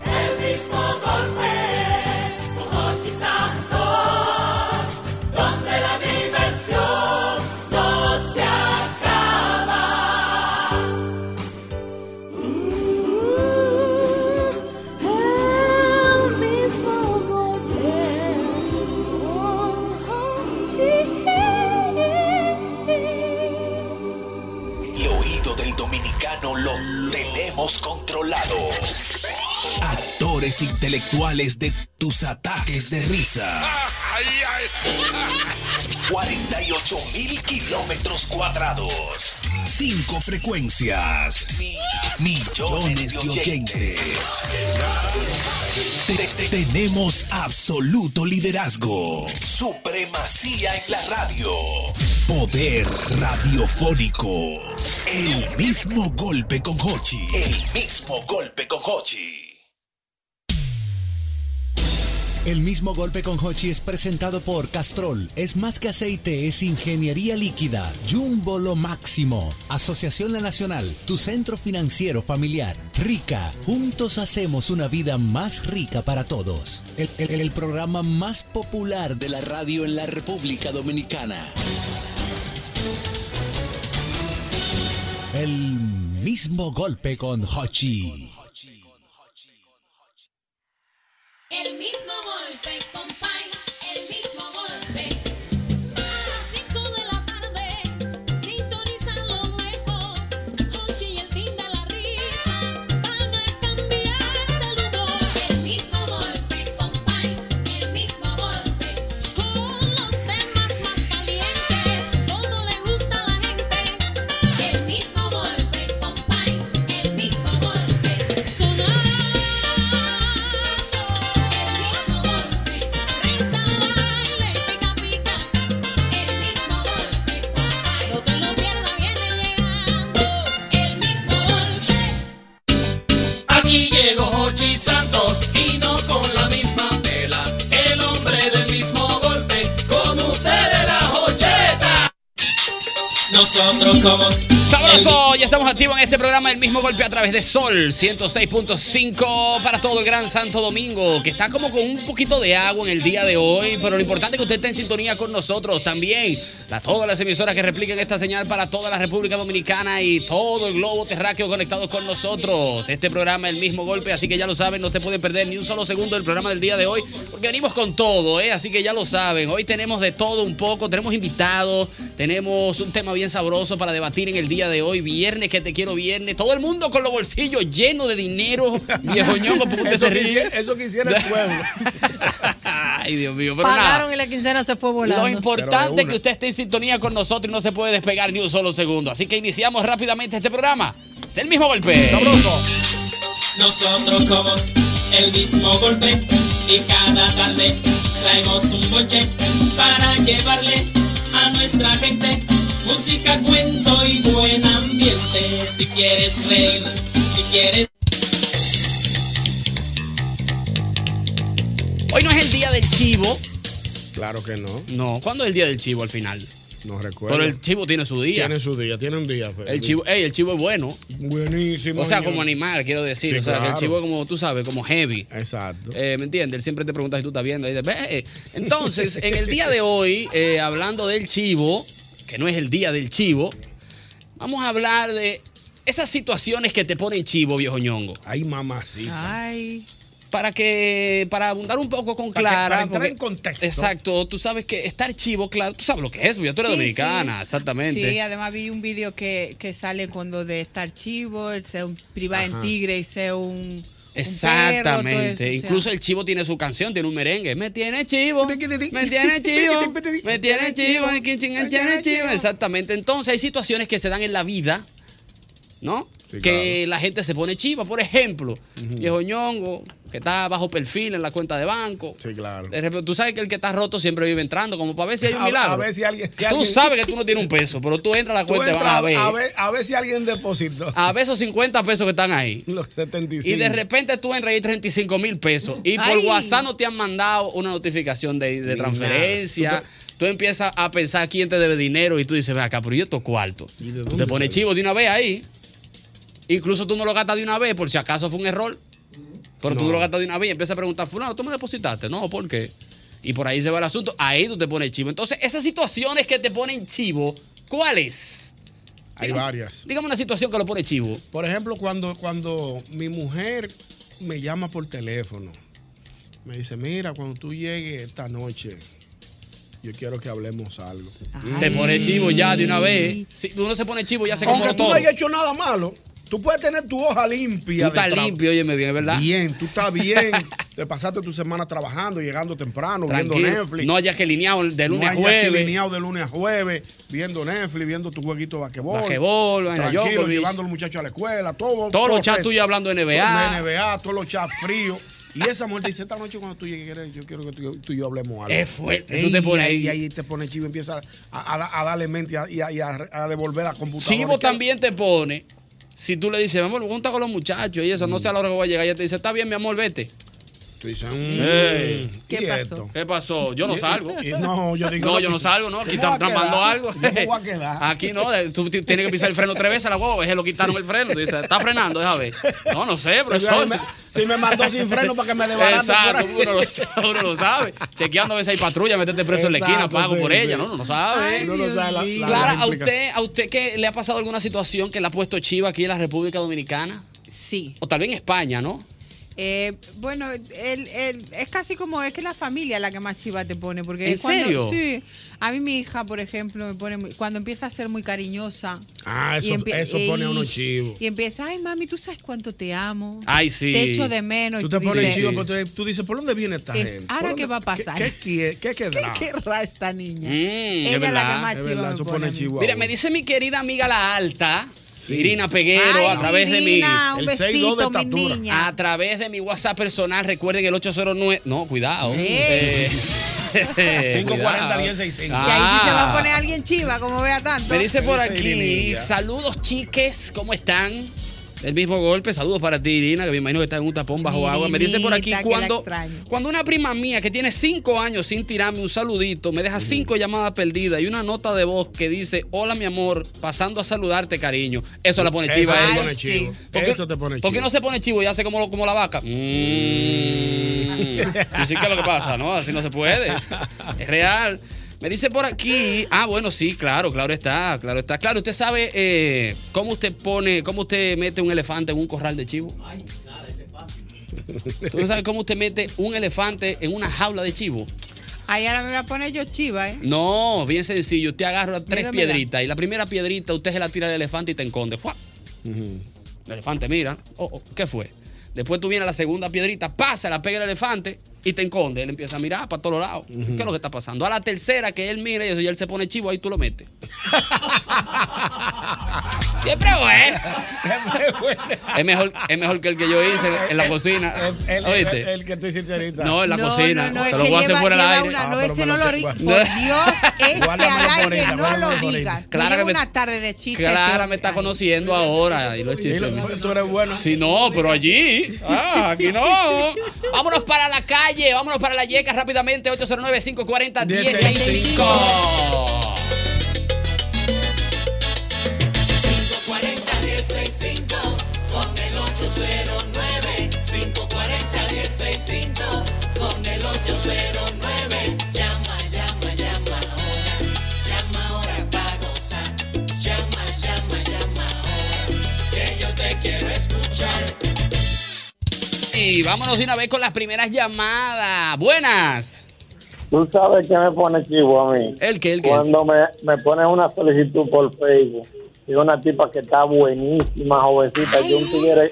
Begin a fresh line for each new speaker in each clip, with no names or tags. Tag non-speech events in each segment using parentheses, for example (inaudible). El mismo golpe, con Mochi Santos, donde la diversión no se acaba. el mismo
El oído del dominicano lo tenemos controlado. Actores intelectuales de tus ataques de risa. 48 mil kilómetros cuadrados. Cinco frecuencias. Millones de oyentes. Te- te- tenemos absoluto liderazgo. Supremacía en la radio. Poder radiofónico. El mismo golpe con Hochi. El mismo golpe con Hochi.
El mismo golpe con Hochi es presentado por Castrol. Es más que aceite, es ingeniería líquida. Jumbo lo máximo. Asociación La Nacional, tu centro financiero familiar. Rica, juntos hacemos una vida más rica para todos. El, el- el programa más popular de la radio en la República Dominicana. El mismo golpe con Hochi.
El mismo golpe, compay, el mismo golpe. A las 5 de la tarde, sintonizan lo mejor. Hochi y el fin de la risa, van a cambiarte el humor. El mismo golpe, compay, el mismo golpe. Con los temas más calientes, como le gusta a la gente. El mismo golpe, compay, el mismo golpe. Sonar.
Aquí llegó Hochi Santos y no con la misma tela. El hombre del mismo golpe, como usted de la Hocheta. Nosotros somos.
Sabroso, ya estamos activos en este programa El mismo golpe a través de Sol 106.5 para todo el Gran Santo Domingo, que está como con un poquito de agua en el día de hoy, pero lo importante es que usted esté en sintonía con nosotros también. A todas las emisoras que repliquen esta señal para toda la República Dominicana y todo el globo terráqueo conectados con nosotros. Este programa El mismo golpe, así que ya lo saben, no se pueden perder ni un solo segundo del programa del día de hoy, porque venimos con todo, ¿eh? así que ya lo saben. Hoy tenemos de todo un poco, tenemos invitados, tenemos un tema bien sabroso para debatir en el día de hoy, viernes, que te quiero viernes, todo el mundo con los bolsillos llenos de
(laughs)
dinero, viejo ñongo, porque usted se
Eso,
ríe.
quisiera, eso quisiera el pueblo.
(laughs) Ay, Dios mío, pero nada.
Pagaron y la quincena se fue volando.
Lo importante es que usted esté en sintonía con nosotros y no se puede despegar ni un solo segundo. Así que iniciamos rápidamente este programa. Es el mismo golpe.
Nosotros somos el mismo golpe y cada tarde traemos un coche para llevarle a nuestra gente música, cuento y buen ambiente. Si quieres reír, si quieres.
Hoy no es el día del chivo.
Claro que no.
No. ¿Cuándo es el día del chivo al final?
No recuerdo.
Pero el chivo tiene su día.
Tiene su día, tiene un día. pues. Felipe.
El chivo, ey, el chivo es bueno.
Buenísimo.
O sea,
señor.
como animal, quiero decir.
Sí,
o sea, que el
claro.
chivo es como, tú sabes, como heavy.
Exacto.
Eh, ¿Me entiendes? Él siempre te pregunta si tú estás viendo. Y dice, "Ve". eh". Entonces, en el día de hoy, eh, hablando del chivo, que no es el día del chivo, vamos a hablar de esas situaciones que te ponen chivo, viejo ñongo.
Ay, mamacita.
Ay.
Para que, para abundar un poco con
Para que-
Clara.
para entrar
porque-
en contexto.
Exacto, tú sabes que estar chivo, claro, tú sabes lo que es, yo tú eres
Sí,
dominicana,
sí.
exactamente.
Sí, además vi un vídeo que, que sale cuando de estar chivo, el ser un privado en
Ajá.
tigre y ser un. un
Exactamente.
perro, todo eso, o sea.
Incluso el chivo tiene su canción, tiene un merengue. Me tiene chivo. Me
(laughs)
tiene chivo. Me tiene chivo. Me tiene chivo. Exactamente. Entonces hay situaciones que se dan en la vida, ¿no? que la gente se pone chiva. Por ejemplo, viejo ñongo, que está bajo perfil en la cuenta de banco.
Sí, claro.
De repente, tú sabes que el que está roto siempre vive entrando, como para ver si hay un
A- a
milagro.
ver si alguien- si
tú
alguien-
sabes que tú no tienes un peso, pero tú entras a la
(laughs) Tú
cuenta de banco
entras
a ver.
a, ver, a ver si alguien depositó
A ver esos 50 pesos que están ahí.
(laughs) los 75.
Y de repente tú entras y hay 35 mil pesos. Y por
Ay.
WhatsApp no te han mandado una notificación de, de
Ni
transferencia. Tú empiezas a pensar quién te debe dinero y tú dices, ve acá, pero yo esto cuarto.
¿Y de
Tú
dónde
Te pones
sale?
chivo de una vez ahí. Incluso tú no lo gastas de una vez por si acaso fue un error. Pero tú
No.
no lo gastas de una vez y empiezas a preguntar, fulano, ¿tú me depositaste? No, ¿por qué? Y por ahí se va el asunto. Ahí tú te pones chivo. Entonces, esas situaciones que te ponen chivo, ¿cuáles?
Hay
Dígame-
varias.
Dígame una situación que lo pone chivo.
Por ejemplo, cuando, cuando mi mujer me llama por teléfono, me dice, mira, cuando tú llegues esta noche, yo quiero que hablemos algo.
Te pone chivo ya de una vez. Si uno se pone chivo, ya se
Aunque
compró
tú
todo.
no hayas hecho nada malo, tú puedes tener tu hoja limpia.
Tú
de
estás
trabajo.
limpio, óyeme bien, ¿verdad?
Bien, tú
(laughs)
estás bien. Te pasaste tu semana trabajando, llegando temprano, viendo
Tranquilo.
Netflix.
No hayas que lineado de lunes
No
a
hayas que
jueves.
lineado de lunes a jueves, viendo Netflix, viendo tu jueguito de basquetbol.
Basquetbol, vaina,
Tranquilo,
Djokovic.
llevando a los muchachos a la escuela, todo.
Todos los
todo
chats
fresco.
tuyos hablando de
Todo
NBA.
de NBA, todos los chats fríos. Y esa mujer te dice, esta noche cuando tú llegues, yo quiero que tú, tú y yo hablemos algo.
Es fuerte. Tú te pones ahí.
Y ahí te pone chivo, empieza a, a- a darle mente y a, y a- y a- a devolver la computadora.
Chivo
¿Qué?
también te pone. Si tú le dices, mi amor, junta con los muchachos y eso,
Mm.
no sé a la hora que voy a llegar. Ella te dice, está bien, mi amor, vete.
Tú dices, mm,
Ey.
¿qué
¿Qué
es
pasó?
esto?
¿Qué pasó? Yo no salgo.
Y- No, yo digo.
No, yo no salgo, ¿no? Aquí
¿Cómo
están,
va a
están mandando
quedar? (laughs)
algo.
¿Cómo va a quedar?
Aquí no, de- tú ti- tienes que pisar el freno tres veces a la guagua. Se lo quitaron el freno. Tú dices, está frenando, déjame ver. No, no sé,
Si
profesor.
me, si me mató sin freno para que me debarate.
Exacto,
por ahí.
uno lo, uno lo sabe. Chequeando a veces hay patrulla, meterte preso en la esquina,
Exacto,
pago
sí,
por
sí.
ella, ¿no? Uno no sabe.
Uno no sabe la- la-
Clara,
la
¿a
implica-
usted, ¿a usted que le ha pasado alguna situación que le ha puesto chiva aquí en la República Dominicana?
Sí.
O tal vez en España, ¿no?
Eh, bueno, el- el- es casi como es que la familia la que más chiva te pone. Porque
¿En
es cuando-
serio?
Sí. A mí mi hija, por ejemplo, me pone muy- cuando empieza a ser muy cariñosa.
Ah, eso-
empie-
eso pone a uno
y-
chivo.
Y empieza, ay mami, tú sabes cuánto te amo.
Ay, sí.
Te echo de menos.
Tú te pones
Dice,
chivo, porque tú dices, ¿por dónde viene esta
Eh,
gente? ¿Por
¿ahora
dónde-
qué va a pasar?
¿Qué, qué, qué, qué querrá?
(laughs) ¿Qué querrá esta niña?
Mm, es
Ella es la
verdad,
que más
es
chiva
verdad,
me
eso
pone
pone
a mí.
chivo.
Mira, me dice mi querida amiga la alta, Irina Peguero,
Ay,
a través
Irina,
El
un
6'2 de
besito, mi
estatura.
de mi.
niña.
A través de mi WhatsApp personal, recuerden el 809. No, cuidado.
Ey.
Eh, (laughs) cuidado.
540-1065.
Y ahí sí se va
Ah.
a poner alguien chiva, como vea tanto.
Me dice por
Esa
aquí,
Irinilla.
saludos chiques, ¿cómo están? El mismo golpe, saludos para ti, Irina, que me imagino que está en un tapón bajo agua. Me dice por aquí,
Irinita, que la
cuando,
extraño.
cuando una prima mía que tiene (laughs) cinco años sin tirarme un saludito, me deja cinco llamadas perdidas y una nota de voz que dice, hola mi amor, pasando a saludarte, cariño. Eso la pone chiva.
Eso
¿eh?
te pone chivo.
Porque-
Eso te pone chivo.
¿Por qué no se pone chivo y hace como, lo- como la
(laughs)
vaca? Mm. Así que es lo que pasa, ¿no? Así no se puede. Es real. Me dice por aquí. Ah, bueno, sí, claro, claro está, claro está. Claro, usted sabe eh, cómo usted pone, cómo usted mete un elefante en un corral de chivo. (laughs) ¿Tú no sabes cómo usted mete un elefante en una jaula de chivo?
Ahí ahora me voy a poner yo chiva, ¿eh?
No, bien sencillo. Usted agarra tres
Míramela.
piedritas y la primera piedrita usted se la tira al elefante y te enconde. ¡Fua! El elefante mira. Oh, oh, ¿Qué fue? Después tú vienes a la segunda piedrita, pasa, la pega el elefante y te enconde. Él empieza a mirar para todos lados. ¿Qué es lo que está pasando? A la tercera que él mira y eso, y él se pone chivo, ahí tú lo metes. Siempre bueno. Es mejor, es mejor que el que yo hice en la cocina.
El, el,
¿Oíste?
el- el que tú hiciste ahorita.
no, en la
no,
cocina.
No, no,
se
es
lo
que
voy a hacer
lleva,
fuera del
lleva
aire.
una.
Ah,
No,
pero me
ese no
lo
lo
tengo.
(laughs)
digas. Por
No.
Dios, este
Guárdamelo por
al
ahorita,
aire no
guárdamelo por
lo
ahorita.
digas.
Clara
Lleva
que me-
una tarde de chiste.
Clara
este
me está
hombre.
conociendo ahora. Y los
Y
chistes.
lo- tú eres bueno.
Si no, pero allí. Ah, aquí
(laughs)
no. Vámonos para la calle. Vámonos para la yeca rápidamente. 809-540-1065.
540-1065 con el 809 540-1065 con el 809 Llama, llama, llama ahora Llama ahora para gozar Llama, llama, llama ahora Que yo te quiero escuchar
Y vámonos de una vez con las primeras llamadas. Buenas.
Tú sabes que me pone chivo a mí.
El que, el que.
Cuando me, me pones una solicitud por Facebook y una tipa que está buenísima, jovencita, yo un tigre,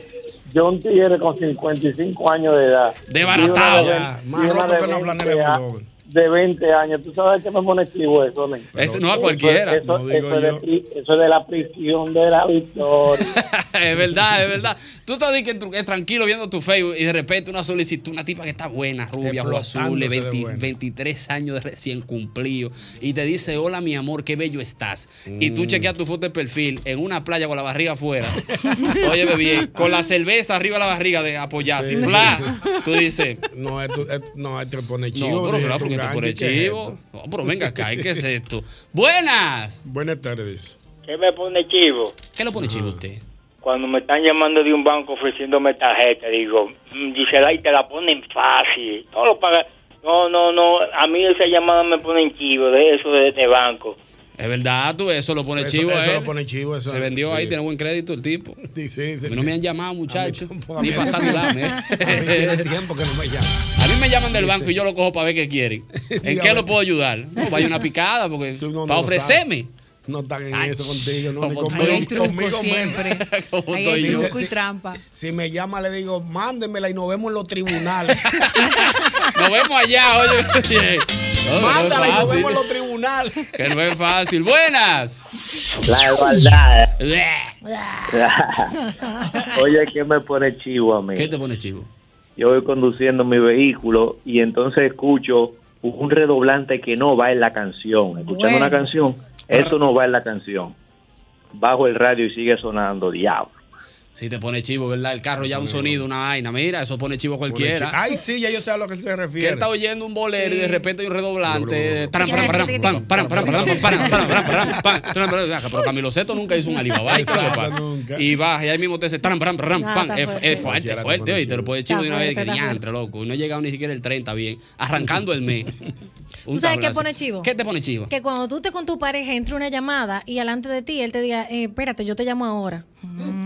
yo un tigre con 55 años de edad.
Desbaratado.
Y una de ve-
Ya, más
y una
roto
de
que una
20
flanela de
a-
Bulldog.
de 20 años. ¿Tú sabes que me pone chivo eso, Nen?
Es- no, a cualquiera.
Eso,
No
eso
digo
es de,
yo.
pri- eso es de la prisión de la
(laughs)
victoria.
es verdad, es verdad. Tú estás di que tru- eh, tranquilo viendo tu Facebook y de repente una solicitud, una tipa que está buena, rubia, ojos azules,
Explotándose de
20
buena.
23 años de recién cumplido, y te dice, hola mi amor, qué bello estás. Y
Mm.
tú chequeas tu foto de perfil en una playa con la barriga afuera. (laughs) Óyeme bien, con la cerveza arriba de la barriga de apoyar,
Sí,
sin
sí,
bla.
sí.
Tú dices,
No, esto, esto- no, esto pone
no,
chivo.
pero
dije,
claro, porque
tú,
te pone
Frankie, ¿qué es
chivo.
esto?
No, pero venga acá,
(laughs)
¿qué es esto? Buenas.
Buenas tardes.
¿Qué me pone chivo?
¿Qué lo pone chivo usted?
Cuando me están llamando de un banco ofreciéndome tarjeta, digo, mm, Gisela, y te la ponen fácil. No lo paga. No, no, no. A mí esa llamada me ponen chivo de eso de, de banco.
Es verdad, tú eso lo pone
Eso-
chivo. a
eso lo
él.
pone chivo, eso-
Se vendió ahí,
sí.
tiene buen crédito el tipo. A
(laughs) Sí, sí, sí.
mí no me han llamado, muchachos.
tampoco, a
Ni
mí-
para saludarme. ¿eh?
A mí tiene tiempo que no me llama.
A mí me llaman del banco y yo lo cojo para ver qué
(laughs)
quieren. ¿En qué
Dígame.
lo puedo ayudar? No, vaya una picada, porque
Tú no- no
para
lo
ofrecerme.
No están en
Ay,
eso contigo, no, ni
como
conmigo,
Ahí hay
Con-
truco
conmigo menos.
siempre.
(laughs) Como
Ahí
estoy
hay
yo.
truco y
Sí.
trampa.
Si me llama, le digo, mándemela y nos vemos en
(laughs)
los tribunales.
Nos vemos allá, oye. (laughs)
(laughs)
Bien. No, no es
Mándala y nos
fácil.
vemos en los tribunales.
Que no es fácil. Buenas.
La igualdad.
¿Qué
(laughs) Oye, ¿qué me pone chivo a mí?
te pone chivo?
Yo voy conduciendo mi vehículo y entonces escucho un redoblante que no va en la canción. Escuchando
Bueno.
una canción, esto no va en la canción. Bajo el radio y sigue sonando, diablo.
Sí, te pone chivo, ¿verdad? El carro ya un sonido, una vaina. Mira, eso pone chivo cualquiera.
Ay, sí, ya yo sé a lo que se
Que él
refiere.
está oyendo un bolero y de repente hay un redoblante. Taran, paran, paran,
Tic,
pan, paran, paran, paran, paran, paran, paran, paran, pan, taran, paran. Ajá, Pero Camilo Seto nunca hizo un Alibaba. ¿y ¿Qué le
Exacto,
pasa?
nunca.
Y baja y ahí mismo te dice taran, paran, paran,
No,
pan.
está
Es es
fuerte.
fuerte, es fuerte. oye, te lo puedes chivo de una
Está
vez. Que
fuerte, está
diantre, loco. Y no he llegado ni siquiera el 30 bien. Arrancando el
(laughs)
mes. Un
¿Tú sabes qué
tablazo.
pone chivo?
¿Qué te pone chivo?
Que cuando tú estés con tu pareja entre una llamada y alante de ti él te diga, eh, espérate, yo te llamo ahora.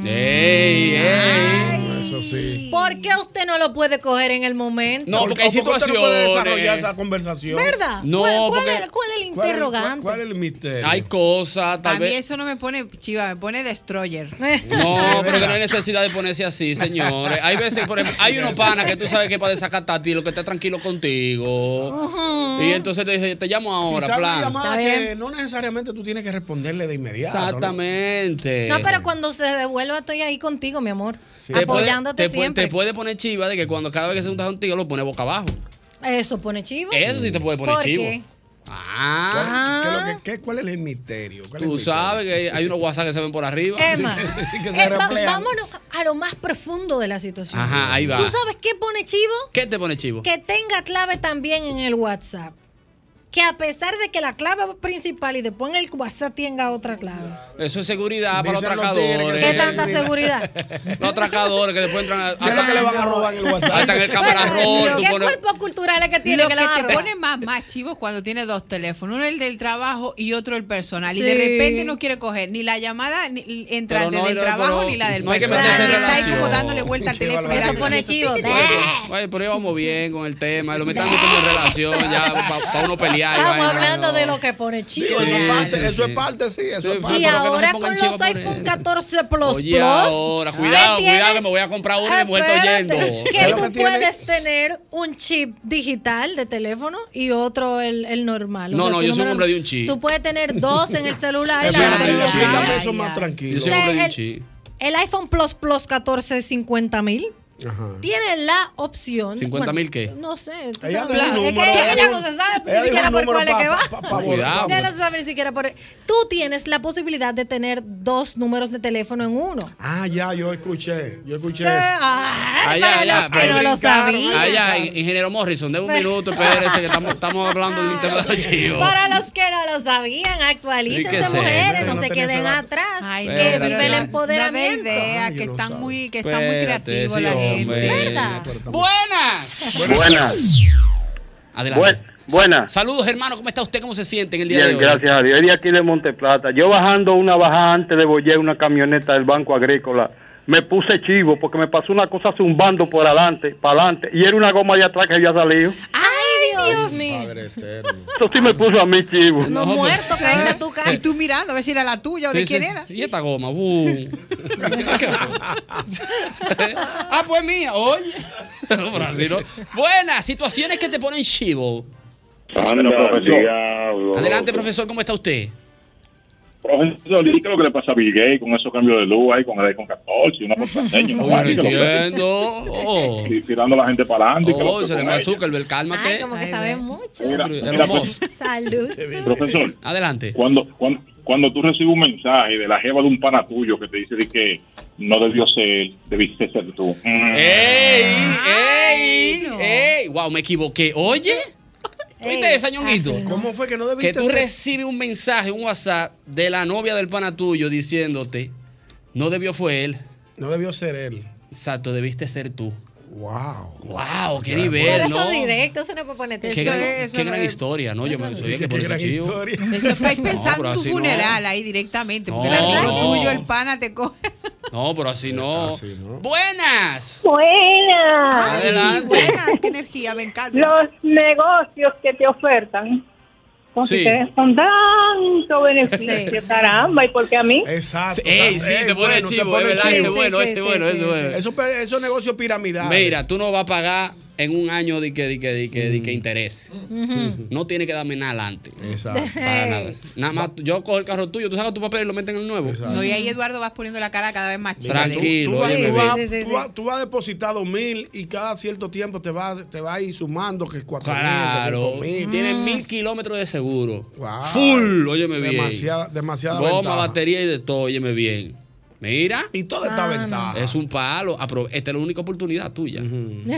¡Ey, ey!
Eso sí.
¿Por qué usted no lo puede coger en el momento?
No, porque hay
¿O por qué usted no puede desarrollar
situaciones.
esa conversación.
¿Verdad?
No,
¿Cuál, cuál
porque-
es, el- cuál es el
¿Cuál es el-
interrogante?
¿Cuál, cuál es el misterio?
Hay cosas,
A
tal
mí
vez.
eso no me pone chiva, me pone (laughs) destroyer.
No,
(laughs) Es
pero que no
verdad.
hay necesidad de ponerse así, señores. Hay veces, por ejemplo, hay unos panas que tú sabes que para desacatar a ti, lo que está tranquilo contigo. Y entonces te dice, te llamo ahora,
Quizás una
plan.
llamada
Está
que no necesariamente tú tienes que responderle de inmediato. ¿no?
Exactamente.
No, pero cuando se devuelva estoy ahí contigo, mi amor.
Sí.
Eh. Te puede-
apoyándote
te puede,
siempre.
Te puede poner chiva de que cuando cada vez que se junta contigo lo pone boca abajo.
Eso pone chivo.
Eso sí te puede poner
¿Por
chivo.
qué?
¿Cuál,
Ah,
qué es lo que- qué- cuál es el misterio? ¿Cuál es el
tú
misterio?
sabes que hay unos WhatsApp que se ven por arriba.
Emma,
sí, (laughs) que se
eh, va-
reflejan.
vámonos a lo más profundo de la situación.
Ajá, ahí va.
¿Tú sabes qué pone chivo?
¿Qué te pone chivo?
Que tenga clave también en el WhatsApp. Que a pesar de que la clave principal y después en el WhatsApp tenga otra clave.
Eso es seguridad para los
Dicen los tigres que
atracadores.
¿Qué
Eh,
tanta
mira. (laughs)
seguridad?
Los atracadores que después entran a,
¿Qué es lo que le van a robar en el WhatsApp?
hasta en el camarón. tú
¿Qué
pones-
cuerpos culturales que tiene
Lo
que
que
la van a
te
robar?
pone más, más chivo es cuando tiene dos teléfonos, uno el del trabajo y otro el personal. Y
Sí.
de repente no quiere coger ni la llamada ni, entrante
Pero no,
del
no,
trabajo
pero
ni la del
no hay que
personal.
meterse en
está ahí como
relación.
dándole vuelta al
Qué
teléfono.
barbaridad.
Eso pone chivo.
Oye, pero íbamos bien con el tema, lo metamos como en relación, ya para uno pelear. y
Estamos
vaina,
hablando
no.
de lo que pone chivo.
Digo, eso
Sí,
es parte,
sí,
eso
sí.
es parte, sí, eso
Sí,
es
Ah,
Y
pero que no
parte.
se
ahora
pongan
con
chivo
los
por
iPhone
eso.
14 Plus
Oye,
Plus.
ahora,
¿qué
cuidado,
tienes?
cuidado, que me voy a comprar uno y me vuelto
Espérate,
yendo.
Que
Pero
tú
que tiene-
puedes tener un chip digital de teléfono y otro el, el normal. O
No,
sea,
no,
tú
yo soy un
me-
hombre de un chip.
Tú puedes tener dos
(laughs)
en el celular y
Eso
la
es
Ay,
hombre,
ay,
explícame
ay,
eso más
ay.
tranquilo.
Yo soy hombre de un
el-
chi.
El iPhone Plus Plus 14 50 mil
Ajá.
tiene la opción.
50.000 qué?
No sé. tú
Ella
sabes,
dijo un
es que
número,
ella
ella
no se sabe
Ella
ni
dijo
siquiera
un
por
número
cuál es
pa-
que va.
pa- pa-
Cuidado. pues.
Ya
pa-
no se sabe ni siquiera por. Tú tienes la posibilidad de tener dos números de teléfono en uno. Ah,
Ah, ya, yo escuché, yo escuché.
Ay,
Ay,
para
ay,
los
ay,
que no lo
brincaron, ay,
sabían.
Ay, ay, ingeniero Morrison, dame un
Pero-
minuto, espérese, que estamos, estamos hablando de un tema de chivo.
Para los que no lo sabían,
¿Y qué
actualícense
sé?
mujeres,
Pero
no
no
se
tenés
queden
edad.
atrás,
Ay,
que
no,
Espérate.
pero
vive el
no-
empoderamiento.
No de idea,
Ay, yo
que
no
están
sabe.
muy, que están muy
Espérate,
creativos
sí,
la
hombre.
gente.
¿Verdad?
Buenas.
Buenas,
Adelante.
buenas.
Saludos, hermano, ¿cómo está usted? ¿Cómo se siente en el día de hoy?
a Dios. de aquí de Monteplata. Yo bajando una bajada antes de Bollé, una camioneta del Banco Agrícola. Me puse chivo porque me pasó una cosa zumbando por adelante, para adelante, y era una goma de atrás que había salido.
Ay, Dios mío.
Padre eterno.
Eso sí me puso a mí chivo.
No,
No,
muerto, caí de tu casa.
Y tú mirando a ver si era la tuya o de
Sí,
quién
sí.
era.
Y esta goma, ¡bu! (laughs) ¿Qué fue? ah, (laughs) pues mía, oye. Pero así no. Buenas situaciones que te ponen chivo.
Anda,
Pero, profesor.
diablo.
Adelante, profesor, ¿cómo está usted?
Profesor, ¿y qué es lo que le pasa a Bill Gates con esos cambios de luz ahí, con el iPhone 14, una
(laughs)
contraseña?
Oh,
Ay,
no
que lo-
entiendo. Oh.
Y Tirando a la gente para adelante. y que lo
Oh,
que
se le
con
va
ella.
Zuckerberg, cálmate.
Como que sabe mucho.
Mira,
Elon
mira,
Musk.
Salud.
Profesor.
Eh, Adelante.
Cuando, cuando, cuando tú recibes un mensaje de la jeva de un pana tuyo que te dice de que no debió ser, debiste ser tú. Mm.
¡Ey! ¡Ey! ¡Ey! ¡Wow! Me equivoqué. Oye. ¿Viste esa ñonguito?
¿Cómo fue que no
Que
debiste
tú
ser?
recibes un mensaje, un WhatsApp de la novia del pana tuyo diciéndote, no debió fue él.
No debió ser él.
Exacto, debiste ser tú.
Wow.
¡Wow! ¡Qué
Ya,
Pero
nivel!
eso
¿no?
directo, eso no es para ponerte.
Qué gran, qué gran historia, ¿no? Yo me soy que por ese chivo.
Estáis
No,
pensando
pero
en tu
así no.
funeral ahí directamente. Porque
No,
el amigo
no.
tuyo, el pana, te coge.
No, pero así
Ah,
no. Buenas.
Buenas.
Adelante.
Buenas, qué energía, me encanta.
Los negocios que te ofertan con,
Sí.
con tanto beneficio, caramba, ¿y por qué a mí?
Exacto.
Ey, sí,
Ey,
te pone
bueno, te
chivo,
pone
es verdad, ese
chivo.
bueno,
Sí, sí,
ese
sí,
bueno,
sí,
ese
sí.
bueno.
Eso pe- Esos negocios piramidales.
Mira, tú no vas a pagar en un año de que, de que, de que, de
Mm.
que interés.
Ujú.
No tiene que darme nada adelante.
Exacto.
Para nada. Nada más, yo cojo el carro tuyo, tú sacas tu papel y lo meten en el nuevo.
No, y ahí Eduardo vas poniendo la cara cada vez más chica.
Tranquilo,
Tú vas,
óyeme
tú
bien.
vas- tú vas- tú vas a depositar dos mil y cada cierto tiempo te va, te va a ir sumando que es cuatro
Claro.
mil, que cinco mil.
Tienen mil kilómetros de seguro.
Wow.
Full, óyeme bien.
Demasiada, demasiada
Goma,
ventaja.
batería y de todo, óyeme bien. Mira.
Y toda esta Mano. ventaja.
Es un palo. Apro- Esta es la única oportunidad tuya.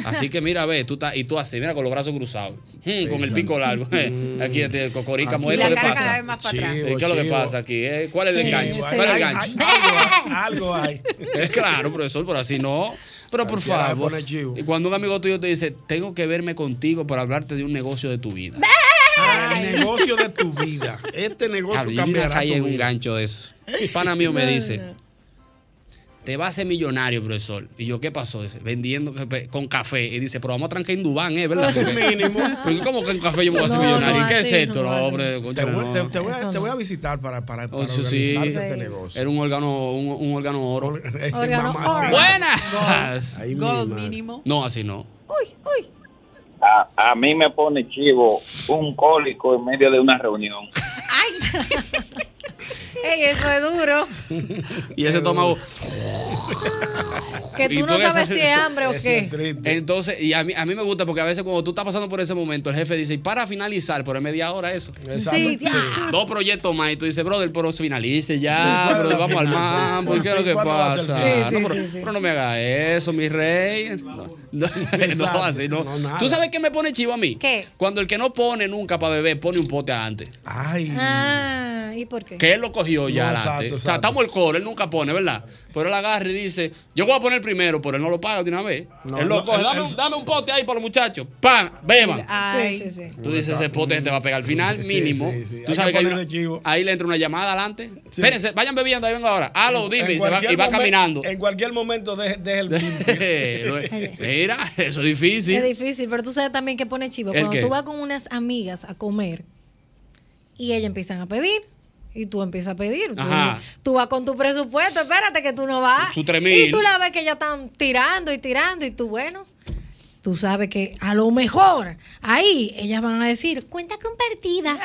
Así que mira, ve, tú estás, y tú así, mira, con los brazos cruzados. Hmm, con el pico largo. (laughs) aquí este cocorica
Aquí.
muerto.
La
¿Qué
cara
pasa?
cada vez más para atrás.
Eh,
Chivo,
¿Qué es lo que
chivo.
pasa aquí? eh? ¿Cuál es el
Sí,
enganche?
hay-
¿Cuál es el
hay-
enganche?
hay- Algo hay.
Eh, claro, profesor, por así no. Pero por
Cualquiera le
favor,
pone chivo.
y cuando un amigo tuyo te dice, tengo que verme contigo para hablarte de un negocio de tu vida.
El negocio de tu vida. Este negocio
Claro, yo en la
cambiará
calle en
tu
un
vida.
gancho de eso. Un Pana mío me dice, te vas a ser millonario, profesor. Y yo, ¿qué pasó? Dice, vendiendo café- con café. Y dice, pero vamos a trancar en Dubán, ¿eh?
(laughs)
¿Verdad? Porque,
Mínimo.
porque ¿cómo que en café yo me voy a ser
No,
millonario?
no,
¿Qué
así
es esto?
no,
No,
así
hombre,
no.
concha,
Te voy-
no.
te- te voy a- te voy a visitar para, para, para
Oh, sí, sí.
organizar este negocio.
Era un órgano, un, un órgano oro.
Órgano mamá, oro. sí.
¡Buenas!
Ahí
Gold
mismo.
mínimo.
No, así no.
Uy, uy. A, a mí me pone chivo un cólico en medio de una reunión.
Ey, eso es duro.
Y ese estómago.
Que
Y
tú no
en ese-
sabes
(laughs)
si es hambre o qué.
Entonces, y a mí, a mí me gusta porque a veces cuando tú estás pasando por ese momento, el jefe dice, "Y para finalizar, por media hora eso.
Exacto. Sí, ya.
Dos proyectos más y tú dices, brother, pero finalice ya,
¿Cuál es
brother,
la
vamos al
final?
mambo,
Por
¿qué es lo
fin,
que
¿cuándo va a ser
pasa?
el final?
No,
Sí,
pero,
sí, sí, sí.
pero no me hagas eso, mi rey. No, (laughs) no,
Exacto.
así no.
No, nada.
¿Tú sabes qué me pone chivo a mí?
¿Qué?
Cuando el que no pone nunca para beber, pone un pote adelante.
Ay.
Ah, ¿y por qué?
Que él lo cogió ya.
No,
adelante.
exacto,
O sea, estamos el coro, él nunca pone, ¿verdad? Pero él agarra y dice, yo voy a poner primero, pero él no lo paga de una vez.
No,
él lo
no,
coge,
él-
dame, un,
él-
dame un pote ahí para los muchachos. ¡Pam! ¡Beban!
Sí, ah. sí, sí.
Tú dices, ese pote se te va a pegar al final,
Sí,
mínimo.
sí, sí.
Tú
Hay
sabes
que
que hay
ponerle
una- ahí le entra una llamada adelante. Espérense, vayan bebiendo, ahí vengo ahora. Aló, dime, y, se
En
va,
cualquier
y va
momen- Eh.
caminando.
En cualquier momento deja deja el
Lo es- Mira, eso es difícil.
Es difícil, pero tú sabes también que pone chivo.
¿El
Cuando
qué?
tú vas con unas amigas a comer y ellas empiezan a pedir. Y tú empiezas a pedir. Tú,
Ajá.
tú vas con tu presupuesto, espérate que tú no vas.
Su tres mil.
y tú la ves que ya están tirando y tirando y tú, bueno, tú sabes que a lo mejor ahí ellas van a decir, cuenta compartida.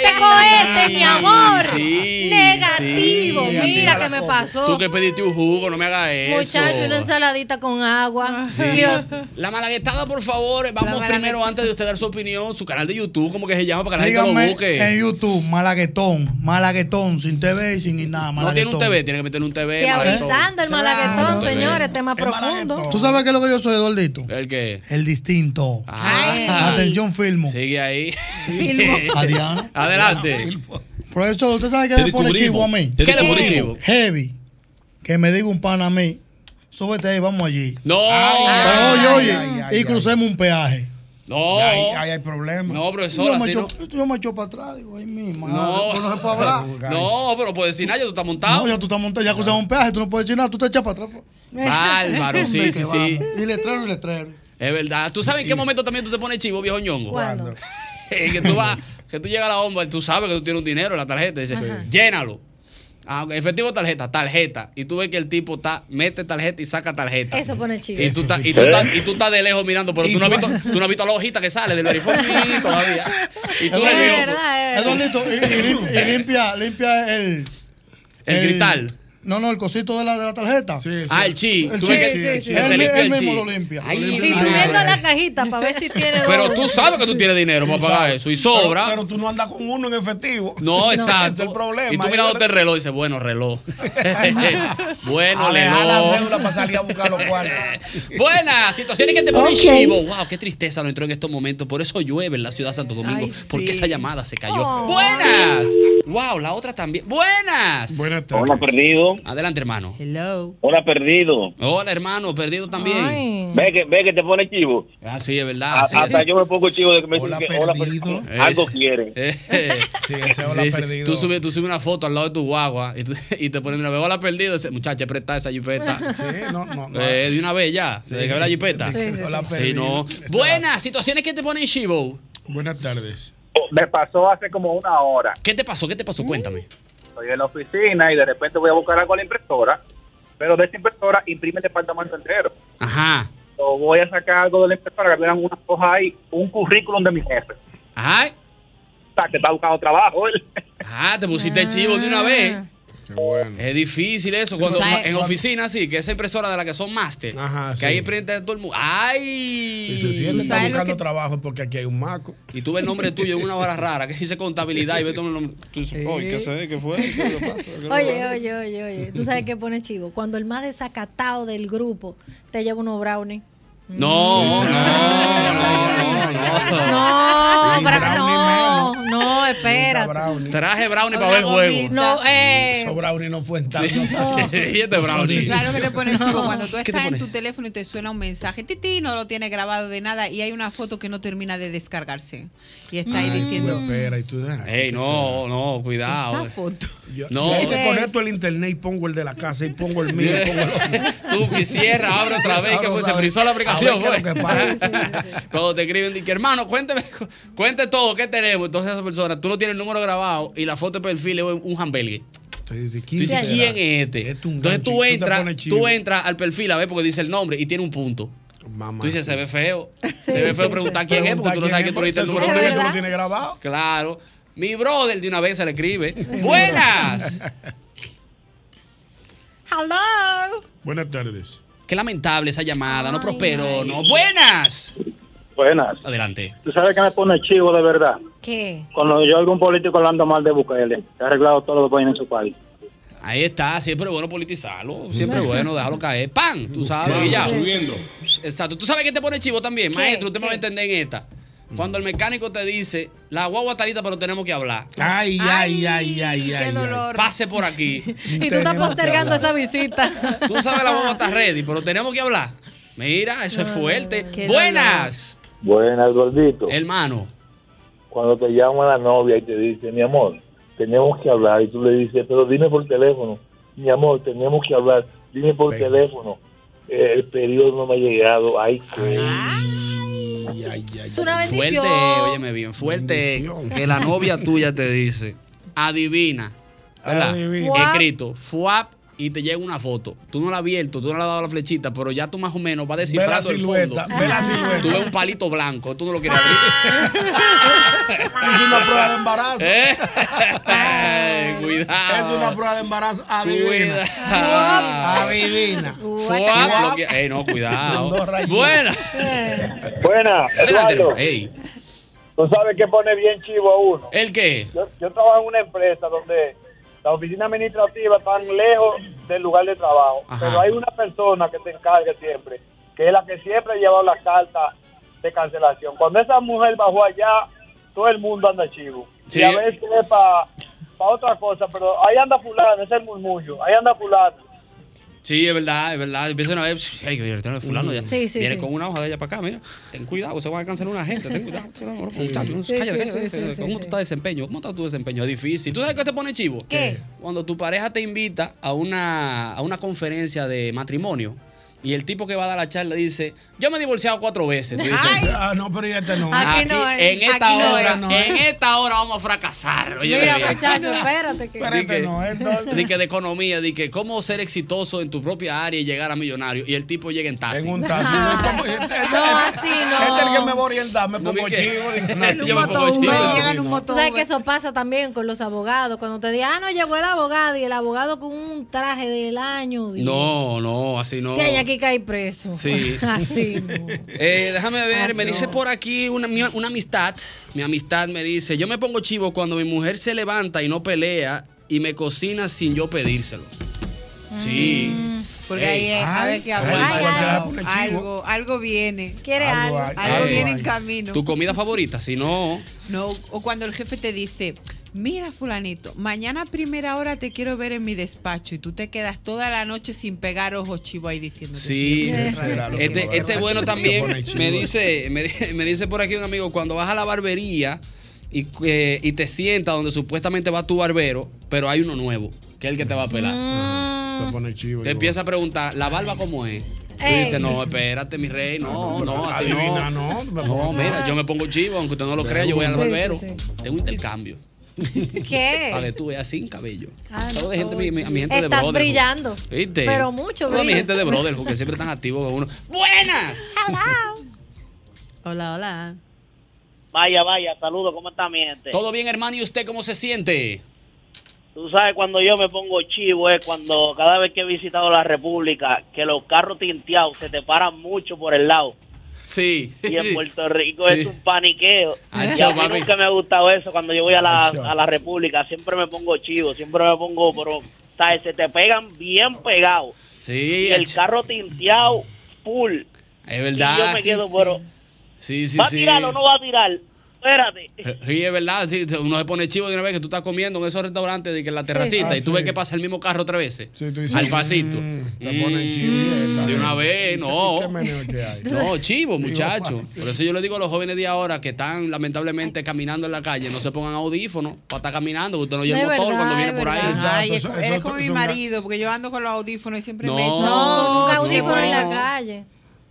este cohete, mi amor.
Sí,
Negativo,
sí.
mira que me pasó.
Tú que pediste un jugo, no me hagas eso.
Muchacho, una ensaladita con agua.
Sí.
Y lo-
La malaguetada, por favor, vamos primero antes de usted dar su opinión, su canal de YouTube, como que se llama para que la gente lo
Síganme
busque.
en YouTube, Malaguetón, Malaguetón, sin TV y sin nada,
No tiene
Malaguetón.
un TV, tiene que meterle un TV.
Y
malaguetón.
avisando el malaguetón,
Claro.
señores, tema profundo.
¿Tú sabes qué es lo que yo soy, Eduardito?
¿El qué?
El distinto. (laughs) Atención, filmo.
Sigue ahí. (laughs)
Filmo. Adriana.
Adelante.
Profesor, ¿usted sabe qué
Te
me pone
descubrimos.
chivo a mí?
Te ¿Qué le pone descubrimos. chivo?
Heavy. Que me diga un pan a mí. Súbete ahí, vamos allí.
No.
Pero oye, oye,
ay,
y crucemos un peaje.
No.
Ahí, ahí hay problemas.
No,
yo,
profesor,
me
así no.
echo, yo me echo para atrás, digo, ay, mi madre,
No.
pues no se
(laughs)
puede hablar.
No, pero puedes decir, nada, ya tú estás montado.
No, ya tú estás montado, ya cruzamos un peaje, tú no puedes decir nada, tú te echas para atrás. pues.
Bárbaro, sí,
Hombre,
sí,
que
sí.
vamos. Y letrero y letrero.
Es verdad. ¿Tú sabes en qué momento también tú te pones chivo, viejo ñongo?
¿Cuándo?
(laughs) Eh, que tú vas, que tú llegas a la bomba y tú sabes que tú tienes un dinero en la tarjeta y dices, llénalo. Ah, ok, efectivo tarjeta, tarjeta. Y tú ves que el tipo está, mete tarjeta y saca tarjeta.
Eso pone chivo.
Y tú, estás, y, tú
¿Eh?
estás, y tú estás de lejos mirando, pero tú no, has visto, tú no has visto la hojita que sale del
(laughs)
veriformito todavía. Y tú
Es
nervioso.
verdad,
Eduardito, y, y lim- y limpia, limpia el,
El cristal.
No, no, el cosito de la, de la tarjeta.
Ah, el chi.
El
Tú
chi,
ves que-
sí,
que
sí.
se
Él,
limpia
él
el
mismo
chi.
lo limpia.
Ay,
Lo limpia.
Y subiendo la cajita
(laughs)
para ver si tiene
Pero
dos.
tú sabes que tú tienes dinero para pagar eso y sobra.
Pero, pero tú no andas con uno en efectivo.
No,
(laughs) Ese
exacto.
Es el problema.
Y tú
Ahí
mirándote
le-
el reloj y dices, bueno, reloj. bueno,
Alejar la cédula
reloj.
para salir a buscar los cuartos.
(laughs) Buenas situaciones que te ponen
Ok.
chivo. Wow, qué tristeza lo entró en estos momentos. Por eso llueve en la ciudad de Santo Domingo. Porque esa llamada se cayó.
Oh.
Buenas. Wow, la otra también. Buenas. Buenas
Hola, perdido.
Adelante, hermano.
Hello. Hola, perdido.
Hola, hermano, perdido también.
Ve que, ve que te pone chivo.
Ah, sí, es verdad.
A-
sí,
hasta
es-
yo me pongo chivo de que me dicen que hola, perdido.
Eh,
Algo
Es-
quiere.
eh. (laughs) sí,
ese hola perdido.
Tú subes tú subes una foto al lado de tu guagua y, tú- (laughs) y te ponen una vez hola perdido. Dice, Muchacha, presta esa
(laughs)
jipeta.
Sí, no,
(laughs)
no. no.
Eh, de una vez ya, desde que ve la jipeta.
Sí, sí, sí. Hola,
Sí, no. Buenas situaciones que te ponen chivo.
Buenas tardes.
Me pasó hace como una hora.
¿Qué te pasó? ¿Qué te pasó? Cuéntame.
Uh.
Estoy en la oficina y de repente voy a buscar algo a la impresora, pero de esta impresora imprime el departamento entero.
Ajá.
O voy a sacar algo de la impresora, que habían unas hojas ahí, un currículum de mi jefe.
Ay.
Está, que está buscando trabajo. él.
(laughs) Ah, te pusiste chivo de una vez.
Ah.
Es difícil eso. Cuando,
O sea,
en
cuando-
oficina, sí, que esa impresora de la que son máster. que
sí.
ahí imprenta todo el mundo. ¡Ay!
Y se
Tú
siente está
sabes lo
buscando
que-
trabajo es porque aquí hay un maco.
Y tú ves el nombre tuyo en una hora rara que dice contabilidad y ves todo el nombre. Tú dices, "Ay, ¿qué sé? ¿Qué fue? ¿Qué le pasa? ¿Qué le
Oye,
pasa?"
oye, oye, oye. ¿Tú sabes qué pone chivo? Cuando el más desacatado del grupo te lleva unos brownies.
No, no, no,
No,
no.
(laughs) bra- no, no, espérate.
Traje brownie para ver el juego.
No, eh.
Esos brownies no
(laughs)
pueden estar.
Y este brownie.
¿Sabes lo que te pone chivo? Cuando tú
¿Qué te
estás en
pone?
tu teléfono y te suena un mensaje, titi, no lo tienes grabado de nada y hay una foto que no termina de descargarse. Y está ahí diciendo,
Espera, y tú ah,
Ey, no, no, cuidado. eh.
esa foto.
yo,
No.
yo le conecto el internet y pongo el de la casa y pongo
(laughs)
el mío. y pongo el otro.
Tú quisieras, abre otra vez, que
Abre
pues se
otra vez.
frizó la
A
aplicación.
ver qué es lo
pues.
que pasa.
(laughs) Cuando te escriben, dicen, hermano, cuénteme, cuente todo, ¿qué tenemos? Entonces esa persona, tú no tienes el número grabado y la foto de perfil es un hamburger.
Entonces,
Tú dices, ¿quién es este? Entonces
gancho, y tú
tú
te
entras,
pones chivo.
tú entras al perfil a ver porque dice el nombre y tiene un punto. Tú dices, se ve feo. se ve
sí,
feo
sí.
preguntar quién es porque tú no
Preguntar
sabes
quién
que tú
es,
le diste el
porque
número.
seguro Es tú no verdad.
tienes
grabado.
Claro. Mi brother de una vez se le
(laughs)
escribe. ¡Buenas!
Hello.
Buenas tardes.
Qué lamentable esa llamada, no prosperó, no. ¡Buenas!
Buenas.
Adelante.
¿Tú sabes que me pone chivo de verdad?
¿Qué?
Cuando yo oigo un político hablando mal de Bukele, que ha arreglado todo lo que ponen en su país.
Ahí está, siempre bueno politizarlo, siempre bueno, déjalo caer. ¡Pan! Tú sabes,
Vamos,
y ya.
subiendo.
Exacto. ¿Tú sabes que te pone chivo también? Maestro, usted me va a entender en esta. Cuando el mecánico te dice, la guagua tarita, pero tenemos que hablar.
Ay, ay, ay, ay, ay.
(laughs) Pase por aquí.
(laughs) Y tú estás postergando esa visita.
Tú sabes, la bomba está ready, pero tenemos que hablar. Mira, eso
Ah,
es fuerte. Buenas.
Buenas, gordito.
Hermano.
Cuando te llama la novia y te dice, mi amor, tenemos que hablar, y tú le dices, pero dime por teléfono, mi amor, tenemos que hablar, dime por teléfono, Eh, el periodo no me ha llegado, ay, qué.
Es una bendición.
Fuerte, óyeme bien, fuerte. Que la
(laughs)
novia tuya te dice, adivina. ¿verdad?
Adivina.
Escrito, fuap, y te llega una foto. Tú no la has abierto, tú no le has dado la flechita, pero ya tú más o menos vas descifrando
Ve la
el
silueta,
fondo.
ve la silueta.
Tú ves un palito blanco, tú no lo quieres abrir.
(laughs) Es una prueba de
(laughs)
embarazo.
Eh, Cuidado.
Es una prueba de embarazo
(laughs)
adivina.
Cuidado.
Adivina.
Fuap, lo que- Ey, no, cuidado. Buena.
Buena,
Adelante,
Eduardo.
ey.
Tú sabes que pone bien chivo a uno.
¿El qué?
Yo, yo trabajo en una empresa donde la oficina administrativa está lejos del lugar de trabajo,
Ajá.
pero hay una persona que se encarga siempre, que es la que siempre lleva las cartas de cancelación. Cuando esa mujer bajó allá, todo el mundo anda chivo.
Sí.
Y a veces es para otra cosa, pero ahí anda fulano, ese es el murmullo, ahí anda fulano.
Sí, es verdad, es verdad. Empiezan a ver, psh, ay, mira, tiene fulano ya.
Sí, sí,
viene
sí.
con una hoja de ella para acá, mira. Ten cuidado, se van a cancelar una gente. Ten cuidado, ten cuidado, muchacho, no,
Sí,
cállate,
sí,
cállate,
sí, sí, sí,
¿Cómo
sí.
tú estás desempeño? ¿Cómo está tu desempeño? Es difícil. ¿Tú sabes qué te pone chivo?
¿Qué?
Cuando tu pareja te invita a una, a una conferencia de matrimonio Y el tipo que va a dar la charla dice, yo me he divorciado cuatro veces. Tú dices,
Ah, no, pero ya este no.
Aquí, en esta hora,
no
en
es.
esta hora vamos a fracasar. Oye,
Mira,
bien.
muchacho, espérate que.
Di
este
que- di que de economía, di que cómo ser exitoso en tu propia área y llegar a millonario. Y el tipo llega en taxi. En
un taxi.
No, así no.
Este es el que me va a orientar, me pongo
vi que-
chivo.
(laughs) En un
Yo me pongo
motor,
chivo.
no,
Sí, no.
Tú sabes que eso pasa también con los abogados. Cuando te digan, ah, no, llegó el abogado y el abogado con un traje del año. Dios.
No, no, así no.
Tiene aquí caer preso.
Sí.
(laughs) Así.
Eh, déjame ver,
Ah,
Así
me dice
no.
por aquí una, mi- una amistad. Mi amistad me dice, yo me pongo chivo cuando mi mujer se levanta y no pelea y me cocina sin yo pedírselo. Sí.
Mm, Porque
Ey.
ahí es, a ver qué hago.
Ay,
Ay,
algo.
algo, algo, algo viene.
Quiere
Algo algo. hay,
Algo,
algo
viene
hay.
en camino.
Tu comida favorita, si no,
No, o cuando el jefe te dice, mira fulanito, mañana a primera hora te quiero ver en mi despacho y tú te quedas toda la noche sin pegar ojo chivo ahí diciendo.
sí.
será lo que
Este,
va a
este
hacer?
bueno también
Te pone chivo.
me dice, me, di- me dice por aquí un amigo, cuando vas a la barbería y, eh, y te sientas donde supuestamente va tu barbero, pero hay uno nuevo, que es el que te va a pelar.
Mm.
Te pone chivo.
Te empieza a preguntar, ¿la barba cómo es? Tú
Ey.
dices, no, espérate, mi rey,
Ah,
no, no, así
Adivina,
Ah, no.
no,
No,
me pongo-
mira, yo me pongo chivo, aunque usted no lo crea, yo voy al
Sí, sí,
barbero.
sí.
Tengo intercambio.
¿Qué?
Vale, tú veas sin cabello.
Ah, no,
Todo de gente, mi, mi- a mi gente de
Estás
brother.
brillando.
¿Viste?
Pero mucho,
Toda mi
brilla.
gente de brother,
(laughs)
que siempre están activos con uno.
¡Buenas!
Hola, hola.
Vaya, vaya, saludos, ¿cómo está mi gente?
¿Todo bien, hermano? ¿Y usted cómo se siente?
Tú sabes, cuando yo me pongo chivo es cuando cada vez que he visitado la República, que los carros tinteados se te paran mucho por el lado.
Sí. (laughs)
Y en Puerto Rico
Sí.
es un paniqueo.
Ah,
y a
chao,
mí
papi.
nunca me ha gustado eso cuando yo voy a la,
Ah, chao.
a la República. Siempre me pongo chivo, siempre me pongo, pero, ¿sabes? Se te pegan bien pegados.
Sí,
Y el
ach-
carro tinteado, full.
es
Y
verdad.
yo me quedo, pero,
Sí, sí,
¿va a
sí.
tirar o no va a tirar? Espérate.
Sí, es verdad, sí, uno se pone chivo de una vez que tú estás comiendo en esos restaurantes de que en la terracita
Ah,
y tú
sí.
ves que pasa el mismo carro tres veces.
dices,
al pasito.
te pone
Mm,
chivo y esta
De una
gente.
vez, no.
(laughs) ¿Qué
(laughs)
meneo que hay?
No, chivo,
Digo,
muchacho.
fácil.
Por eso yo le digo a los jóvenes de ahora que están lamentablemente caminando en la calle, no se pongan audífonos para estar caminando, que usted no oye el
Es
motor
verdad,
cuando viene
es
por ahí.
verdad. Ay, es, eres como mi marido, porque yo ando con los audífonos y siempre
No,
me echan
No,
Un
los
audífono en la
no.
calle.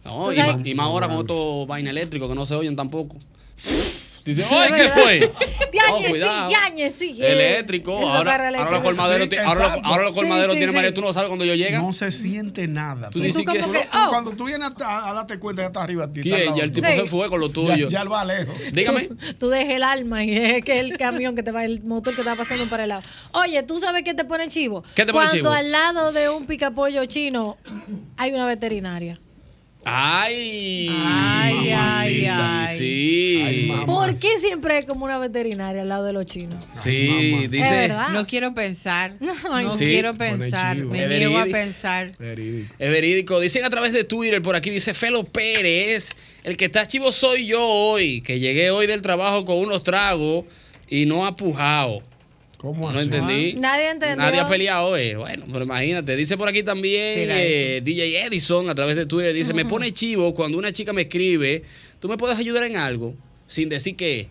No,
Tú
y,
sabes-
más- y más ahora con estos vaina eléctricos que no se oyen tampoco. (laughs) Dice,
Sí,
¡ay,
es
qué
verdad.
fue!
Diañe,
cuidado.
(laughs) sí, Diañe, sí.
Eléctrico,
Esos
ahora,
carros
ahora los
eléctricos.
colmaderos,
Sí,
ti- ahora los-
exacto.
ahora los
Sí,
colmaderos
sí,
tienen
sí.
María, tú no sabes cuando yo llega.
No se siente nada.
Tú dices que-
tú- Cuando tú vienes a, a darte cuenta, ya está arriba de ti.
¿Quién?
está al lado
Ya el
de ti.
tipo se fue con lo tuyo.
Ya, ya el va lejos.
Dígame.
Tú dejes el alma y es que el camión que te va, el motor que está pasando para el lado. Oye, ¿tú sabes qué te pone chivo?
¿Qué te pone
Cuando
chivo?
al lado de un picapollo chino hay una veterinaria.
Ay.
Ay, ay,
mamacita,
ay.
Sí.
¿Por qué siempre hay como una veterinaria al lado de los chinos?
Ah.
(laughs)
Sí,
Es
dice.
verdad.
No quiero pensar. No,
ay,
Sí.
quiero
Pone
pensar.
chivo.
Me
Es
niego a
verídico.
pensar. este
Es verídico. Dicen a través de Twitter, por aquí dice Felo Pérez, el que está chivo soy yo hoy, que llegué hoy del trabajo con unos tragos y no ha pujado.
¿Cómo
No entendí.
Nadie entendió.
Nadie ha peleado, eh. Bueno, pero imagínate. Dice por aquí también
Será
eh, DJ Edison a través de Twitter. Dice, me pone chivo cuando una chica me escribe, ¿tú me puedes ayudar en algo? Sin decir que...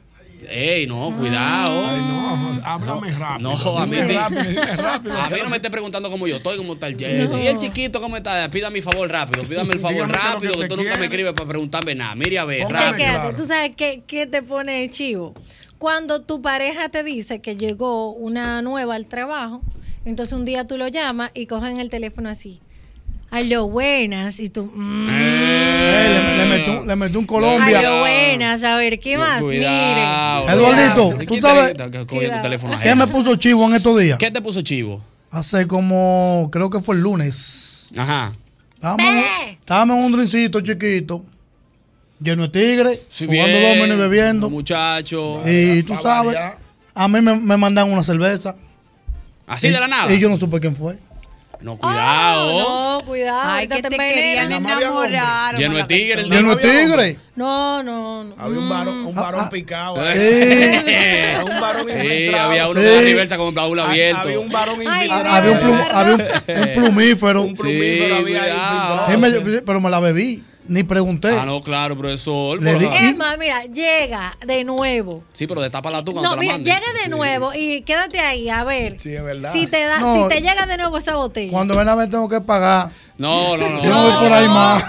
Ey, no, cuidado.
Ay, no, háblame rápido.
No, a mí,
Dime
te-
rápido,
(laughs)
dime rápido.
a mí no me esté preguntando cómo yo estoy, cómo está el Jerry.
No.
Y el chiquito, ¿cómo está? Pídame el favor rápido, pídame el favor
(laughs) Dígame qué es lo
rápido,
que
que tú
usted
nunca me
quiere.
escribes para preguntarme nada. Mire, a ver,
Chequéate,
rápido.
¿tú sabes qué, qué te pone chivo? Cuando tu pareja te dice que llegó una nueva al trabajo, entonces un día tú lo llamas y cogen el teléfono así. Aló, buenas. Y tú,
Ah.
mm.
Eh, le, le metí un, le metí un Colombia.
Aló, buenas. A ver, ¿qué más? Miren.
Eduardito, tú sabes
Cogiendo teléfono
qué
ajeno.
me puso chivo en estos días.
¿Qué te puso chivo?
Hace como, creo que fue el lunes.
Ajá.
Estábamos, estábamos en un drincito chiquito, lleno de tigres, jugando
Bien,
domino y bebiendo.
Muchacho.
Y tú sabes, a mí me, me mandan una cerveza.
Así
Y-
de la nada.
Y yo no supe quién fue. Ah,
No, cuidado.
No, cuidado.
Ay,
ahorita
que te
envenenan.
querían enamorar.
Lleno de tigre. el
Lleno de
tipo.
tigre.
No, Mm, no, no.
Había un varón, un varón picado.
Sí. (laughs)
un varón
Sí,
infiltrado.
había uno
Sí.
con la reversa con el baúl
Ha-
abierto.
Había un varón
Ah, Había un, plum- había
(laughs)
un- un plumífero.
Un plumífero Sí, había ahí cuidado.
Sí, me- pero me la bebí, ni pregunté.
Ah, no, claro, profesor.
Le
pero-
di-
Es más, mira, llega de nuevo.
Sí, pero destápala tú cuando
No,
te la
mira,
manden.
llega de nuevo y quédate ahí, a ver.
Sí, es verdad.
Si te da,
No.
si te llega de nuevo esa botella.
Cuando ven a ver, tengo que pagar.
No, no, no.
Yo no voy por ahí más.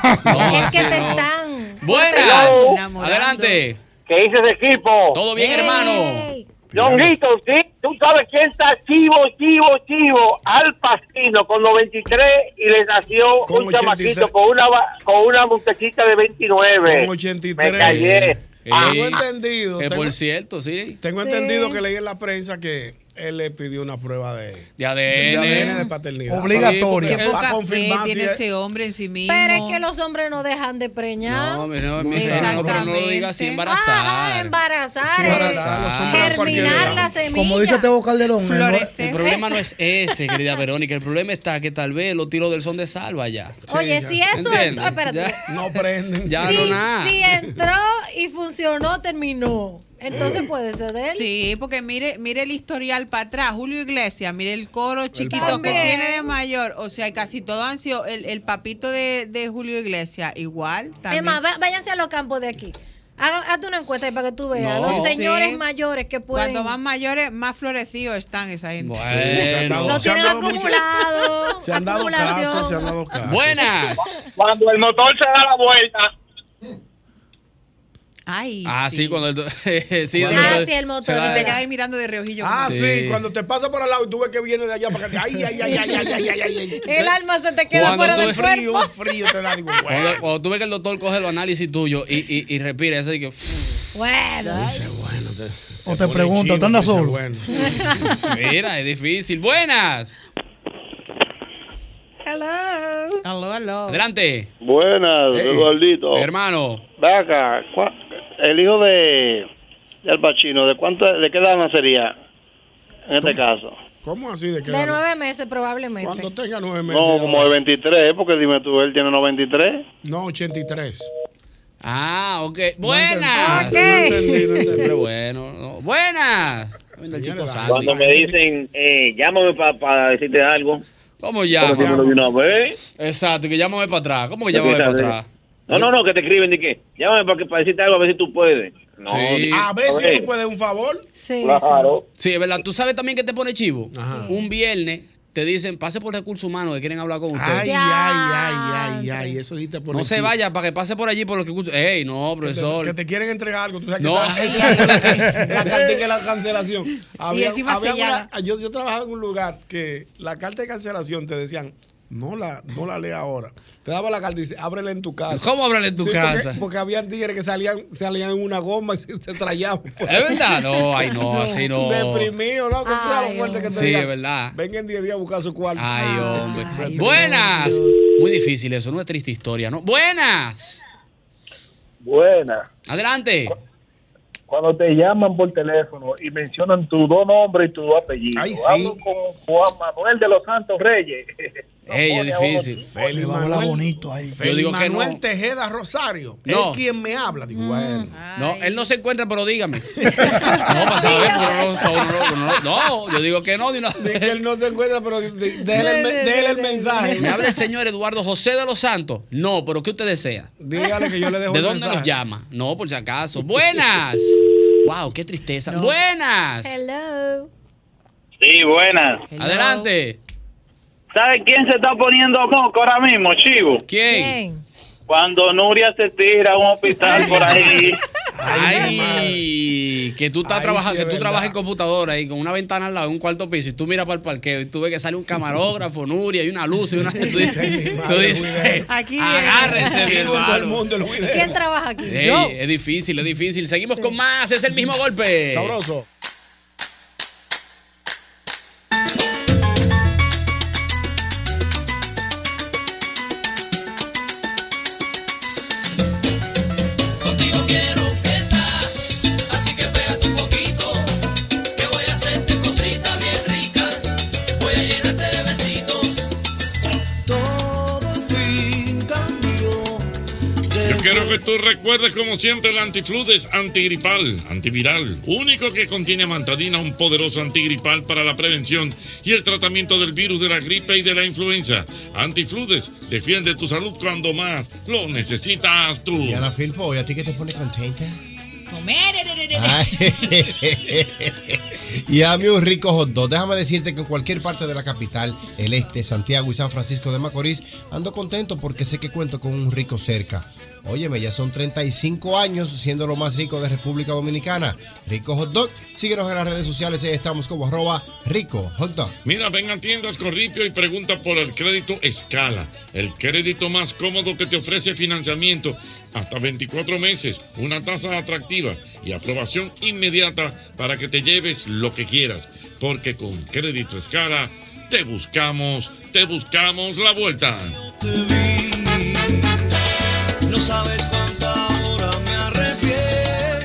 es que te están.
Buenas. Adelante.
¿Qué dices, equipo?
Todo bien, hermano.
Longuito, ¿sí? tú sabes quién está chivo, chivo, chivo, al pastino con 93 y le nació
Con
un
83.
chamaquito con una, va- con una muchachita de 29.
Con 83.
Me callé.
Sí.
Ah,
Eh, Tengo entendido.
Que
tengo-
Eh, por cierto, sí.
Tengo entendido que leí en la prensa que él le pidió una prueba de,
De ADN.
de ADN de paternidad.
Obligatoria.
Para
Qué
poca fe
confirmar si
tiene
es-
ese hombre en sí mismo.
Pero es que los hombres no dejan de preñar. Ah,
No, mira, no, mira, no, pero no lo digas así, embarazar.
Embarazar, eh,
Embarazar. Los hombres a cualquier
germinar
edad.
la semilla.
Como dice Teo Calderón, el nue-
El problema no es ese, querida Verónica. El problema está que tal vez los tiros del son de salva ya.
Oye, si eso es- ah,
¿Entiendes?
espérate.
Ya-
no prenden.
Ya
si,
no nada.
si entró y funcionó, terminó. Entonces puede ser de él.
Mm. Sí, porque mire, mire el historial para atrás, Julio Iglesias, mire el coro chiquito
papá.
que tiene de mayor, o sea, casi todos han sido el, el papito de, de Julio Iglesias, igual
Es
también.
más, va- váyanse a los campos de aquí. Haga- hazte una encuesta ahí para que tú veas.
No.
Los señores
Sí.
mayores que pueden.
Cuando más mayores, más florecidos están esa gente.
Bueno. Sí, se han dado-
Lo
se han
tienen
dado mucho-
acumulado.
Se han dado
acumulación.
casos, se han
(laughs)
dado casos.
Buenas.
Cuando el motor se da la vuelta,
Ay.
Ah, sí, cuando el. (laughs) sí,
Ah, sí, el motor.
se da-
Y te quedas ahí mirando de reojillo.
Ah, sí.
Sí.
cuando te pasa por al lado y tú ves que viene de allá para acá. Ay, ay, ay, ay, ay, ay, ay, ay, ay.
El alma se te queda
Cuando
fuera
tú
del
frío,
cuerpo.
Frío te da, digo, bueno.
Cuando, cuando tú ves que el doctor coge los análisis tuyos y, y, y respira, eso y que.
Bueno.
o te pregunto, ¿tú andas solo?
Mira, es difícil. Buenas.
Hello.
Aló, aló.
Adelante.
Buenas,
Hey,
Eduardito.
hermano.
Ve acá, ¿cuá- el hijo de del Pachino, ¿de cuánto, de qué edad nacería? En este caso.
¿Cómo así de qué?
De nueve meses probablemente. Cuando
tenga nueve
No, como de 23, porque dime tú, él tiene 93.
No, 83.
Ah, ok. Buenas.
No entendí, no entendí.
Siempre bueno. no. Buenas. El chico Sandy.
cuando me dicen, eh, llámame para decirte algo.
¿Cómo llama?
Pero dímelo de una vez.
Exacto, que llámame para atrás. ¿Cómo que llámame para atrás?
No, no, no, que te escriben de que llámame para, que, para decirte algo, a ver si tú puedes. No,
Sí.
A ver si tú puedes un favor.
Sí.
Claro.
Sí, es verdad. Tú sabes también que te pone chivo. Un viernes te dicen, pase por recursos humanos que quieren hablar con usted.
Ay, ay, ay, ay, ay. Eso sí te pone
no se
chivo.
vaya para que pase por allí por los recursos. Ey, no, profesor.
Que te quieren entregar algo. Tú sabes
No. (laughs)
que esa- esa es (laughs) la, la carta de la cancelación. Había,
encima
había
sellada.
una- yo, yo trabajaba en un lugar que la carta de cancelación te decían, no la, no la lea ahora. Te daba la carta y dice, ábrela en tu casa.
¿Cómo ábrela en tu
Sí, porque-
casa?
Porque, habían tigres que salían, salían en una goma y se, se trallaban.
¿Es verdad? No, ay,
(laughs)
no, así no.
Deprimido, ¿no? Que tú sabes lo fuerte que te
Sí,
digan,
es verdad.
Venga en 10 días a buscar su cuarto.
Ay, hombre. Buenas. Muy difícil eso, una triste historia, ¿no? Buenas.
Buena.
Adelante.
Cuando te llaman por teléfono y mencionan tu dos nombres y tu dos apellidos.
Ay, sí.
Hablo con Juan Manuel de los Santos Reyes.
Ey, es difícil.
Feliz
Habla bonito ahí.
Yo digo que
Manuel
no.
Tejeda Rosario.
No.
Es quien me habla. Digo, bueno.
No, él no se encuentra, pero
(laughs)
dígame. No, para saber, pero no, no, no, (laughs) no, no, yo digo que no de una (laughs)
De que él no se encuentra, pero de- de- déjale el, me- déjale (laughs) el mensaje.
Me habla el señor Eduardo José de los Santos. No, pero ¿qué usted desea?
Dígale que yo le dejo
¿De
un
dónde nos
mensaje.
llama? No, por si acaso.
(laughs)
¡Buenas! ¡Wow, qué tristeza! ¡Buenas!
Hello.
Sí, buenas.
Adelante.
¿Sabe quién se está poniendo moco ahora mismo, Chivo?
¿Quién?
Cuando Nuria se tira a un hospital por
(laughs)
ahí.
Ay, que tú estás
Ay,
trabajando,
sí,
que
es
tú
verdad.
trabajas en computadora y con una ventana al lado, un cuarto piso, y tú miras para el parqueo y tú ves que sale un camarógrafo, Nuria, y una luz y
(laughs)
una. Tú dices, tú dices (laughs)
Aquí
agárrese, mi hermano.
¿Quién trabaja aquí?
Ey,
Yo.
es difícil, es difícil. Seguimos con más, es el mismo golpe.
Sabroso.
Contigo quiero fiesta, así que pégate un poquito. Que voy a hacerte cositas bien ricas. Voy a llenarte de besitos. Todo al fin cambió.
Yo quiero
que tú recuerdes como siempre el antiflud es antigripal, antiviral, único que contiene amantadina, un poderoso antigripal para la prevención y el tratamiento del virus de la gripe y de la influenza. Antifludes, defiende tu salud cuando más lo necesitas tú.
(laughs) Y Ana Filpo, ¿y a ti qué te pone contenta?
Comer. re, re, re, re.
Ay, (laughs) y dame un rico hot dog. Déjame decirte que en cualquier parte de la capital, el este, Santiago y San Francisco de Macorís, ando contento porque sé que cuento con un rico cerca. Óyeme, ya son 35 años siendo lo más rico de República Dominicana. Rico Hot Dog. Síguenos en las redes sociales, ahí estamos como arroba rico hot dog.
Mira, ven a tiendas Corripio y pregunta por el crédito Escala, el crédito más cómodo que te ofrece financiamiento hasta 24 meses, una tasa atractiva y aprobación inmediata para que te lleves lo que quieras, porque con crédito Escala te buscamos, te buscamos la vuelta.
No sabes cuánto ahora me arrepiento.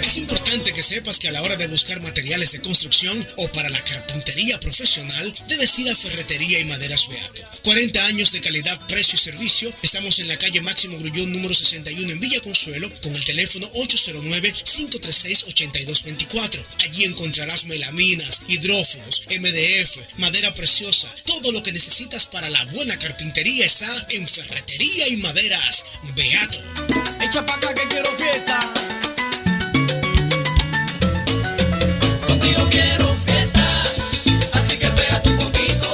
Es importante que sepas que a la hora de buscar materiales de construcción o para la carpintería profesional, debes ir a Ferretería y Maderas Beato. 40 años de calidad, precio y servicio. Estamos en la calle Máximo Grullón número 61 en Villa Consuelo con el teléfono 809-536-8224. Allí encontrarás melaminas, hidrófobos, MDF, madera preciosa. Todo lo que necesitas para la buena carpintería está en Ferretería y Maderas Beato.
Echa pa' acá que quiero fiesta. Contigo quiero fiesta. Así que pega tu poquito.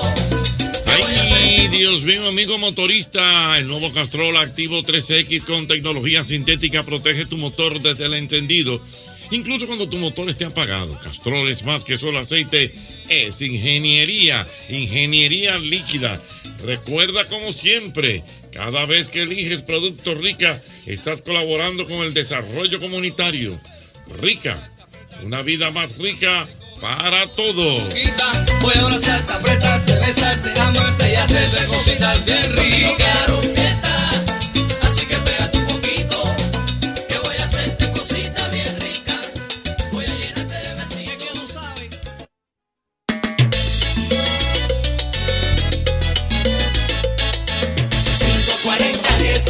Ay, Dios mío, amigo motorista, el nuevo Castrol Activo 3X con tecnología sintética protege tu motor desde el encendido. Incluso cuando tu motor esté apagado, Castrol es más que solo aceite, es ingeniería, ingeniería líquida. Recuerda como siempre, cada vez que eliges Productos Rica, estás colaborando con el desarrollo comunitario. Rica, una vida más rica para todos.
Voy a abrazarte, apretarte, besarte, amarte y hacerte cositas bien ricas. Quiero fiesta, así que pega tu poquito. Que voy a hacerte cositas bien ricas. Voy a llenarte de vacío que no sabe.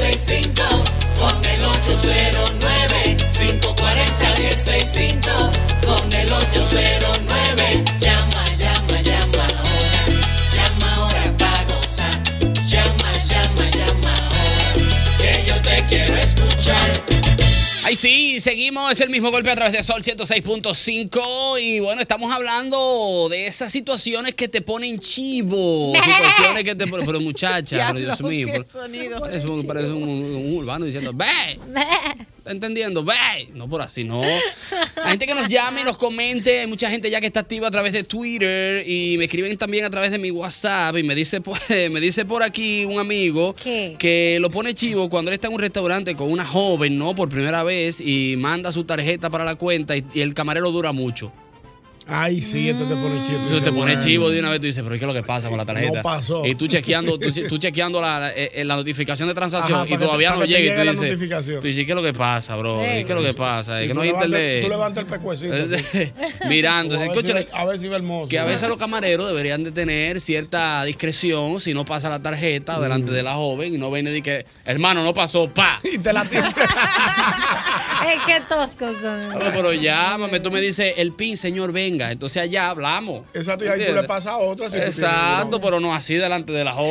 con el 809 540 165 con el 809 llama llama llama ahora llama ahora pa gozar llama llama llama ahora que yo te quiero escuchar
Ahí sí, seguimos, es el mismo golpe a través de Sol 106.5 y bueno, estamos hablando de esas situaciones que te ponen chivo, situaciones que te ponen, pero
(laughs)
muchacha, pero Dios mío, por- parece, un, parece un- un urbano diciendo, ve, ¿está entendiendo? Ve, no por así, no. La gente que nos llame y nos comente, hay mucha gente ya que está activa a través de Twitter y me escriben también a través de mi WhatsApp y me dice, por- (laughs) me dice por aquí un amigo
¿Qué?
que lo pone chivo cuando él está en un restaurante con una joven, ¿no? Por primera vez y manda su tarjeta para la cuenta y, y el camarero dura mucho.
Ay, sí, esto te pone chivo.
Entonces te pone chivo de una vez tú dices, pero ¿qué es lo que pasa con la tarjeta?
eh. No pasó.
Y tú chequeando, tú, che- tú chequeando la, la- eh, eh, la notificación de transacción
Ajá,
y
para que-
todavía
para
no
que te
llega. Y
llegue
tú
la
dices,
notificación.
tú dices, ¿qué es lo que pasa, bro? ¿Qué es lo que pasa? Es
Y
que
tú
no hay
levantas-
internet.
Tú levantas el
(laughs)
pecuecito.
Eh,
así.
mirando,
O A ver, si
escúchale.
ve, a ver si ve hermoso.
Que a veces los camareros deberían de tener cierta discreción si no pasa la tarjeta delante de la joven y no viene y que, hermano, no pasó, pa.
Mm. (laughs) Y te la
Es que toscos son.
Pero, pero llámame, tú me dices, el pin, señor, venga. Entonces allá hablamos.
Exacto, y ahí tú
¿Entiendes?
le pasas a otra. Si tú tienes,
Exacto, pero no así delante de la
Y, que- y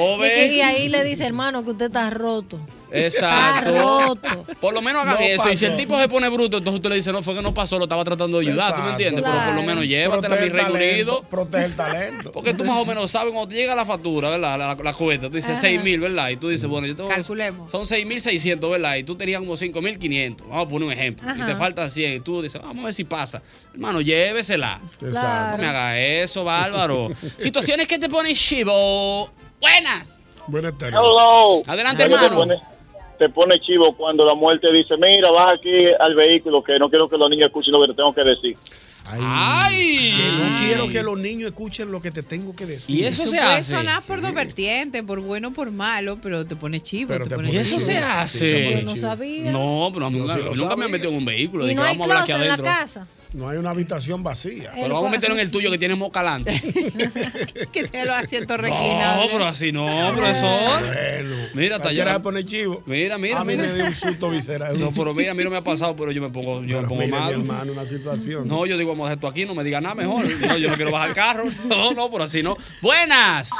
joven.
ahí le dice, hermano, que usted está roto. Está
Exacto.
roto.
Por lo menos hagan
No
eso. Y si
pasó.
el tipo se pone bruto, entonces usted le dice, no, fue que no pasó, lo estaba tratando de ayudar. ¿Tú me
Exacto.
entiendes? Pero por lo
Claro.
menos llévatela a mi
Protege el
Reino
talento,
Unido. (laughs)
Protege el talento.
Porque tú más o menos sabes cuando te llega la factura, ¿verdad? La, la cubeta, tú dices
Ajá.
6 mil, ¿verdad? Y tú dices, bueno, yo tengo. Son 6.600, ¿verdad? Y tú tenías como 5.500. Vamos a poner un ejemplo. Y
Ajá.
te faltan 100. Y tú dices, vamos a ver si pasa. Hermano, llévesela.
Claro.
No me haga eso,
(laughs)
bárbaro. Situaciones que te ponen chivo. Buenas.
Buenas tardes.
Hello.
Adelante,
Oye,
hermano.
Te pone, te pone chivo cuando la muerte dice, mira, baja aquí al vehículo, que no quiero que los niños escuchen lo que te tengo que decir.
Ay.
Que no quiero que los niños escuchen lo que te tengo que decir.
puede sonar por dos vertientes, por bueno o por malo, pero te pone chivo. te pone
¿Y eso
chivo.
se hace?
Yo no sabía.
No, pero a mí
Yo
nunca,
sí lo
nunca me
sabía.
he metido en un vehículo.
Y
de
no
que
hay
vamos a hablar aquí
closet en la
adentro.
casa.
No hay una habitación vacía.
Pero vamos a meterlo en el tuyo que tiene
(laughs)
moca alante.
(laughs) que tiene los asientos
No,
reclinables.
pero así no, profesor. mira, hasta
Cualquiera
allá.
le pone chivo.
Mira, mira,
A mí
mira.
me dio un susto
(laughs)
visceral.
No, pero mira, a mí no me ha pasado, pero yo me pongo, yo me pongo
mire, mi
mal.
hermano, una situación.
No, yo digo, vamos a dejar esto aquí, no me diga nada mejor. No, yo no quiero bajar el carro. (laughs) No, no, por así no. Buenas.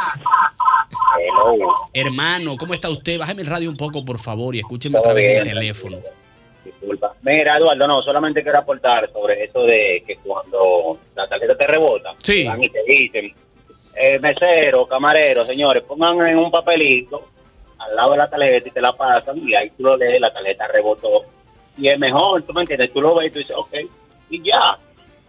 Hermano, ¿cómo está usted? Bájeme el radio un poco, por favor, y escúcheme a
Todo
través del
bien.
teléfono.
Disculpa. Mira, Eduardo, no, solamente quiero aportar sobre eso de que cuando la tarjeta te rebota, van y te dicen, eh, mesero, camarero, señores, pongan en un papelito al lado de la tarjeta y te la pasan y ahí tú lo lees, la tarjeta rebotó. Y es mejor, tú me entiendes, tú lo ves y tú dices, ok, y ya.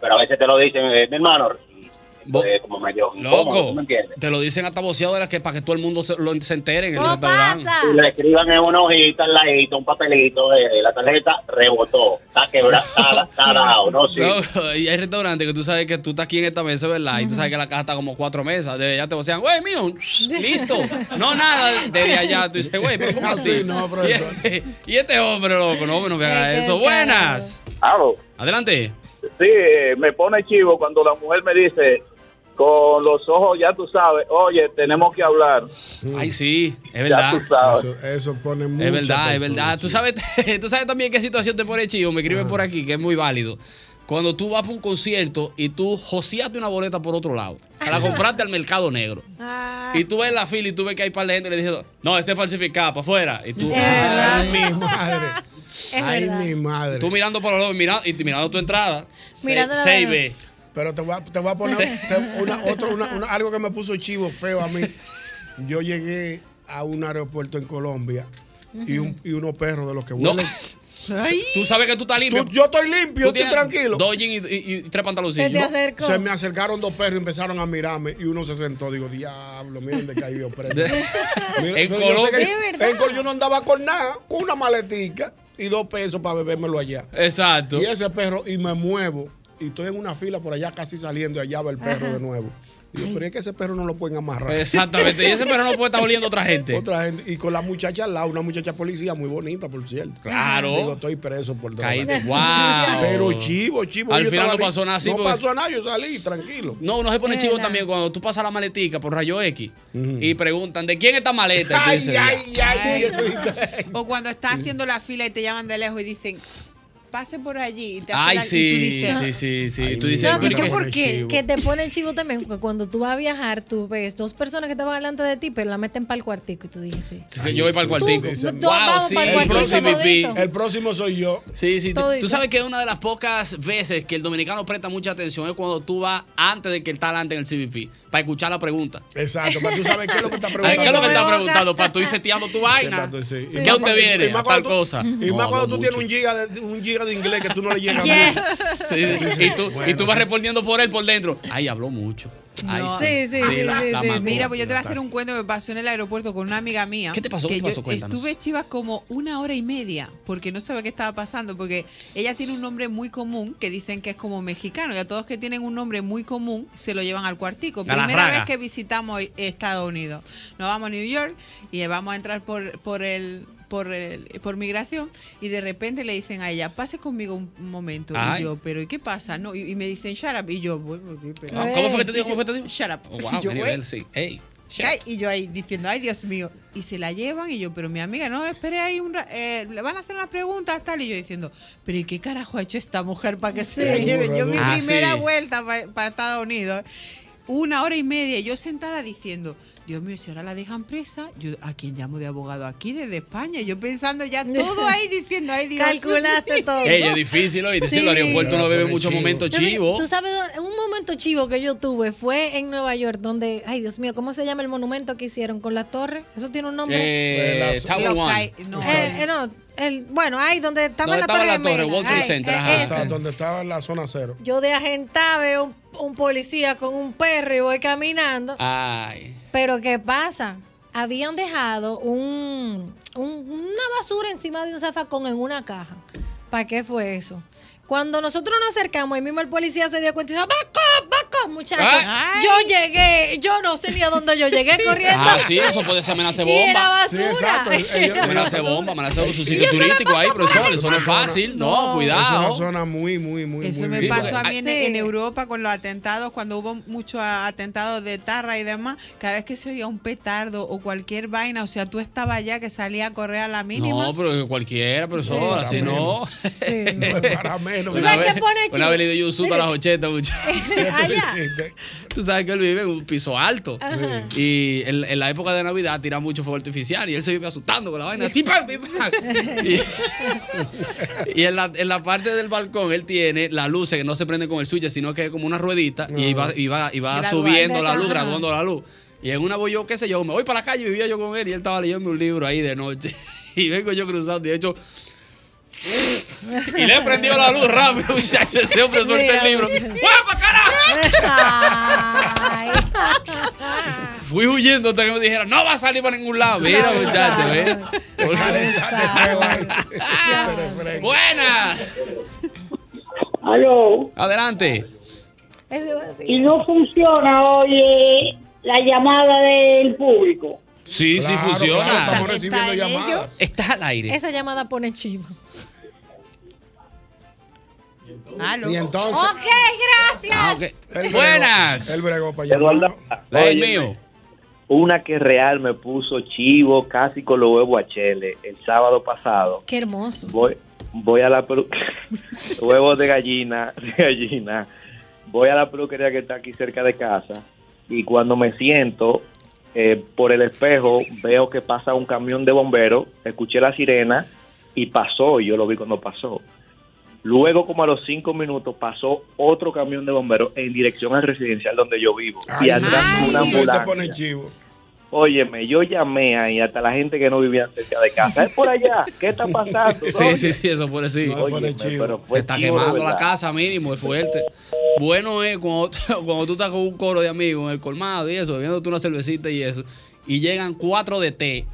Pero a veces te lo dicen, eh, mi hermano, y esto es como medio incómodo,
Loco,
¿tú me entiendes?
te lo dicen hasta voceado de las que para que todo el mundo se, lo, se entere en el
No
restaurante.
Y le escriban en una hojita, en la hojita, un papelito, eh, la tarjeta rebotó, está quebrada,
(laughs)
está, está dado, no sé.
No, y hay restaurantes que tú sabes que tú estás aquí en esta mesa, ¿verdad? Y tú sabes que la caja está como cuatro mesas. De allá te vocean, güey, mío, listo. No, nada. Desde allá tú dices, güey, pero ¿cómo
Así
así?
Ah, no, profesor.
Y, y este hombre, loco, no, no me haga
Qué
Este
eso.
caro.
Buenas.
Aló.
Adelante.
Sí, eh, me pone chivo cuando la mujer me dice, con los ojos ya tú sabes, oye, tenemos que hablar.
Ay, sí, es
Ya
verdad.
tú sabes.
Eso, eso pone mucho.
Es verdad, es verdad. Tú sabes, tú sabes (laughs) también qué situación te pone chivo. Me escriben por aquí, que es muy válido. Cuando tú vas para un concierto y tú joseaste una boleta por otro lado, la compraste al mercado negro.
Ah.
Y tú ves la fila y tú ves que hay par de gente y le dices, no, ese es falsificado, para afuera. Y tú,
Eh. Ay, mi madre. Ay,
verdad.
mi madre.
tú mirando para los lados mira- y mirando tu entrada.
Mirando la
6B.
Pero te voy a, te voy a poner te- una- otro, una- una- algo que me puso chivo feo a mí. Yo llegué a un aeropuerto en Colombia y, un- y unos perros de los que
No.
huelen.
Tú sabes que tú estás limpio.
Tú- yo estoy limpio,
Tú
estoy
tienes
tranquilo.
Dos jeans y, y- y tres pantaloncillos.
No, Se me acercaron dos perros y empezaron a mirarme y uno se sentó. Digo, diablo, miren de qué ahí
(laughs)
vio preso. Mira,
En
pero yo sé
Colombia.
que-
Es verdad.
en Col- yo no andaba con nada, con una maletica y dos pesos para bebérmelo allá.
Exacto.
Y ese perro, y me muevo, y estoy en una fila por allá casi saliendo, y allá va el perro de nuevo. Digo, pero es que ese perro no lo pueden amarrar.
Exactamente, y ese perro no puede estar oliendo a otra gente.
Otra gente. Y con la muchacha al lado, una muchacha policía muy bonita, por cierto.
Claro.
Digo, estoy preso por droga.
Caíste. Wow.
Pero chivo, chivo.
Al
yo
final
estaba
no
bien.
pasó nada así,
No
porque-
pasó nada, yo salí tranquilo.
No, uno se pone chivo también cuando tú pasas la maletica por rayo X y preguntan, ¿de quién es esta maleta? Y tú dices,
ay, eso
O cuando estás haciendo la fila y te llaman de lejos y dicen, pase por allí. Y te hace
Ay,
la- y tú
sí,
dices,
sí, sí, sí. Tú dices,
No, que,
"Pero
te
¿qué-
pone que te pone el chivo también, porque cuando tú vas a viajar, tú ves dos personas que estaban delante de ti, pero la meten para el cuartico y tú dices.
Sí, yo voy para el cuartico.
tú vamos pa'l
el,
cuartico,
próximo,
todito.
el próximo soy yo.
Sí, sí, tú sabes que una de las pocas veces que el dominicano presta mucha atención es cuando tú vas antes de que él está adelante en el CBP, para escuchar la preguntando.
Exacto, para tú saber qué es lo que
(laughs)
está
Ay,
preguntando.
¿Qué es lo que está preguntando? Para tú ir seteando tu vaina.
Exacto, sí.
¿Qué
Y más
a usted
cuando-
viene?
y más
A tal
cuando tú-
cosa.
Y más
No,
cuando
no
tú
mucho.
tienes un giga, de, un giga de inglés que tú no le llegas
Yes.
mucho. (laughs)
Sí, sí, y, tú, y tú
Bueno,
vas
sí.
respondiendo por él por dentro. Ay, habló mucho. Ay,
No.
la- la mamó.
Mira, pues yo te voy a hacer un cuento que me pasó en el aeropuerto con una amiga mía.
¿Qué te pasó?
Que
¿Qué te
yo
pasó? Cuéntanos.
Estuve chiva como una hora y media porque no sabía qué estaba pasando porque ella tiene un nombre muy común que dicen que es como mexicano y a todos que tienen un nombre muy común se lo llevan al cuartico.
A la
Primera
raga.
vez que visitamos Estados Unidos. Nos vamos a New York y vamos a entrar por, por el... Por, el- por migración y de repente le dicen a ella pase conmigo un un momento
Ay.
y yo pero ¿y qué pasa? no y, y me dicen shut up y yo bueno, pero-
Ah, ¿cómo fue que te dijo? ¿Cómo fue que te
dijo? Pues Shut up.
Oh,
(laughs) Y
wow,
yo, eh.
qué
güey,
nivel, sí. Ey.
Ay, y yo ahí diciendo, ay Dios mío, y se la llevan y yo, pero mi amiga, no, espere ahí un ra- eh, le van a hacer unas preguntas tal y yo diciendo, pero ¿y qué carajo ha hecho esta mujer para que se la
Sí.
lleven? Yo mi
Ah,
primera
sí.
vuelta para Estados Unidos, una hora y media, y yo sentada diciendo, Dios mío, si ahora la dejan presa, yo a quién llamo de abogado aquí desde España, yo
(laughs)
pensando ya todo ahí diciendo, ay Dios. (laughs)
Calculaste todo.
Ey, es difícil hoy. Dice
Sí.
el aeropuerto no bebe muchos
Chivo.
momentos
No, mira,
chivo.
Tú sabes, dónde- un momento chivo que yo tuve fue en Nueva York, donde, ay Dios mío, ¿cómo se llama el monumento que hicieron con la torre? Eso tiene un nombre.
Eh,
Las-
Tower
Los
One.
cai-
Eh, eh, no, el, bueno, ahí donde estaba
¿Dónde
la
estaba
torre.
la torre?
gemela.
World Trade
Ay,
Center, Ah,
eh,
ajá.
esa.
O sea, donde estaba la zona cero.
Yo de agenta veo un, un policía con un perro y voy caminando.
Ay.
Pero ¿qué pasa? Habían dejado un, un- una basura encima de un zafacón en una caja. ¿Para qué fue eso? Cuando nosotros nos acercamos, ahí mismo el policía se dio cuenta y dijo, ¡Back up, back muchachos.
Ah.
Yo llegué, yo no sé ni a dónde yo llegué
(laughs)
corriendo. (laughs)
Ah, sí, eso puede ser amenaza de
Y era
bomba.
basura. Sí, exacto. Era
Amenaza de bomba, amenaza de un sitio turístico ahí, profesor. Eso no es fácil. No,
Es una
cuidado.
zona muy, muy, muy,
Eso
muy
me
bien.
pasó a mí en, en Europa con los atentados, cuando hubo muchos a- atentados de tarra y demás, cada vez que se oía un petardo o cualquier vaina, o sea, tú estabas allá que salía a correr a la mínima.
No, pero cualquiera, profesor,
Sí.
así no.
(laughs) Para menos.
Una
¿Sabes
vez,
qué pone,
una
chico?
vez le dio un susto a
Mire.
las 80, muchachos.
Allá.
(laughs) Tú sabes que él vive en un piso alto.
Ajá.
Y en, en la época de Navidad tira mucho fuego artificial y él se vive asustando con la vaina. ¡Pim, pam, pim, pam! Y, y (laughs) en, la, en la parte del balcón él tiene las luces que no se prenden con el switch, sino que es como una ruedita y va, y va, y va
Gradual.
subiendo la luz,
Ajá.
graduando la luz. Y en una voy yo, qué sé yo, me voy para la calle, vivía yo con él y él estaba leyendo un libro ahí de noche. (laughs) Y vengo yo cruzando y de hecho... (laughs) Y le prendió la luz rápido, (laughs) muchacho. (laughs) Ese hombre suelta el libro. Fui huyendo hasta que me dijeron, no va a salir para ningún lado. Mira, muchacho, ¿eh? (laughs) Buenas.
Aló.
Adelante.
Y no funciona, oye, la llamada del público.
Sí, sí, funciona.
recibiendo llamadas.
Estás al aire.
Esa llamada pone chivo.
Ah,
Y entonces.
Ah, ok, gracias.
Buenas.
El bregó para allá.
Eduardo,
La del
óyeme,
mío.
Ah, Una que real me puso chivo casi con los huevos a chele el sábado pasado.
Qué hermoso.
Voy, voy a la peru- huevos de gallina, de gallina. Voy a la peluquería que está aquí cerca de casa y cuando me siento eh, por el espejo veo que pasa un camión de bomberos, escuché la sirena y pasó, y yo lo vi cuando pasó. Luego, como a los cinco minutos, pasó otro camión de bomberos en dirección al residencial donde yo vivo. y atrás una
Ahí te
ambulancia.
pone chivo.
Óyeme, yo llamé ahí hasta la gente que no vivía cerca de casa. Es por allá, ¿qué
(laughs)
está pasando?
Sí, sí, sí, eso puede sí.
Óyeme, pero
Se
fue
está
chivo, de
quemando la
verdad.
casa mínimo, es fuerte. Bueno es cuando, cuando tú (laughs) estás con un coro de amigos en el colmado y eso, bebiéndote una cervecita y eso, y llegan cuatro de té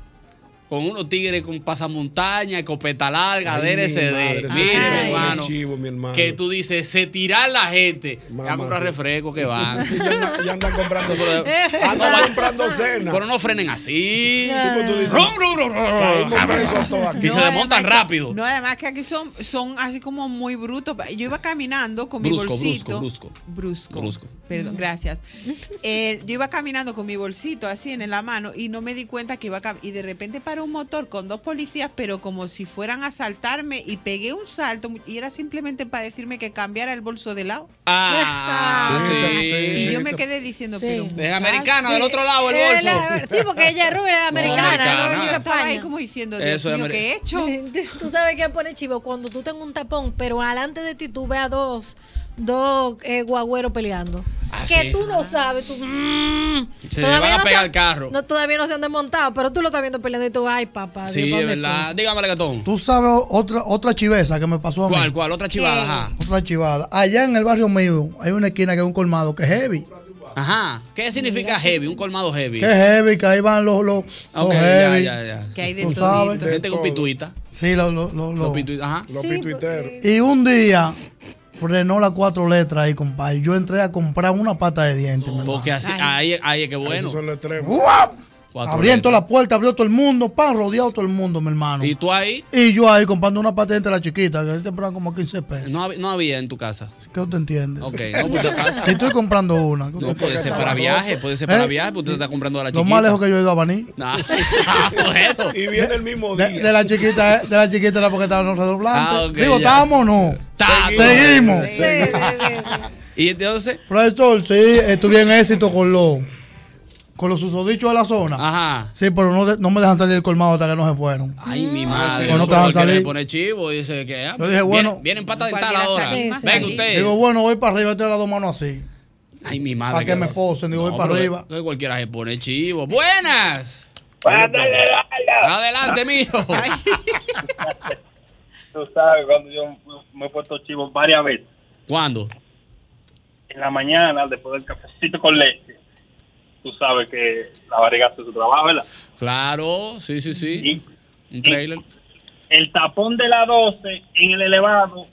con unos tigres con pasamontaña, escopeta larga,
Ay, mi madre,
DRCD. Mira,
eso sí me pone
hermano,
chivo, mi hermano.
que tú dices, se tiran la gente a comprar refresco que
(laughs)
van.
Ya andan, ya
(laughs)
andan comprando.
(laughs)
ah, No,
andan
va-
comprando cena.
Pero no frenen así.
Tipo, tú dices,
Rum, rum, rum, rum. Ah,
Caímos presos todos aquí.
Y se
No,
desmontan rápido.
No, además que aquí son, son así como muy brutos. Yo iba caminando con mi
Brusco,
bolsito.
brusco, brusco.
Brusco.
Brusco.
Perdón, gracias. Eh, yo iba caminando con mi bolsito así en la mano y no me di cuenta que iba cam- y de repente paró un motor con dos policías, pero como si fueran a asaltarme y pegué un salto mu- y era simplemente para decirme que cambiara el bolso de lado.
Ah, (laughs) sí.
y yo me quedé diciendo, pero
Es
muchacho.
americana, del otro lado el
Eh,
bolso.
la- sí, porque ella es rubia, es americana.
americana.
¿no?
Yo
estaba ahí como diciendo,
Dios Eso es mío, amer- ¿qué he
hecho? Eh, Tú sabes qué pone chivo cuando tú tengas un tapón, pero adelante de ti tú ves a dos, dos eh, guagüeros peleando.
Ah,
que
sí.
tú no sabes, tú. mm,
Se le van a
no
pegar
se-
el carro.
No, todavía no se han desmontado, pero tú lo estás viendo peleando y tú, ay, papá.
Sí,
Dios,
es
¿dónde
verdad. Ah, Dígame, Legatón.
Tú sabes otra, otra chiveza que me pasó a mí.
¿Cuál, cuál? Otra chivada, ajá.
Otra chivada. Allá en el barrio mío hay una esquina que es un colmado que es heavy.
Ajá. ¿Qué significa heavy? Un colmado heavy.
Que es heavy, que ahí van los, los, los
Ah, Ok, ya,
heavy.
ya, ya.
Que hay de
Tú
todito.
sabes.
Gente con pituita.
Sí, los los- los-
Los
los-
pitu- ajá.
Los pituiteros.
Y un día frenó las cuatro letras ahí, compadre. Yo entré a comprar una pata de diente. mi hermano.
Porque así, ahí, ahí es que bueno.
¡Guau!
Cuatro
Abriendo la puerta, abrió todo el mundo, pan, rodeado todo el mundo, mi hermano.
¿Y tú ahí?
Y yo ahí comprando una patente de la chiquita, que ahí te cobran como 15 pesos.
No, hab- no había en tu casa.
¿Qué tú entiendes?
Ok, no,
(laughs)
pues, acaso.
Si estoy comprando una. ¿qué
No,
usted-
puede ser para viaje, puede ser
¿Eh?
para viaje, porque usted está comprando a la
Lo
chiquita.
más lejos que yo he ido a Baní.
(laughs) Ah,
Y viene el mismo
De, de la chiquita, de la chiquita era porque estábamos alrededor blanco.
Ah, ok,
Digo,
ya.
¿estábamos o no?
Está-
Seguimos.
Sí, (laughs) ¿Y entonces?
Profesor, sí, estuve en éxito con los con los susodichos de la zona.
Ajá.
Sí, pero no, de- no me dejan salir del colmado hasta que no se fueron. Ah,
Ay, mi madre.
O no te dejan
porque le
salir.
pone chivo y dice que. ah,
Yo dije,
viene-
bueno.
Vienen pata dental
Cualquiera
ahora.
salir más
Venga
ahí.
usted.
Digo, bueno, voy para arriba, tengo las dos manos así.
Ay, mi madre.
Para que
qué
me
horror.
posen, digo, voy
No,
para
pero
arriba.
que- que cualquiera se pone chivo. Buenas. Adelante,
(laughs)
mijo.
Tú sabes cuando yo me he puesto chivo varias veces.
¿Cuándo?
En la mañana, después del cafecito con leche. Tú sabes que la barriga hace su trabajo, ¿verdad?
Claro, sí, sí, sí. Un trailer.
El tapón de la 12 en el elevado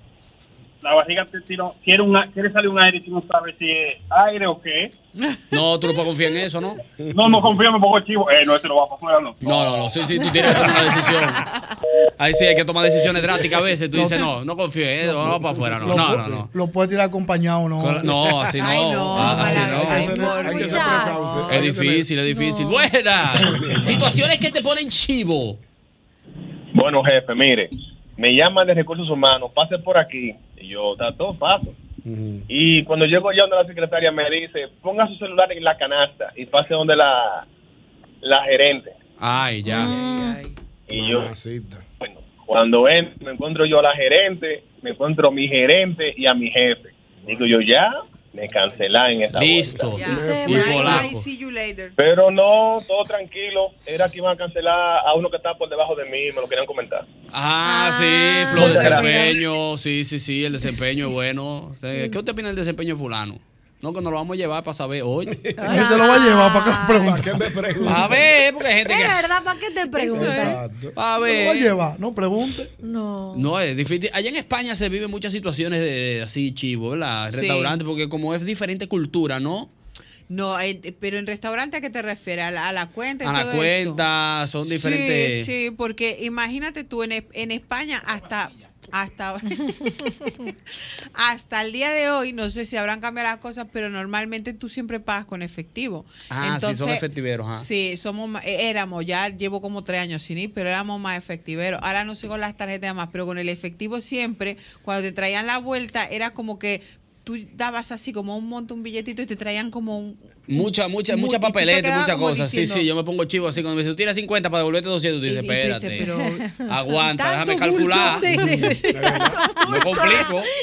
la barriga te tiró, quiere, una, quiere salir un aire y tú no sabes si es aire o qué.
No, tú no puedes confiar en eso, ¿no?
No, no confíame un poco chivo. Eh, no, ese no va para afuera, no.
No, no, no. Sí, sí, tú tienes que tomar una decisión. Ahí sí hay que tomar decisiones drásticas a veces. Tú dices, no, no confío, eh, no, no, para afuera, no.
lo,
No,
pu-
no, no.
lo puede tirar acompañado, ¿no?
No, así no. Ah, así no. Es difícil, es difícil. Buena. Situaciones que te ponen chivo.
Bueno, jefe, mire, me llaman de recursos humanos, pase por aquí. Y yo, está todo paso. Y cuando llego yo donde la secretaria me dice, ponga su celular en la canasta y pase donde la, la gerente.
Ay, ya.
Mm.
Y yo, bueno, cuando entro, me encuentro yo a la gerente, me encuentro a mi gerente y a mi jefe. Digo yo, ya, me cancelan en esta
Listo.
Dice,
Y
bye, bye,
polaco.
see you later.
Pero no, todo tranquilo. Era que iban a cancelar a uno que estaba por debajo de mí, me lo querían comentar.
Ah, sí, Flo,
Muchas gracias.
desempeño. Sí, sí, sí, el desempeño es bueno. O sea, ¿Qué usted opina del desempeño de fulano? No, que nos lo vamos a llevar para saber
(laughs)
hoy.
Él te lo va a llevar para acá preguntar.
A ver, porque hay gente
Es
que.
verdad, ¿para qué te preguntas?
A
Te lo va a
ver.
llevar, no pregunte.
No.
No, es difícil. Allá en España se viven muchas situaciones de, de así chivo, ¿verdad?
Sí.
Restaurantes, porque como es diferente cultura, ¿no?
No, eh, pero en restaurante a qué te refieres, a la, a la cuenta. y
A la
todo eso?
cuenta, son diferentes.
Sí, sí, porque imagínate tú en, Es- en España hasta hasta (laughs) hasta el día de hoy no sé si habrán cambiado las cosas, pero normalmente tú siempre pagas con efectivo.
Ah, sí, son efectiveros. ah. ajá.
Sí, somos ma- eh, éramos, ya llevo como tres años sin ir, pero éramos más efectiveros. Ahora no sé con las tarjetas más, pero con el efectivo siempre, cuando te traían la vuelta, era como que tú dabas así como un monto, un billetito y te traían como un...
Mucha, mucha,
Mu- y tú
mucha
te
papeleta,
quedabas
muchas
como
cosas.
diciendo-
sí, sí, yo me pongo chivo así cuando me dice, tú tira 50 para devolverte 200. Tú dices,
Y- y tú dices,
espérate.
(laughs) pero-
aguanta,
Tanto
déjame calcular.
bulto, sí, sí, sí. (laughs)
me complico. (laughs)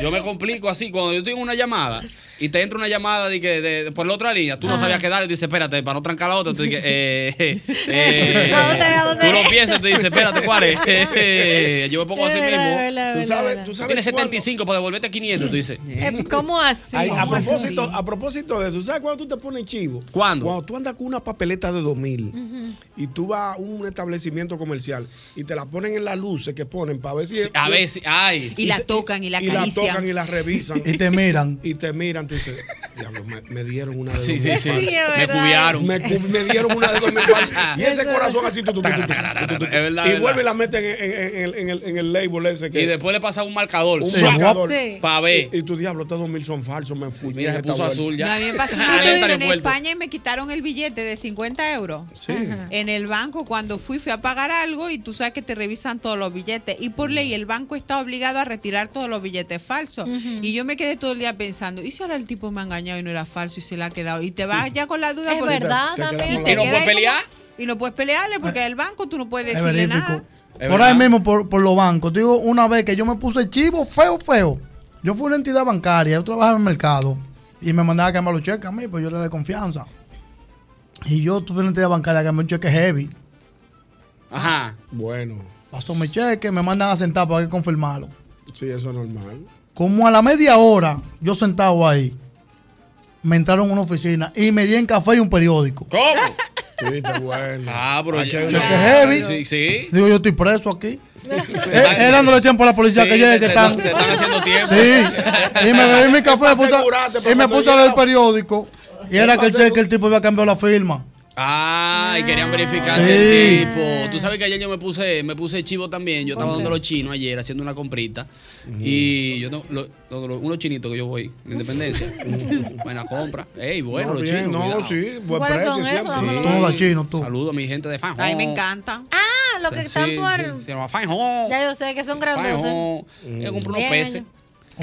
Yo me complico así. Cuando yo tengo una llamada y te entra una llamada de que de- de- por la otra línea, tú no sabías qué dar y dices, espérate, para no trancar la otra, tú dices,
(laughs)
eh, eh, eh,
¿A dónde, a dónde?
tú lo piensas, te dices, espérate, ¿cuál
(laughs)
es? Eh, eh, (laughs) yo me pongo
Es
así
verdad,
mismo.
es verdad, Tú es verdad, sabes- es verdad. tú sabes
Tienes 75 para devolverte 500, pues tú dices.
Eh, ¿Cómo así?
Ay, a, propósito, a propósito de eso, ¿sabes cuándo tú te pones chivo?
¿Cuándo?
Cuando tú andas con una papeleta de 2000 y tú vas a un establecimiento comercial y te la ponen en las luces que ponen para ver si.
A veces, ay.
Y la
tocan y la
y la
acarician.
tocan y la revisan.
Y te miran.
Y te miran, tú dices, diablo, me, me dieron una de
Sí, sí,
dos mil
sí.
falsas".
Sí, es Me verdad. cubiaron.
Me, cu- me dieron una de dos mil falsas. Y ese corazón así, tú, tú, tú, tú, tú, tú, tú, tú.
Es verdad,
Y
es
vuelve
verdad.
y la meten en, en- en el- en el, en el label ese que.
Y después le pasa un marcador.
Un marcador.
Para ver.
Y, y tu diablo, estos 2000 son falsos, me fui.
Mira, se puso azul ya.
A mí me
(laughs)
pasó
Ahí
una vez
está el
en
envuelto.
España y me quitaron el billete de 50 euros.
Sí.
Ajá. En el banco, cuando fui, fui a pagar algo y tú sabes que te revisan todos los billetes. Y
Mm.
por ley, el banco está obligado a retirar todos los billetes falsos.
Ujú.
Y yo me quedé todo el día pensando, ¿y si ahora el tipo me ha engañado y no era falso y se le ha quedado? Y te vas ya con la duda.
Es
porque-
verdad, Te- te también.
Y
quedas con
te
la duda.
quedas
¿Y
ahí
no puedes
como-
pelear? Ah.
Y no puedes pelearle porque el banco tú no puedes
Es
decirle nada.
verídico. Por ahí mismo, por, por los bancos. Te digo una vez que yo me puse chivo, feo, feo. Yo fui a una entidad bancaria, yo trabajaba en el mercado y me mandaba a cambiar los cheques a mí, pues yo le de confianza. Y yo tuve una entidad bancaria que me un cheque heavy.
Ajá.
Bueno,
Pasó mi cheque, me mandan a sentar para que confirmarlo.
sí, eso es normal.
Como a la media hora, yo sentado ahí, me entraron a una oficina y me di en café y un periódico.
(laughs)
¿Cómo?
Sí, está bueno.
Ah, bro.
Aquí
ya-
hay
ya-
una- heavy.
Sí, sí.
Digo, yo estoy
(laughs)
preso aquí. Eh, eh, dándole tiempo a la policía
Sí,
que llegue,
te-
que
te-
están.
te están
(laughs)
haciendo (laughs) tiempo.
Sí. Y me bebí mi café
Es para
puse-
asegurarte, para
y me
cuando
puse a
llegue
leer el
la-
periódico. Y
Es
era
para
que el cheque, el tipo había cambiado la firma.
Ay, Ah, querían verificar el tipo. Tú sabes que ayer yo me puse, me puse chivo también. Yo estaba dando los chinos ayer haciendo una comprita. Y yo tengo lo- lo- lo- unos chinitos que yo voy, en Independencia. Buena compra. Ey, bueno,
No,
los
bien,
chinos.
no,
cuidado.
sí, buen ¿Cuáles precio son siempre. esos? Dámelo.
Todo da chino,
Saludo a mi gente de Fanjón.
Ay, me encanta.
Ah, lo que
Sí,
están
sí,
por.
se llama Fanjón.
Ya yo sé que son grandotes.
Fanjón. Yo compré unos
Bien,
peces.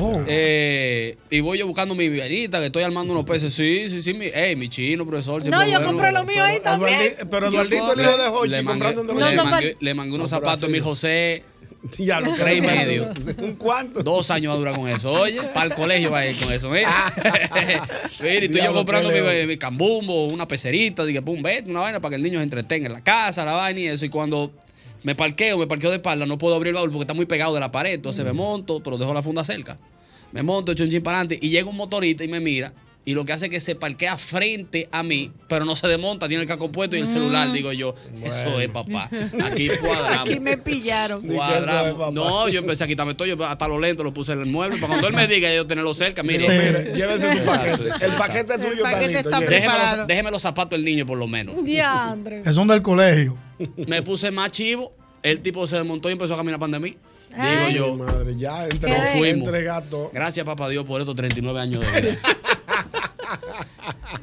Oh.
Eh, y voy yo buscando mi vianita, que estoy armando unos peces. Sí, sí, sí. Mi, ey, mi chino, profesor. siempre bueno.
mío ahí
también. Pero Eduardito, el hijo de Hochi,
Le mangué,
comprando un
le mangué- le mangué unos
No, pero
zapatos a
así
Mil
no.
José.
(laughs) Ya lo
Tres y medio.
creo. (laughs) ¿Un cuánto?
Dos años va a durar con eso. Oye, para el colegio va a ir con eso. (laughs) Mira, Mira, y tú y yo
Ah. Diablo,
comprando
qué
mi,
leo.
mi cambumbos, una pecerita, dije, pum, vete, una vaina para que el niño se entretenga en la casa, la vaina y eso. Y cuando me parqueo, me parqueo de espalda, no puedo abrir el baúl porque está muy pegado de la
Mm.
pared. Entonces me monto, pero dejo la funda cerca. Me monto, echo un chin para adelante y llega un motorista y me mira. y lo que hace es que se parquea frente a mí, pero no se desmonta, tiene el caco puesto y
Mm.
el celular, digo yo. Eso es, papá. Aquí cuadramos.
Aquí me pillaron.
cuadramos. No, yo empecé a quitarme todo, yo hasta lo lento lo puse en el mueble, para cuando él me diga yo tenerlo cerca, mire.
Sí, mire, llévese su
Exacto,
paquete.
exacto.
El paquete Este tuyo El está paquete listo, está llévese.
Déjeme
preparado.
los, déjeme los zapatos del niño por lo menos.
Diandre.
Que son del colegio.
Me puse más chivo, el tipo se desmontó y empezó a caminar para de mí. Digo
Ay.
yo.
Madre, ya entre,
Nos fuimos.
entregato.
Gracias, papá Dios, por estos 39 años
(laughs)
de vida.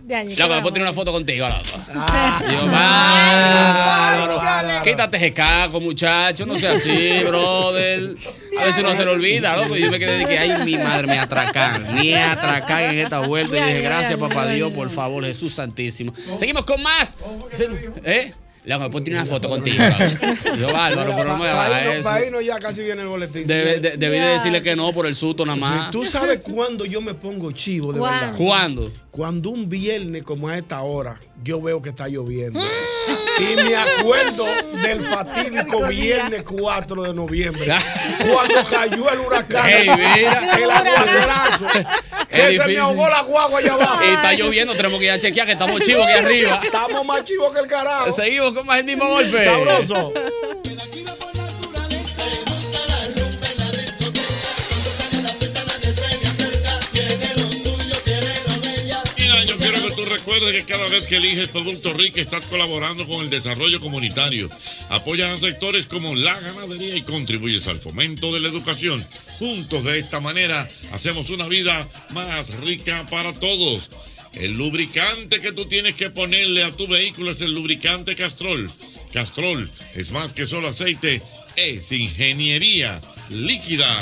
De año
Ya,
que
pero
vamos.
después tiene una foto contigo. ahora.
Ah.
Dios,
Ay,
bárbaro.
chale.
Quítate ese caco, muchacho. No sea así, brother. A veces uno se le olvida, loco. Yo me quedé de que, ay, mi madre, me atracan. Me atracan en esta vuelta. Y
Ya,
dije,
ya,
gracias,
ya,
papá
ya,
Dios,
ya.
por favor, Jesús Santísimo. Seguimos con más. Se- ¿Eh? La después tiene una foto contigo. cabrón. Yo, bárbaro, pero no me
Para
hagas
irnos,
eso.
pa' irnos ya casi viene el boletín.
Debe- de- debí de decirle que no por el susto nada más.
Tú sabes cuándo yo me pongo chivo, de
¿Cuándo?
verdad.
¿Cuándo?
Cuando un viernes como a esta hora, yo veo que está lloviendo. Y me acuerdo del fatídico viernes 4 de noviembre. Cuando cayó el huracán.
Ey, mira.
el aguacerazo.
Es
Que se me
difícil.
ahogó la guagua allá abajo.
Y está lloviendo, tenemos que ir a chequear que estamos chivos aquí arriba.
Estamos más chivos que el carajo.
Seguimos con más el mismo golpe.
Sabroso.
Mira, yo quiero que tú recuerdes que cada vez que eliges Producto Rica estás colaborando con el desarrollo comunitario. Apoyas a sectores como la ganadería y contribuyes al fomento de la educación. Juntos de esta manera hacemos una vida más rica para todos. El lubricante que tú tienes que ponerle a tu vehículo es el lubricante Castrol. Castrol es más que solo aceite, es ingeniería líquida.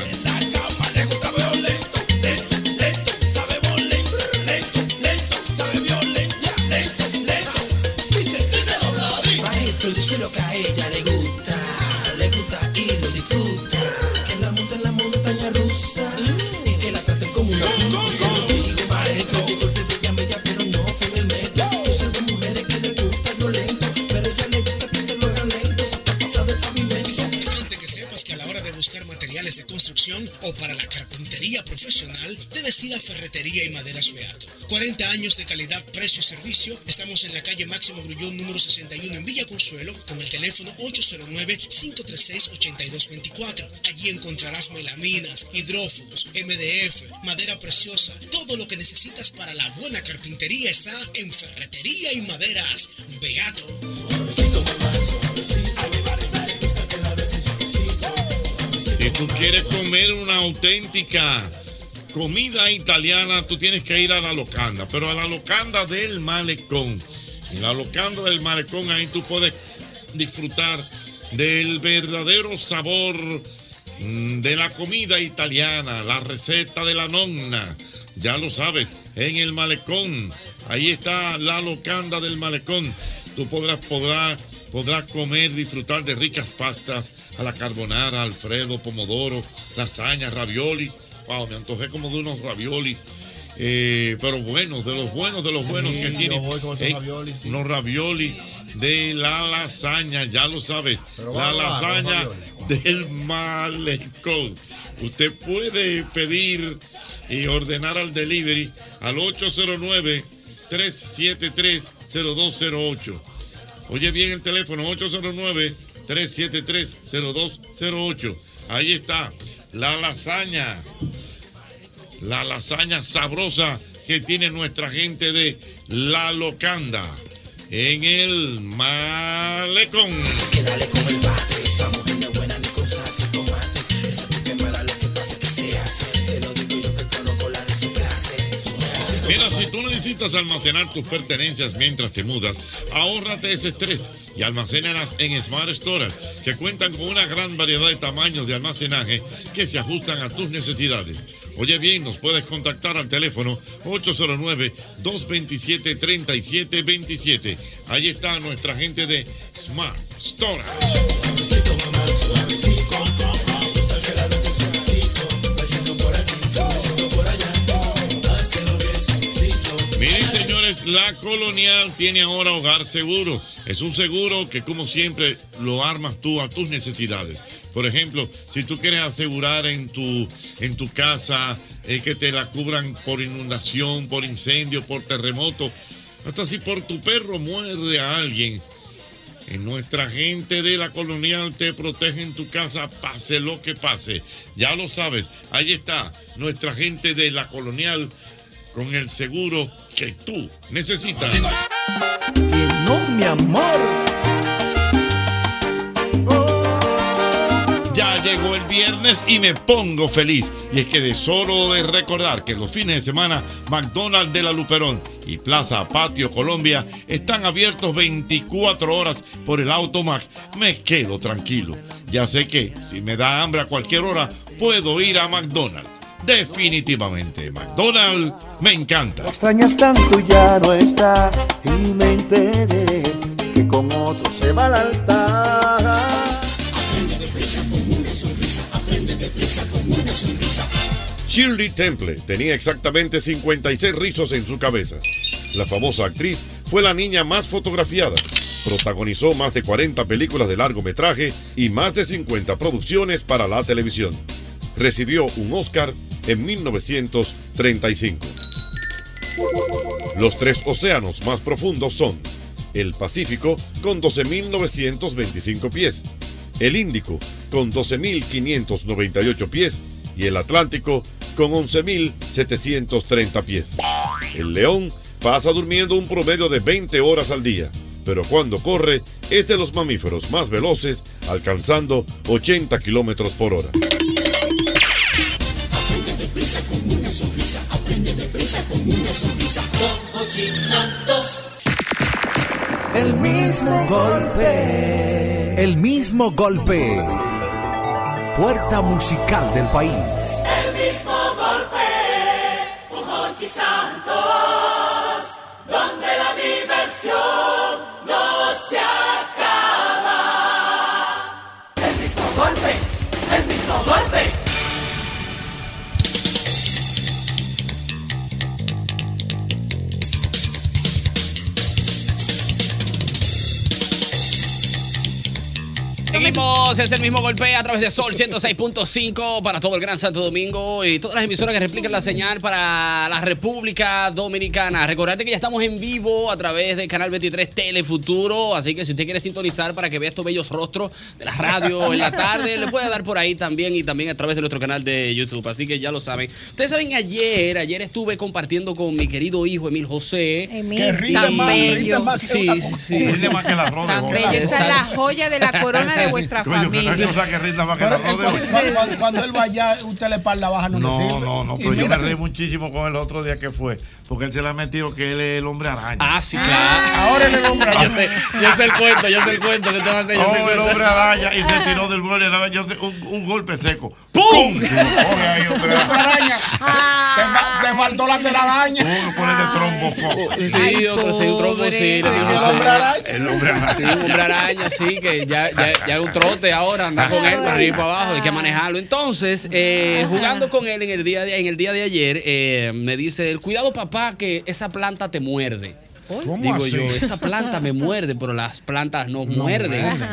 Maestro, dice lo que a ella le gusta, le gusta y lo disfruta. Que la monta en la montaña rusa y que la traten como una rusa. Se lo digo, maestro, llegó el de ella media, pero no fue en el metro. Yo sé de mujeres que le gusta lo lento, pero ella le gusta que se lo hagan lento. Se está pasando el pavimento.
importante que sepas que a la hora de buscar materiales de construcción o para la carpintería profesional, debes ir a Ferretería y Maderas Beato. 40 años de calidad, precio y servicio. Estamos en la calle Máximo Grullón número 61 en Villa Consuelo con el teléfono 809-536-8224. Allí encontrarás melaminas, hidrófugos, MDF, madera preciosa. Todo lo que necesitas para la buena carpintería está en Ferretería y Maderas Beato.
Si tú quieres comer una auténtica comida italiana, tú tienes que ir a la locanda, pero a la locanda del malecón. En la locanda del malecón ahí tú puedes disfrutar del verdadero sabor mm, de la comida italiana, la receta de la nonna. Ya lo sabes, en el malecón. Ahí está la locanda del malecón. Tú podrás, podrás, podrás comer, disfrutar de ricas pastas a la carbonara, alfredo, pomodoro, lasaña, raviolis. Wow, me antojé como de unos raviolis. eh, pero buenos, de los buenos, de los buenos
Sí,
que
yo
tienen.
voy con esos
Eh,
raviolis, sí.
Unos raviolis de la lasaña, ya lo sabes.
Pero vamos a
la
probar los
lasaña
raviolis.
del malecón. Usted puede pedir y ordenar al delivery al 809-373-0208. Oye bien el teléfono, 809-373-0208. Ahí está, la lasaña. La lasaña sabrosa que tiene nuestra gente de La Locanda. En el malecón.
Esa mujer no es buena ni con salsa y tomate. Esa tipa es mala lo que pasa que se hace. Se lo digo yo que conozco la de su clase.
Mira, si tú necesitas almacenar tus pertenencias mientras te mudas, ahórrate ese estrés y almacénalas en Smart Storage, que cuentan con una gran variedad de tamaños de almacenaje que se ajustan a tus necesidades. Oye bien, nos puedes contactar al teléfono 809-227-3727. Ahí está nuestra gente de Smart Storage. Miren, señores,
Señores, la Colonial tiene ahora Hogar Seguro. Es un seguro que como siempre lo armas tú a tus necesidades. Por ejemplo, si tú quieres asegurar en tu, en tu casa eh, que te la cubran por inundación, por incendio, por terremoto, hasta si por tu perro muerde a alguien. En nuestra gente de la colonial te protege en tu casa, pase lo que pase. Ya lo sabes, ahí está nuestra gente de la colonial con el seguro que tú necesitas.
No, mi amor.
Ya llegó el viernes y me pongo feliz. Y es que de solo de recordar que los fines de semana, McDonald's de la Luperón y Plaza Patio Colombia están abiertos 24 horas por el Automax, me quedo tranquilo. Ya sé que si me da hambre a cualquier hora, puedo ir a McDonald's. Definitivamente, McDonald's me encanta.
Extrañas tanto ya no está y me enteré que con otro se va al altar.
Aprende deprisa con una sonrisa. Aprende deprisa con una sonrisa.
Shirley Temple tenía exactamente 56 rizos en su cabeza. La famosa actriz fue la niña más fotografiada. Protagonizó más de 40 películas de largometraje y más de 50 producciones para la televisión. Recibió un Oscar en 1935. Los tres océanos más profundos son el Pacífico con 12.925 pies, el Índico con 12.598 pies y el Atlántico con 11.730 pies. El león pasa durmiendo un promedio de 20 horas al día, pero cuando corre es de los mamíferos más veloces, alcanzando 80 kilómetros por hora.
Aprende deprisa con una sonrisa. Aprende deprisa con una sonrisa. Como Jim Santos.
El mismo golpe. El mismo golpe. Puerta musical del país.
El mismo golpe. Un Monchi Santos. Donde la diversión no se acaba. El mismo golpe. El mismo golpe.
Seguimos, es el mismo golpe a través de Sol 106.5 para todo el Gran Santo Domingo y todas las emisoras que replican la señal para la República Dominicana. Recordate que ya estamos en vivo a través del canal 23 Telefuturo, así que si usted quiere sintonizar para que vea estos bellos rostros de la radio en la tarde, le puede dar por ahí también y también a través de nuestro canal de YouTube, así que ya lo saben. Ustedes saben, ayer, ayer estuve compartiendo con mi querido hijo Emil José.
Emil, Que rinde tan más, bello. rinde más que
Sí,
la-
sí.
Rinde más que la roda, Tan gorda. bello, esa es la joya de la corona de
(laughs)
vuestra
(laughs) Coño, que no hay
familia.
cosa que rinda más que la rodeo.
Cuando, cuando- cuando él vaya, usted le parla baja, no, le
No,
sirve.
no, no, pero yo me reí muchísimo con el otro día que fue, porque él se la metió que él es el hombre araña.
Ah, sí, claro.
Ahora él es el (laughs) hombre araña.
Yo sé-
yo
sé el cuento,
yo
sé el cuento que te va a hacer, yo
Oh,
sé el
el
cuento. Ah.
hombre araña y se tiró del mueble, nada más, yo sé, un, un golpe seco. ¡Pum! Y yo, Coge ahí, hombre araña.
Araña. Te fa- te faltó la telaraña.
Uno pone de trombofo.
Sí, otro sí, un trombo, sí, le dijo, sí.
El hombre araña.
Sí, un hombre araña, sí, que ya, ya, ya es un trote ahora, anda con él para arriba y para abajo, hay que manejarlo. Entonces, eh, jugando con él en el día de, en el día de ayer, eh, me dice él, cuidado papá, que esa planta te muerde. Digo yo, esa planta me muerde, pero las plantas no, muerden.
muerden.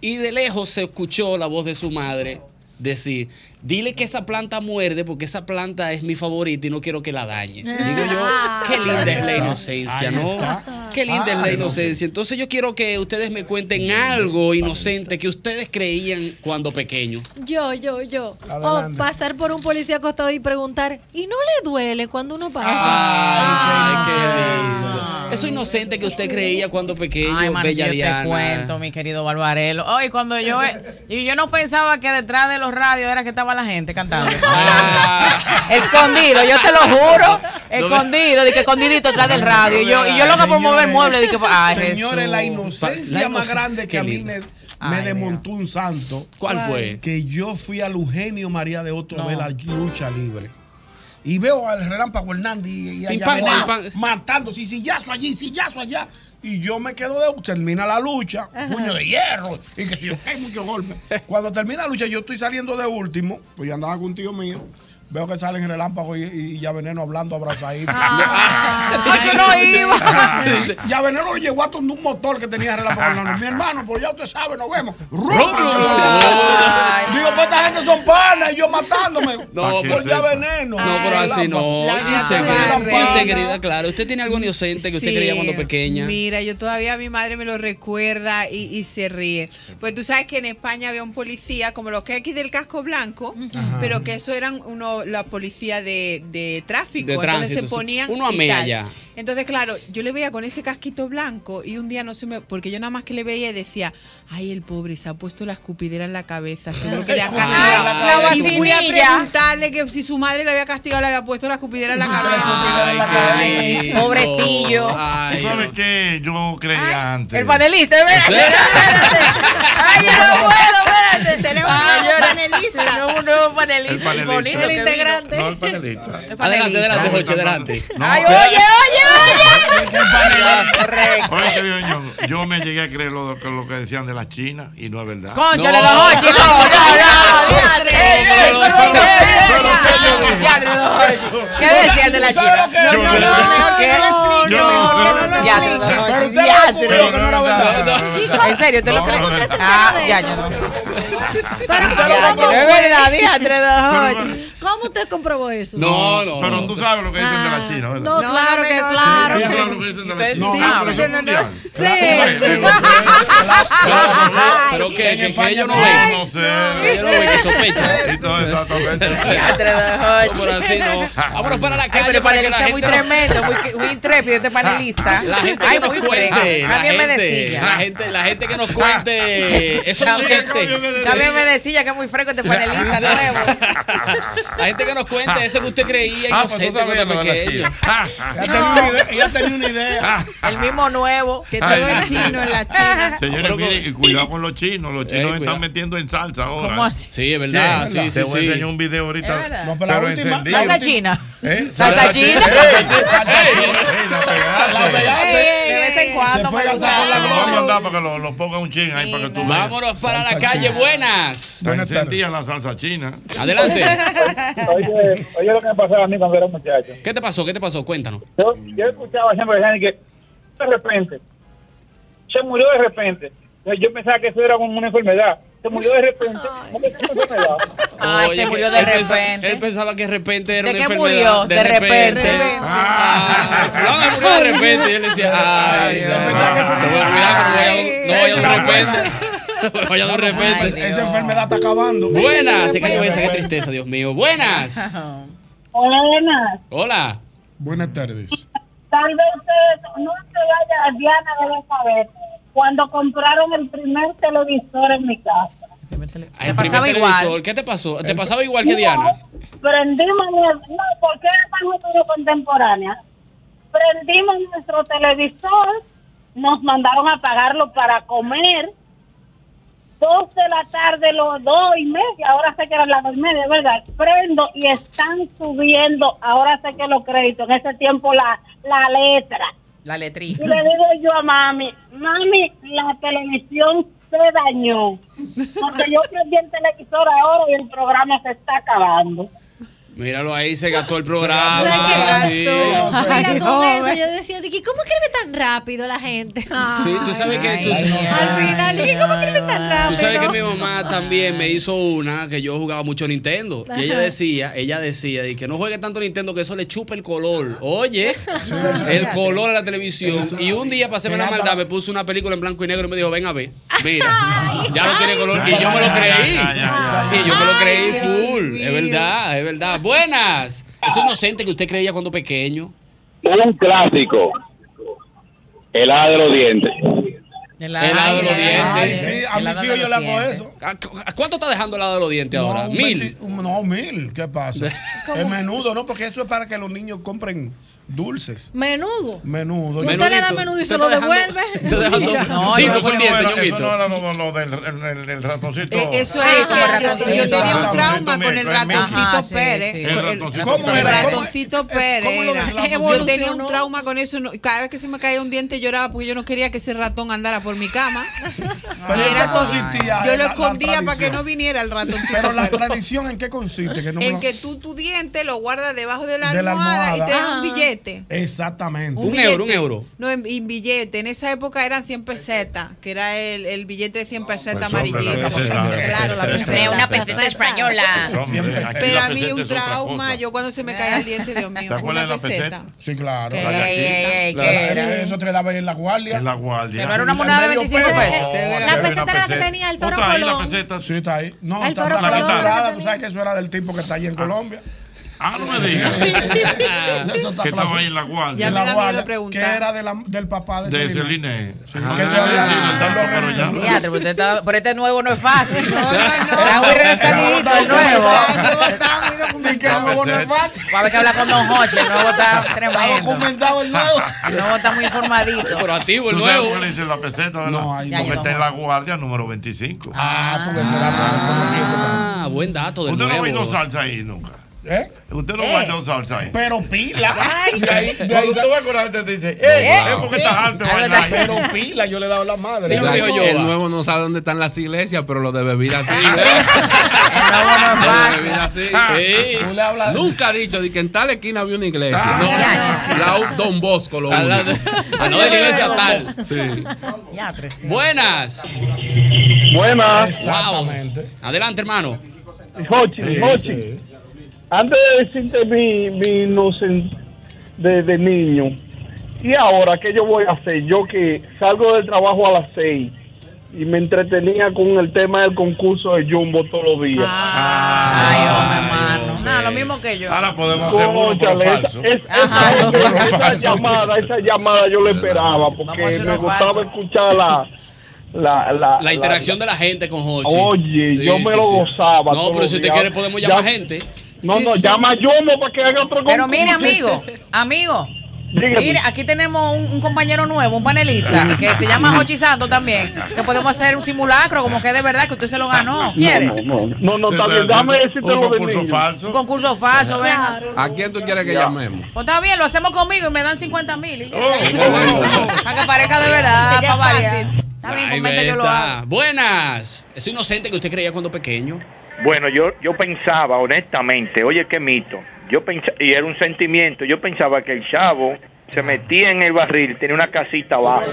Y de lejos se escuchó la voz de su madre decir, dile que esa planta muerde porque esa planta es mi favorita y no quiero que la dañe. Digo yo, qué linda es la inocencia, ¿no? Qué linda es la inocencia. Entonces yo quiero que ustedes me cuenten algo inocente que ustedes creían cuando pequeños.
Yo, yo, yo. O
Adelante.
pasar por un policía acostado y preguntar, ¿y no le duele cuando uno
Ah.
pasa?
Ay, qué lindo. Eso inocente que usted creía cuando pequeño,
Ay, mano,
bella
yo
Diana.
te cuento, mi querido Barbarelo. Hoy cuando yo eh, y yo no pensaba que detrás de los radios era que estaba la gente cantando. (laughs) escondido, yo te lo juro, escondido, de que escondidito detrás del radio. Y yo y yo loca por mover muebles, de que pues, ay,
Señores,
ah, Jesús.
la inocencia
La
más
inoc-
grande que
Qué
a mí
lindo.
me, me
Ay,
desmontó un santo.
¿Cuál fue?
Que yo fui al Eugenio María de Otto
No.
a ver la lucha libre. Y veo al Relámpago Hernández y, y a
Pim, pam,
Yabenao
pim,
matando, si sillazo allí, sillazo allá. Y yo me quedo de. Termina la lucha,
Ajá.
puño de hierro, y
(laughs)
que si yo, que hay muchos golpes. Cuando termina la lucha, yo estoy saliendo de último, pues yo andaba con un tío mío. Veo que salen relámpago y, y ya veneno hablando abrazadito.
Ah.
yo no iba.
(laughs) ya veneno lo llegó a un motor que
(laughs)
tenía relámpago. en la mano. Mi hermano, pues ya usted sabe, nos vemos. Digo, pues esta gente son panas y yo matándome.
No,
por
pero-
ya veneno.
No, pero así no.
La
Integridad,
barre.
integridad, claro. Usted tiene algo inocente que usted
Sí.
creía cuando pequeña.
Mira, yo todavía mi madre me lo recuerda y, y se ríe. Pues tú sabes que en España había un policía, como los que aquí del casco blanco,
Ajá.
pero que eso eran uno, la policía de, de tráfico.
De
Entonces
tránsito, sí.
se ponían.
Uno a
y
mea
tal.
ya.
Entonces, claro, yo le veía con ese casquito blanco y un día no se me. Porque yo nada más que le veía y decía, ay, el pobre se ha puesto la escupidera en la cabeza. Seguro
(laughs)
que le ha
Ay,
castigado.
la
y fui a
guasinilla.
preguntarle que si su madre le había castigado, le había puesto la escupidera en la cabeza.
Pobrecillo.
¿Tú sabes qué? Yo creía antes.
El panelista, espérate, espérate. Ay, yo no puedo, espérate. Tenemos
un nuevo
panelista. Tenemos un nuevo panelista.
El panelista.
Bonito
El
que vino.
integrante. No, el panelista.
Adelante, adelante, Joche, adelante.
Ay, oye, oye, oye.
Oye, querido ñongo, yo me llegué a creer lo, que- lo que decían de las chinas y no es verdad.
Cónchale, los ocho, no,
(laughs)
no, no. ¿Qué decían de la chica?
Yo me-
Pero usted lo que no era verdad. En serio, usted lo que no Ah, ya, ya
(laughs)
no.
Pero
Ya, ya, no es verdad, mija,
(laughs)
tres, dos, ocho.
¿Cómo usted comprobó eso?
No, no. Pero tú sabes lo que dicen de las chinas, ¿verdad?
No, claro que
Sí,
claro.
tú sabes lo que dicen de las
Ustedes
chinas. No,
sí saben.
pero eso es mundial.
Sí, sí.
Pero que, que, que ellos no
Ay,
ven.
no sé.
Ellos no ven que sospechan.
(laughs)
No, por así no. Vámonos para la
Ah, Ay,
calle
pero el
para que la
panelista
gente
muy tremendo, muy,
(laughs)
muy intrépido este panelista.
La gente
Ay,
que nos
muy
cuente,
fresco.
la
También me
gente,
decía.
la gente, la gente que nos
(laughs)
cuente, eso no
También-
siente.
También me decía que es muy fresco este panelista nuevo.
La (laughs) gente que nos cuente eso que usted creía
Ah, pues tú
inocente
sabes
cuando
lo de las
pequeño.
chinas.
Ya tenía una idea.
El mismo nuevo.
Que
todo es
chino en la China.
(laughs) Señores, miren, y cuidado con los chinos. Los chinos se están metiendo en salsa ahora.
¿Cómo así?
Eh, Sí, es verdad, sí, sí,
Te voy a
sí.
enseñar un video ahorita.
verdad.
No,
pero la última-
encendido.
Salsa china.
¿Eh?
Salsa china.
La pegaste.
De vez en cuando. me gusta.
Lo voy a mandar para que lo, lo ponga un chin ahí para que tú veas.
Vámonos para la calle, buenas.
Está encendida la salsa china.
Adelante. (laughs)
Oye, oye lo que me pasaba a mí cuando era muchacho.
¿Qué te pasó? ¿Qué te pasó? Cuéntanos.
Yo, yo escuchaba siempre decían que de repente se murió de repente. Entonces, yo pensaba que eso era como una enfermedad. Se murió de repente. ¿Cómo que es una enfermedad?
Ay, se
Oye,
murió de
él pensa-
repente.
él pensaba que de repente era
¿De
una
qué
enfermedad.
murió? De repente.
Ah, no, murió de repente. Y él decía, ay, no, no voy a cuidar, no voy a- no voy a de repente. No voy a de repente.
Esa enfermedad está acabando.
Buenas. Se cayó esa, qué tristeza, Dios mío. Buenas.
(laughs) Hola, buenas.
Hola.
Buenas tardes.
Tal vez ustedes no se haya, Diana debe saber, cuando compraron el primer televisor en mi casa.
Ay, el
pasaba
primer
igual.
televisor, ¿Qué te pasó? ¿Te pasaba igual que Diana?
Prendimos, nue- no, porque era tan futuro contemporánea. Prendimos nuestro televisor, nos mandaron a pagarlo para comer. Dos de la tarde, los dos y media, ahora sé que eran las dos y media, ¿verdad? Prendo y están subiendo, ahora sé que los créditos, en ese tiempo la, la letra.
La letrilla.
Y le digo yo a mami, mami, la televisión se dañó. Porque yo prendí el televisor ahora y el programa se está acabando.
Míralo ahí, se gastó el
O sea,
programa.
que-
sí.
Mira, con eso yo decía, de que, ¿cómo escribe tan rápido la gente?
Sí, tú sabes que tú,
Al final, dije, ¿cómo escribe tan rápido?
tú sabes que mi mamá también me hizo una que yo jugaba mucho Nintendo y ella
Ajá.
decía, ella decía y que no juegue tanto Nintendo que eso le chupa el color. Oye, el color a la televisión y un día pasé la maldad, me puso una película en blanco y negro y me dijo, "Ven a ver." Mira, ya no tiene color y yo me lo creí. Y yo me lo creí full, es verdad, es verdad. Buenas. Eso inocente que usted creía cuando pequeño.
Un clásico. El hada de los dientes.
Helado de los dientes.
a mis hijos yo le hago eso.
¿A cuánto está dejando el lado de los dientes ahora?
No, un
Mil. (laughs)
veinti- un- no, mil. ¿Qué pasa? Es menudo, ¿no? Porque eso es para que los niños compren Dulces.
Menudo.
Menudo.
Y usted le da menudo y se lo devuelve.
No,
Cinco
yo-
por
no,
diez,
no,
ñonguito.
no, no, no,
no, no, del, el- el- el ratoncito.
Eh, eso es que
Ah,
yo- yo,
ratoncito.
tenía un
Ratoncito
trauma con el
Mirko, es Mirko.
ratoncito
Ajá, sí,
Pérez.
sí.
El
El
ratoncito
ratoncito
Pérez.
Pérez. ¿Cómo-
El ratoncito
cómo lo
Pérez.
del
era. Yo
ratoncito?
tenía un trauma con eso. no- Cada vez que se me caía un diente lloraba porque yo no quería que ese ratón andara por mi cama.
Pero
Y
¿en
era
qué
con-
consistía eh,
yo lo
la- la
escondía para que
tradición?
no viniera el ratoncito.
Pero la
Pérez.
tradición, ¿en qué consiste? Que no me
(laughs) en
lo-
que tú tu diente lo guardas debajo de la,
De la
almohada, y
almohada.
te das
Ah.
un billete.
Exactamente.
billete. No, en, en billete. En esa época eran 100 pesetas, que era el, el billete de 100 pesetas amarillito.
pues la peseta,
Claro, la
la peseta.
peseta.
Una
peseta española.
Hombre, aquí
Pero
la
a mí
peseta
un
es otra
trauma,
cosa.
yo cuando se me caía el diente, Dios mío.
¿Te acuerdas de la peseta?
Sí, claro.
La gachita. Claro.
Eso te la daba en la guardia.
En la guardia.
Pero era una moneda de
Medio
25 pesos.
No,
pues, este, La
había
peseta
una
era la que
peseta.
tenía el
¿O
Toro
está ahí la
Colón?
peseta?
Sí, está ahí. No,
El
está
Toro
está la
Colón.
dorada, Tú sabes que eso era del tipo que está allí en Colombia.
Ah, no me
(laughs)
digas.
Eso está
que
claro.
estaba ahí en la guardia.
En la guardia, Que era de la- del papá de,
De
Celine.
Celine. Sí,
Ah,
que todavía-
Diatre, pero usted está- pero este nuevo no es fácil.
(laughs)
No, no, Está muy
no.
relajadito el nuevo.
Y que el nuevo no es fácil.
Va a haber que hablar con Don Jorge, el nuevo está tremendo.
Está documentado el nuevo.
El nuevo está muy informadito.
¿Tú sabes cómo le dicen la peseta? ¿verdad?
No, ahí
no.
Porque está en la guardia número 25.
Ah, porque será
Ah,
buen dato
Usted no
nuevo.
guardó salsa ahí nunca.
¿Eh?
Usted no
Eh.
guardó salsa ahí.
Pero pila. De ahí- de ahí
Cuando
sa-
tú vas con la gente te dice,
Eh,
¡eh! Es porque estás harto de bailar.
Pero pila, yo le he dado la madre.
Exacto.
Yo digo,
El nuevo no sabe dónde están las iglesias, pero lo de bebida sí.
fácil.
Bebida sí.
Ah.
Sí.
Tú le hablas-
Nunca ha dicho de que en tal esquina había una iglesia.
Ah.
No, la Don Bosco lo
Al lado
(laughs) único.
al lado de la iglesia tal.
Sí.
Diatre, sí.
Buenas.
Buenas.
Exactamente. Adelante, hermano.
Jochi, Jochi. Antes de decirte mi, mi inocencia de, de niño, ¿y ahora qué yo voy a hacer? Yo que salgo del trabajo a las seis y me entretenía con el tema del concurso de Jumbo todos los días.
No, lo mismo que Ah, yo.
Ahora podemos
hacer
uno, pero falso.
esa, esa llamada, esa llamada yo la esperaba porque
hacer
me
uno
gustaba
falso.
escuchar la, la, la,
La interacción de la gente con Hochi.
Oye,
Sí,
yo me
sí,
lo
sí.
gozaba.
No,
todos
pero
los
si usted
días.
quiere podemos llamar
Ya-
gente.
No,
Sí,
no,
sí.
llama a Yomo para que haga otro
Pero
concurso.
mire, amigo, amigo.
Dígame.
Mire, aquí tenemos un, un compañero nuevo, un panelista, que se llama Jochi Santo también, que podemos hacer un simulacro, como que de verdad que usted se lo
Ah,
ganó. ¿Quiere?
No, no, no, no, está bien,
Entonces,
dame decirte
un
lo de
concurso
niño.
falso.
Un concurso falso, venga.
¿A quién tú quieres que llamemos?
Pues está bien, lo hacemos conmigo y me dan 50 mil. Para que parezca de verdad,
Que ya
para
es
variar. Está bien,
Ahí
con 20 yo lo hago.
está. Buenas. Es inocente que usted creía cuando pequeño.
Bueno, yo, yo pensaba, honestamente, oye, qué mito. Yo pensaba, y era un sentimiento, yo pensaba que el chavo se metía en el barril, tenía una casita abajo.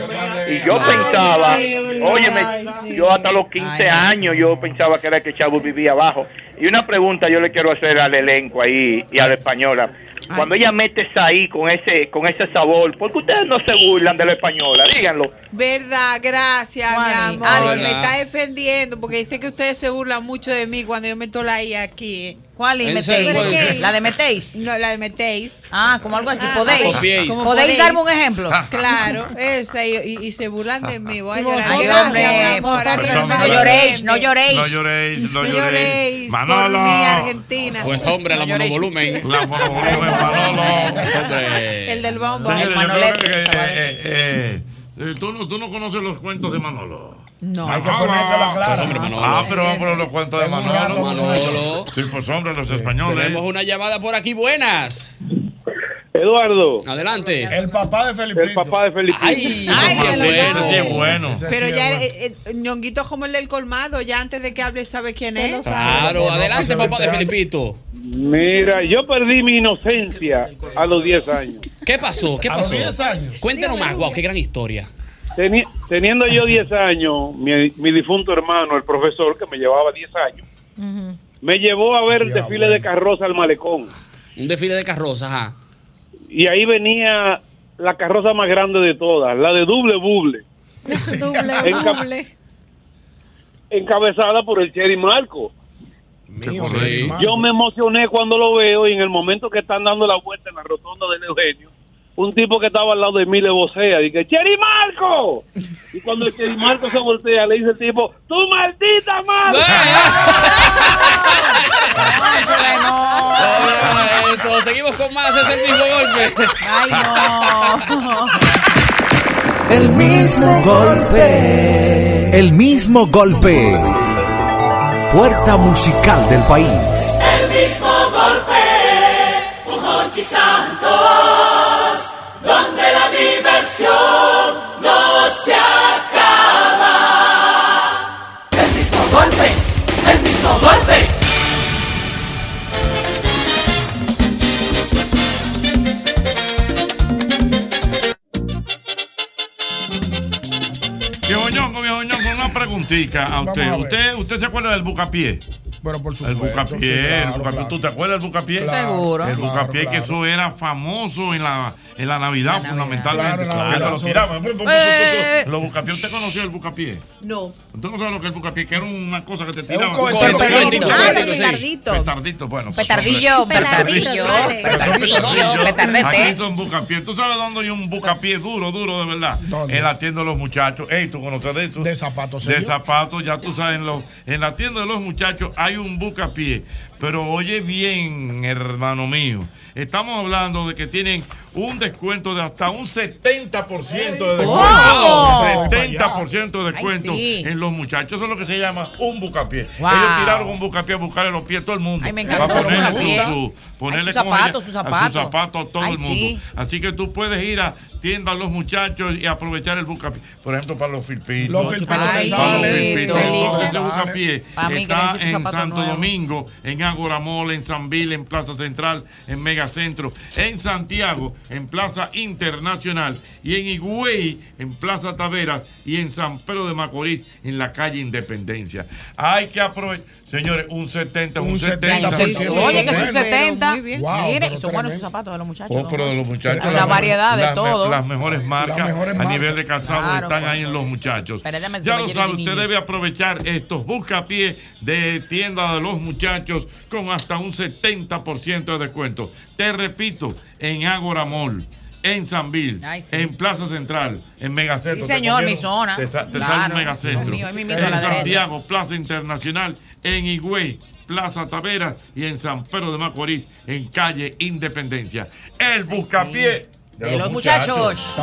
Y yo
Ay,
pensaba,
sí, verdad, ay, sí.
oye, yo hasta los 15 años yo pensaba que era que el chavo vivía abajo. Y una pregunta yo le quiero hacer al elenco ahí y a la española. Cuando ella mete esa ahí con ese con ese sabor, ¿por qué ustedes no se burlan de la española? Díganlo.
Verdad, gracias, mi amor.
ah,
Me
verdad.
está defendiendo porque dice que ustedes se burlan mucho de mí cuando yo meto la I aquí.
¿Cuál
I
I ¿En metéis? serio? ¿Cuál? ¿La de metéis?
No, la de metéis.
Ah, como algo así, podéis.
podéis.
Como ¿Podéis darme un ejemplo?
Ah. Claro, esa, y, y- y se burlan de mí. Voy a
Ay,
llorar.
hombre,
Gracias, mi
por
amor.
favor,
Ahora
no
me
lloréis, no
No
lloréis.
lloréis, no
No
lloréis.
lloréis por
Manolo.
mí, Argentina.
Pues hombre, la
No lloréis.
monovolumen.
La monovolumen, Manolo.
Hombre.
El del bombo.
Señores,
El
yo creo
manolete.
que, eh, eh, eh, tú, no, tú no conoces los cuentos de Manolo.
No.
Hay que ponérsela clara.
hombre, Ah, pero vamos a los cuentos de Manolo.
Manolo.
Sí, pues hombre, los españoles.
Tenemos una llamada por aquí. Buenas.
Eduardo.
Adelante.
El papá de Felipe. El papá
de Felipe.
Ay,
Ay,
papá,
que lo-
bueno.
Ese sí es bueno.
Pero ya, eh, eh, Ñonguito es como el del colmado, ya antes de que hable sabe quién es.
Claro, adelante, papá de Felipito.
Mira, yo perdí mi inocencia a los 10 años.
¿Qué pasó? ¿Qué
A los
pasó?
10
años.
Cuéntanos más, wow, qué gran historia.
Teni- teniendo yo 10 años, mi, mi difunto hermano, el profesor que me llevaba 10 años, me llevó a ver
ah,
el desfile de carroza al malecón.
Un desfile de carrozas, ajá.
Y ahí venía la carroza más grande de todas, la de doble buble,
Doble,
Enca-
doble.
encabezada por el Cherry Marco.
Sí.
Yo me emocioné cuando lo veo y en el momento que están dando la vuelta en la rotonda del Eugenio, un tipo que estaba al lado de mí le vocea, dije, ¡Cheri Marco! Y cuando el Cheri Marco se voltea, le dice el tipo, ¡Tu maldita madre!
Ay, no.
eso. Seguimos con más. Es el mismo golpe.
Ay, no.
El mismo golpe. El mismo golpe. Puerta musical del país.
El mismo golpe, un Hochi Santos, donde la diversión no se acaba. El mismo golpe, el mismo golpe.
Viejo Ñongo, viejo Ñongo, una preguntita a
Vamos
usted.
a ver.
¿Usted, ¿Usted se acuerda del bucapié?
Pero por
El
supuesto.
bucapié,
sí,
el
claro,
bucapié.
claro.
¿Tú te acuerdas del bucapié?
Claro, Seguro.
El bucapié
claro,
que eso era famoso en la, en
La
la Navidad,
Navidad. Claro,
fundamentalmente.
en la Navidad,
Eso lo
sobre-
tiraban. Pum, pum, pum, pum,
¡Eh!
pum. Los bucapié, ¿usted conoció el bucapié?
No.
¿Usted no sabe lo que es el bucapié? Que era una cosa que te
un
tiraban.
cohete, Un cohete, un cohete,
Ah, los sí. petarditos.
Petardito, bueno. pues,
Petardillo,
hombre.
petardillo,
Petardillo,
petardillo, petardete.
Aquí son bucapié. ¿Tú sabes dónde hay un bucapié duro, duro de verdad? En la tienda de los muchachos. Ey, ¿tú conoces de eso?
De zapatos.
de
señor.
zapatos, ya tú sabes, en, los- en la tienda de los muchachos hay un bucapié. Pero oye bien, hermano mío, estamos hablando de que tienen un descuento de hasta un 70% de descuento.
¡Wow!
70% de descuento
Ay, sí.
en los muchachos. Eso es lo que se llama un bucapié.
Wow.
Ellos tiraron un bucapié a buscarle los pies a todo el mundo.
Ay, me
Va a
encantó el
ponerle
bucapié.
su- su- ponerle
sus
como ella-
zapatos, sus
a
zapatos.
zapatos a todo
Ay,
el mundo.
sí.
Así que tú puedes ir a tienda a los muchachos y aprovechar el bucapié. Por ejemplo, para los filpitos.
Los filpitos
Ay,
te
para los
salen.
filpitos.
Qué lindo.
Entonces, Bucapié
Pa' mí que
está
necesito
en
zapatos
Santo
nuevos.
Domingo, en Ágora Mall, en San Vil, en Plaza Central, en Megacentro, en Santiago, en Plaza Internacional y en Higüey, en Plaza Taveras y en San Pedro de Macorís, en la calle Independencia. Hay que aprovechar, señores, un 70, un, 70.
Oye, que son 70.
muy bien.
Wow,
Mire,
pero
y son buenos sus
tremendo.
zapatos de los muchachos.
Oh, pero de los muchachos.
Hay una
las-
variedad de
las me-
todo.
Las mejores marcas a nivel de calzado
Claro, pues.
están ahí en los muchachos.
Pero déjame
Ya
decirle,
lo
yo
sabe,
de
usted
niños.
debe aprovechar estos buscapiés de tienda de los muchachos con hasta un 70% de descuento. Te repito, en Ágora Mall. En San Bill,
Ay, sí.
en Plaza Central, en Megacentro.
Sí,
¿te
señor,
conviene?
mi zona.
Te, sa- te
Claro.
sale un Megacentro.
Dios mío, ahí mismito a
en
la derecha.
Santiago, Plaza Internacional, en Higüey, Plaza Taveras y en San Pedro de Macorís, en calle Independencia. El buscapié
De los muchachos.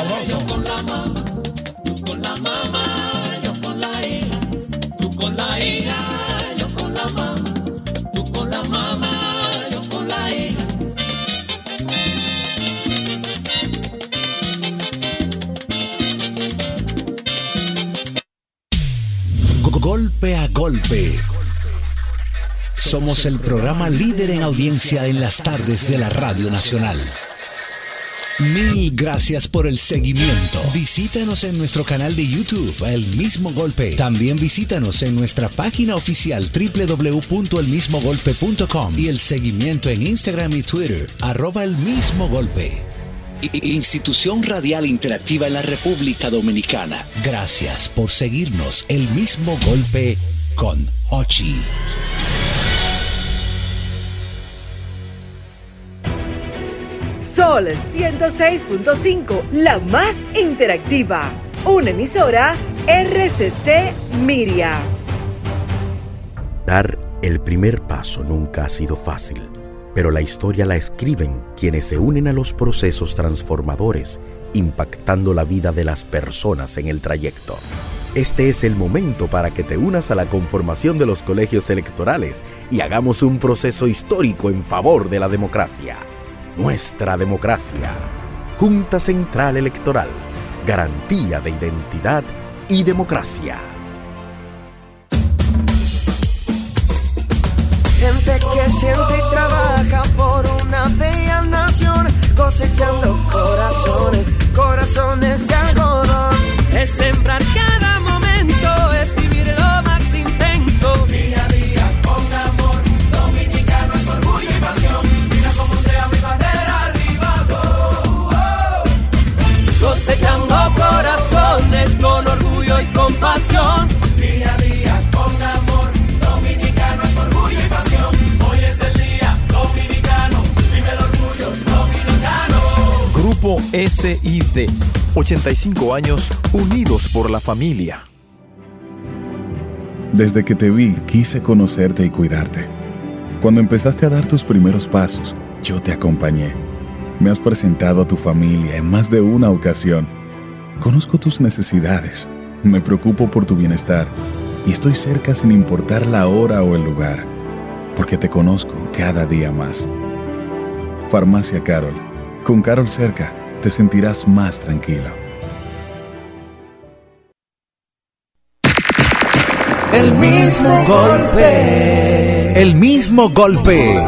con la hija, yo con la mamá, tú con la mamá, yo con la hija.
Go- Golpe a golpe. Somos el programa líder en audiencia en las tardes de la Radio Nacional. Mil gracias por el seguimiento. Visítanos en nuestro canal de YouTube, El Mismo Golpe. También visítanos en nuestra página oficial www.elmismogolpe.com y el seguimiento en Instagram y Twitter, arroba El Mismo Golpe. I- Institución Radial Interactiva en la República Dominicana. Gracias por seguirnos, El Mismo Golpe con Ochi.
Sol 106.5, la más interactiva. Una emisora RCC Miria.
Dar el primer paso nunca ha sido fácil, pero la historia la escriben quienes se unen a los procesos transformadores, impactando la vida de las personas en el trayecto. Este es el momento para que te unas a la conformación de los colegios electorales y hagamos un proceso histórico en favor de la democracia. Nuestra democracia. Junta Central Electoral. Garantía de identidad y democracia.
Gente que siente y trabaja por una bella nación, cosechando corazones, corazones de algodón.
Es sembrar cada momento, es vivir lo más intenso. Día a día con amor, dominicano es orgullo y pasión. Mira cómo sea mi bandera arriba. oh, oh. Cosechando corazones con orgullo y compasión. Día a día con amor, dominicano es orgullo y pasión. Hoy es el día dominicano, vive el orgullo dominicano.
Grupo SID, 85 años unidos por la familia.
Desde que te vi, quise conocerte y cuidarte. Cuando empezaste a dar tus primeros pasos, yo te acompañé. Me has presentado a tu familia en más de una ocasión. Conozco tus necesidades, me preocupo por tu bienestar y estoy cerca sin importar la hora o el lugar, porque te conozco cada día más. Farmacia Carol. Con Carol cerca, te sentirás más tranquilo.
El mismo golpe.
El mismo golpe.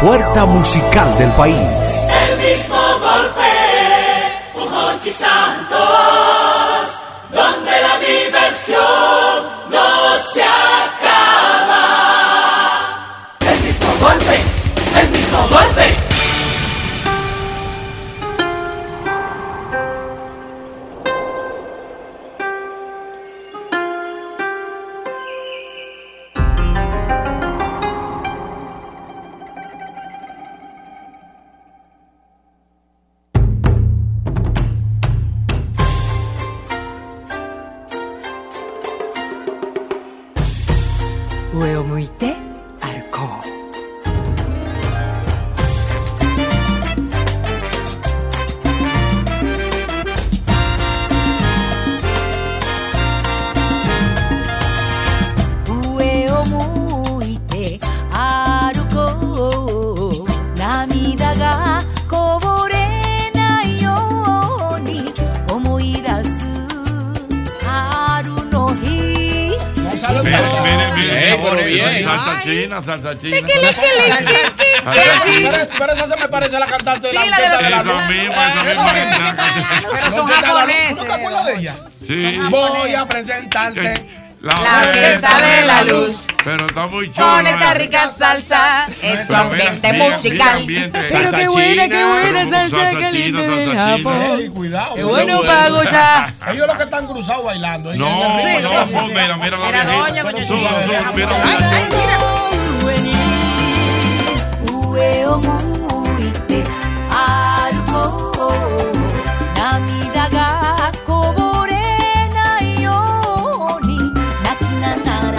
Puerta musical del país.
El mismo golpe, un Hochi Santos, donde la diversión no se acaba. El mismo golpe, el mismo golpe.
上を向いて歩こう
上を向いて歩こう涙がこぼれないように思い出す春の日
Mire, mire, mire.
Ey, pero bien.
Salsa china, salsa china.
Pero,
Salsa china.
pero- pero esa se me parece a la cantante de la
Sí, la de
orquesta
la-
de la
Esa misma, esa misma que está acá.
Pero son
Orquesta de la-
japoneses.
¿Tú te acuerdas de ella?
Sí.
Voy a presentarte.
La,
La orquesta de la luz.
Pero está muy chulo.
Con esta rica salsa es tu ambiente musical. Pero qué buena, qué buena salsa que linda del
Ey,
Japón.
cuidado.
Qué bueno para gozar.
(laughs) Ellos los que están cruzados bailando. ¿eh?
No, no, pon, mira, mira la
Mira,
viejita.
pues,
doña,
Sube,
doña,
sube,
doña,
mira,
上を向いて歩こう涙がこぼれないように泣きながら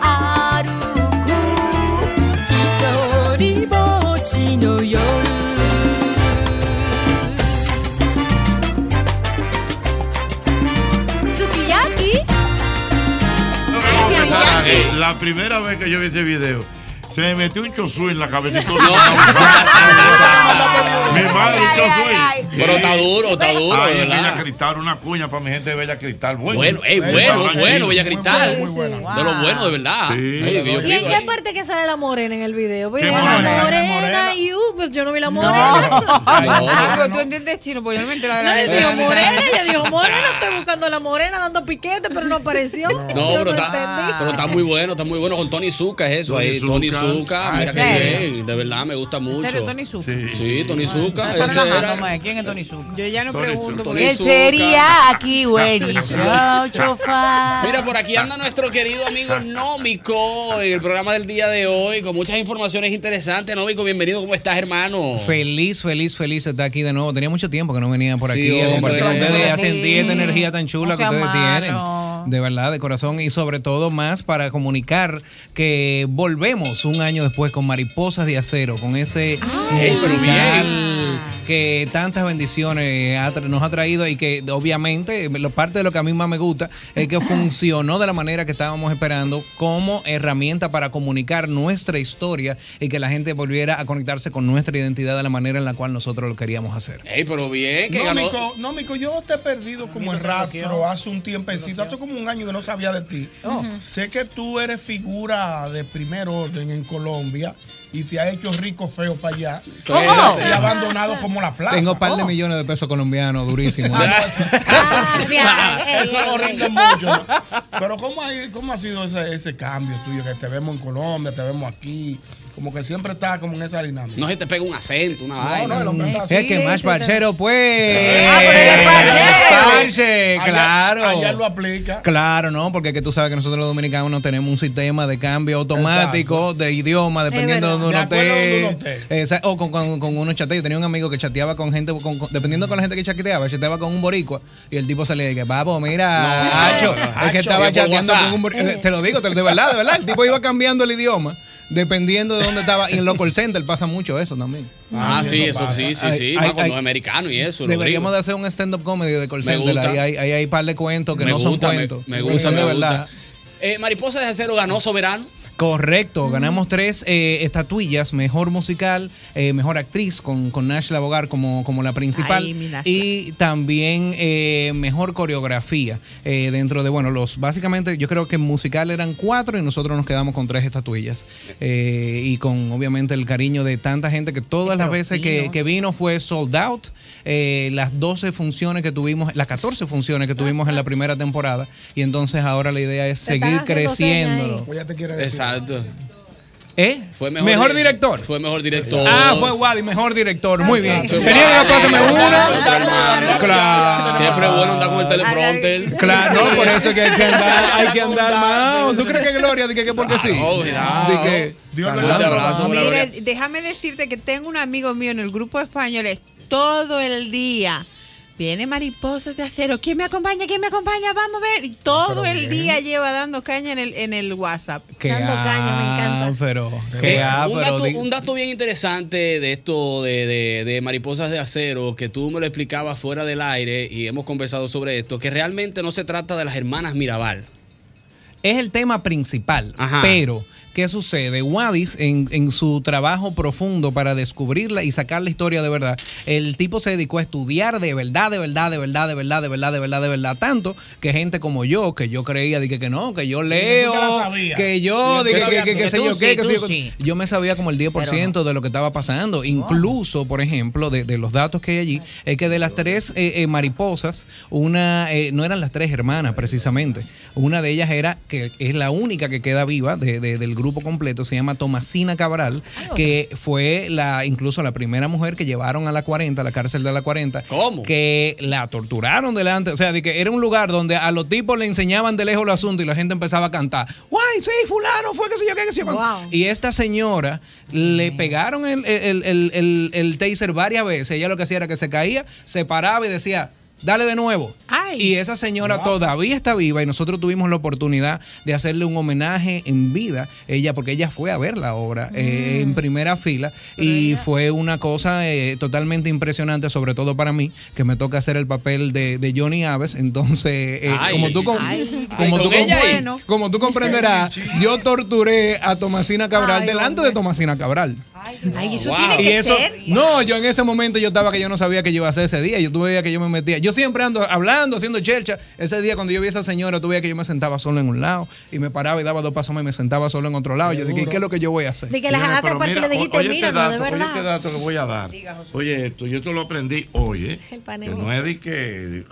歩く一人ぼっちの夜すき焼き
Eh, La primera vez que yo vi ese video, se me metió un chosú en la cabeza. y todo. Mi madre, un chosú.
Pero está duro, está duro,
Ay, en
¿verdad?
Bella Cristal, una cuña para mi gente de Bella Cristal. Bueno,
Bueno, ey,
Ey,
bueno,
tamaño.
bueno, Bella Cristal.
Ah, Muy bueno, muy bueno.
De lo bueno, de verdad.
Sí.
Ay, que yo
¿Y en
digo,
qué
ay.
parte que sale la morena en el video? Pues,
¿Qué
la
morena?
morena,
Morena.
y uh, pues yo no vi
(laughs)
la morena.
Ah, pero tú entiendes chino, pues yo no me entero de la
No, yo digo
letra.
morena, yo digo
(laughs)
morena, estoy buscando a la morena dando piquete, pero no apareció.
No,
Yo
pero,
entendí.
está, pero está muy bueno, está muy bueno con Tony Zucca, es eso
Tony
ahí. Tony
Zucca.
Zucca,
Ah,
mira
¿en
que
serio?
bien, de verdad me gusta mucho.
serio, Tony Zucca?
Sí, Tony Zucca.
Está
ese era.
relajando, mae. ¿Quién es Tony Zucca?
Yo ya no
Tony pregunto, Zucca. porque-
Él sería aquí, güey.
Chao, Mira, por aquí anda nuestro querido amigo Nómico en el programa del día de hoy con muchas informaciones interesantes. Nómico, bienvenido, ¿cómo estás, hermano?
Feliz, feliz, feliz de estar aquí de nuevo. Tenía mucho tiempo que no venía por
Sí,
aquí a
hombre.
compartir con ustedes y a
Sí.
sentir esta energía tan chula
No
que
sea
ustedes
malo.
tienen. De verdad, de corazón y sobre todo más para comunicar que volvemos un año después con Mariposas de Acero, con ese
pero
musical que tantas bendiciones ha tra- nos ha traído y que obviamente lo- parte de lo que a mí más me gusta
(laughs)
es que funcionó de la manera que estábamos esperando como herramienta para comunicar nuestra historia y que la gente volviera a conectarse con nuestra identidad de la manera en la cual nosotros lo queríamos hacer.
Ey, pero bien, que
No,
ganó.
Mico, no, Mico, yo te he perdido como el rastro hace un tiempecito, hace como un año que no sabía de ti.
Ujú.
Sé que tú eres figura de primer orden en Colombia y te has hecho rico feo para allá.
Claro.
Te has abandonado como la plaza.
Tengo un par de millones de pesos colombianos
(laughs)
durísimos. (laughs)
Ah,
eh.
Eso
(laughs)
lo rinden mucho. ¿no? Pero ¿cómo ha, cómo ha sido ese, ese cambio tuyo? Que te vemos en Colombia, te vemos aquí. Como que siempre estás como en esa dinámica.
No se te pega un acento, una vaina.
no, el hombre está
Es que
así.
más parchero, pues.
Ah, pero él es parchero.
Parche,
Allá-
claro.
allá lo aplica.
Claro, no, porque es que tú sabes que nosotros los dominicanos tenemos un sistema de cambio automático de idioma, dependiendo de
verdad.
donde
De
uno
acuerdo a donde uno
esté. Exacto, O con, con, con unos chateos. Yo tenía un amigo que chateaba con gente, con- con- dependiendo con la gente que chateaba, chateaba con un boricua y el tipo salía y que, papo, mira,
No,
hacho,
no, no,
es
Hacho,
que estaba
y por
chateando
WhatsApp.
Eh.
con un boricua. Te lo digo, te- de verdad, de verdad, el tipo iba cambiando el idioma. Dependiendo de dónde estaba. Y en los call centers pasa mucho eso también.
Ah, sí, eso, sí, sí,
Hay-
sí.
hay-
Más cuando
hay-
es americano y eso.
Deberíamos
Rodrigo.
de hacer un stand-up comedy de call
Me
center.
gusta.
Ahí hay, ahí hay par de cuentos que
Me
no son
gusta, me-
cuentos.
me gusta,
Son de
me
verdad.
Eh, Mariposa de Acero ganó Soberano. Mm.
Correcto, ganamos tres eh, estatuillas, mejor musical, eh, mejor actriz con, con Nashla Bogar como, como la principal
Ay, mi Nashla.
y también eh, mejor coreografía eh, dentro de, bueno, los básicamente yo creo que en musical eran cuatro y nosotros nos quedamos con tres estatuillas Eh, y con obviamente el cariño de tanta gente que todas las veces que, que vino fue sold out, eh, las 12 funciones que tuvimos, las 14 funciones que tuvimos en la primera temporada y entonces ahora la idea es
Te estás
seguir
haciendo seña ahí.
creciéndolo.
Pues ya te quiere decir.
Exacto.
¿Eh?
Fue
mejor,
mejor,
director.
Fue mejor director.
Ah, fue Wally, mejor director. Muy bien.
Exacto.
Tenía que pasarme una.
Claro.
Claro.
Siempre es bueno andar con el teleprompter.
Claro, no, por eso es que hay que andar, hay que andar más. ¿Tú crees que Gloria? Dije que porque sí. Di que- Fuerte abrazo,
Mire,
Gloria.
déjame decirte que tengo un amigo mío en el grupo de españoles todo el día. Viene mariposas de acero. ¿Quién me acompaña? ¿Quién me acompaña? Vamos a ver. Y Todo el día lleva dando caña en el, en el WhatsApp.
Qué ánfero,
Eh,
Qué
un,
ánfero.
dato,
Di-
un dato bien interesante de esto de, de- de mariposas de acero que tú me lo explicabas fuera del aire y hemos conversado sobre esto, que realmente no se trata de las hermanas Mirabal.
es el tema principal.
Ajá.
Pero, ¿qué sucede? Wadis, en, en su trabajo profundo para descubrirla y sacar la historia de verdad, el tipo se dedicó a estudiar de verdad, de verdad, de verdad, de verdad, de verdad, de verdad, de verdad, tanto que gente como yo, que yo creía, dije que no, que yo leo,
tú te la sabías.
que yo,
Que
dije
tú
que, que- que
sí,
sé
tú
yo qué,
sí,
que
tú
sé yo qué.
sí.
Yo me sabía como el 10% de lo que estaba pasando. Incluso, por ejemplo, de, de los datos que hay allí, es que de las tres eh, eh, mariposas, una eh, no eran las tres hermanas precisamente. Una de ellas era, que es la única que queda viva de- de- del grupo completo, se llama Tomasina Cabral, que fue la incluso la primera mujer que llevaron a la 40, a la cárcel de la 40.
¿Cómo?
Que la torturaron delante. O sea, de que era un lugar donde a los tipos le enseñaban de lejos el asunto y la gente empezaba a cantar. ¡Guay! Sí, fulano, fue que sé yo qué, que sé yo cuánto". Y esta señora le pegaron el, el, el- el- el taser varias veces. Ella lo que hacía era que se caía, se paraba y decía, dale de nuevo. Y esa señora todavía está viva y nosotros tuvimos la oportunidad de hacerle un homenaje en vida, ella, porque ella fue a ver la obra eh,
Mm.
en primera fila y fue una cosa eh, totalmente impresionante, sobre todo para mí, que me toca hacer el papel de, de Johnny Aves. Entonces, eh,
Ay.
como tú, con-
Ay.
como,
Ay,
tú
con ella
con-
ahí.
como tú comprenderás, yo torturé a Tomasina Cabral delante de Tomasina Cabral.
Ay, eso
Wow.
tiene
Y
que
eso-
ser.
No, yo en ese momento yo estaba que yo no sabía que yo iba a hacer ese día. Yo tuve que yo me metía. Yo siempre ando hablando, haciendo chercha. Ese día cuando yo vi a esa señora, tuve que yo me sentaba solo en un lado y me paraba y daba dos pasos más y me sentaba solo en otro lado. Yo dije, ¿qué es lo que yo voy a hacer?
De que la jalaste
Pero
aparte y le
mira,
dijiste,
oye
mira,
este
no, de
dato, oye
verdad.
este dato que voy a dar. Oye, esto, yo esto lo aprendí hoy, ¿eh?
El
Que
panel.
no es de que...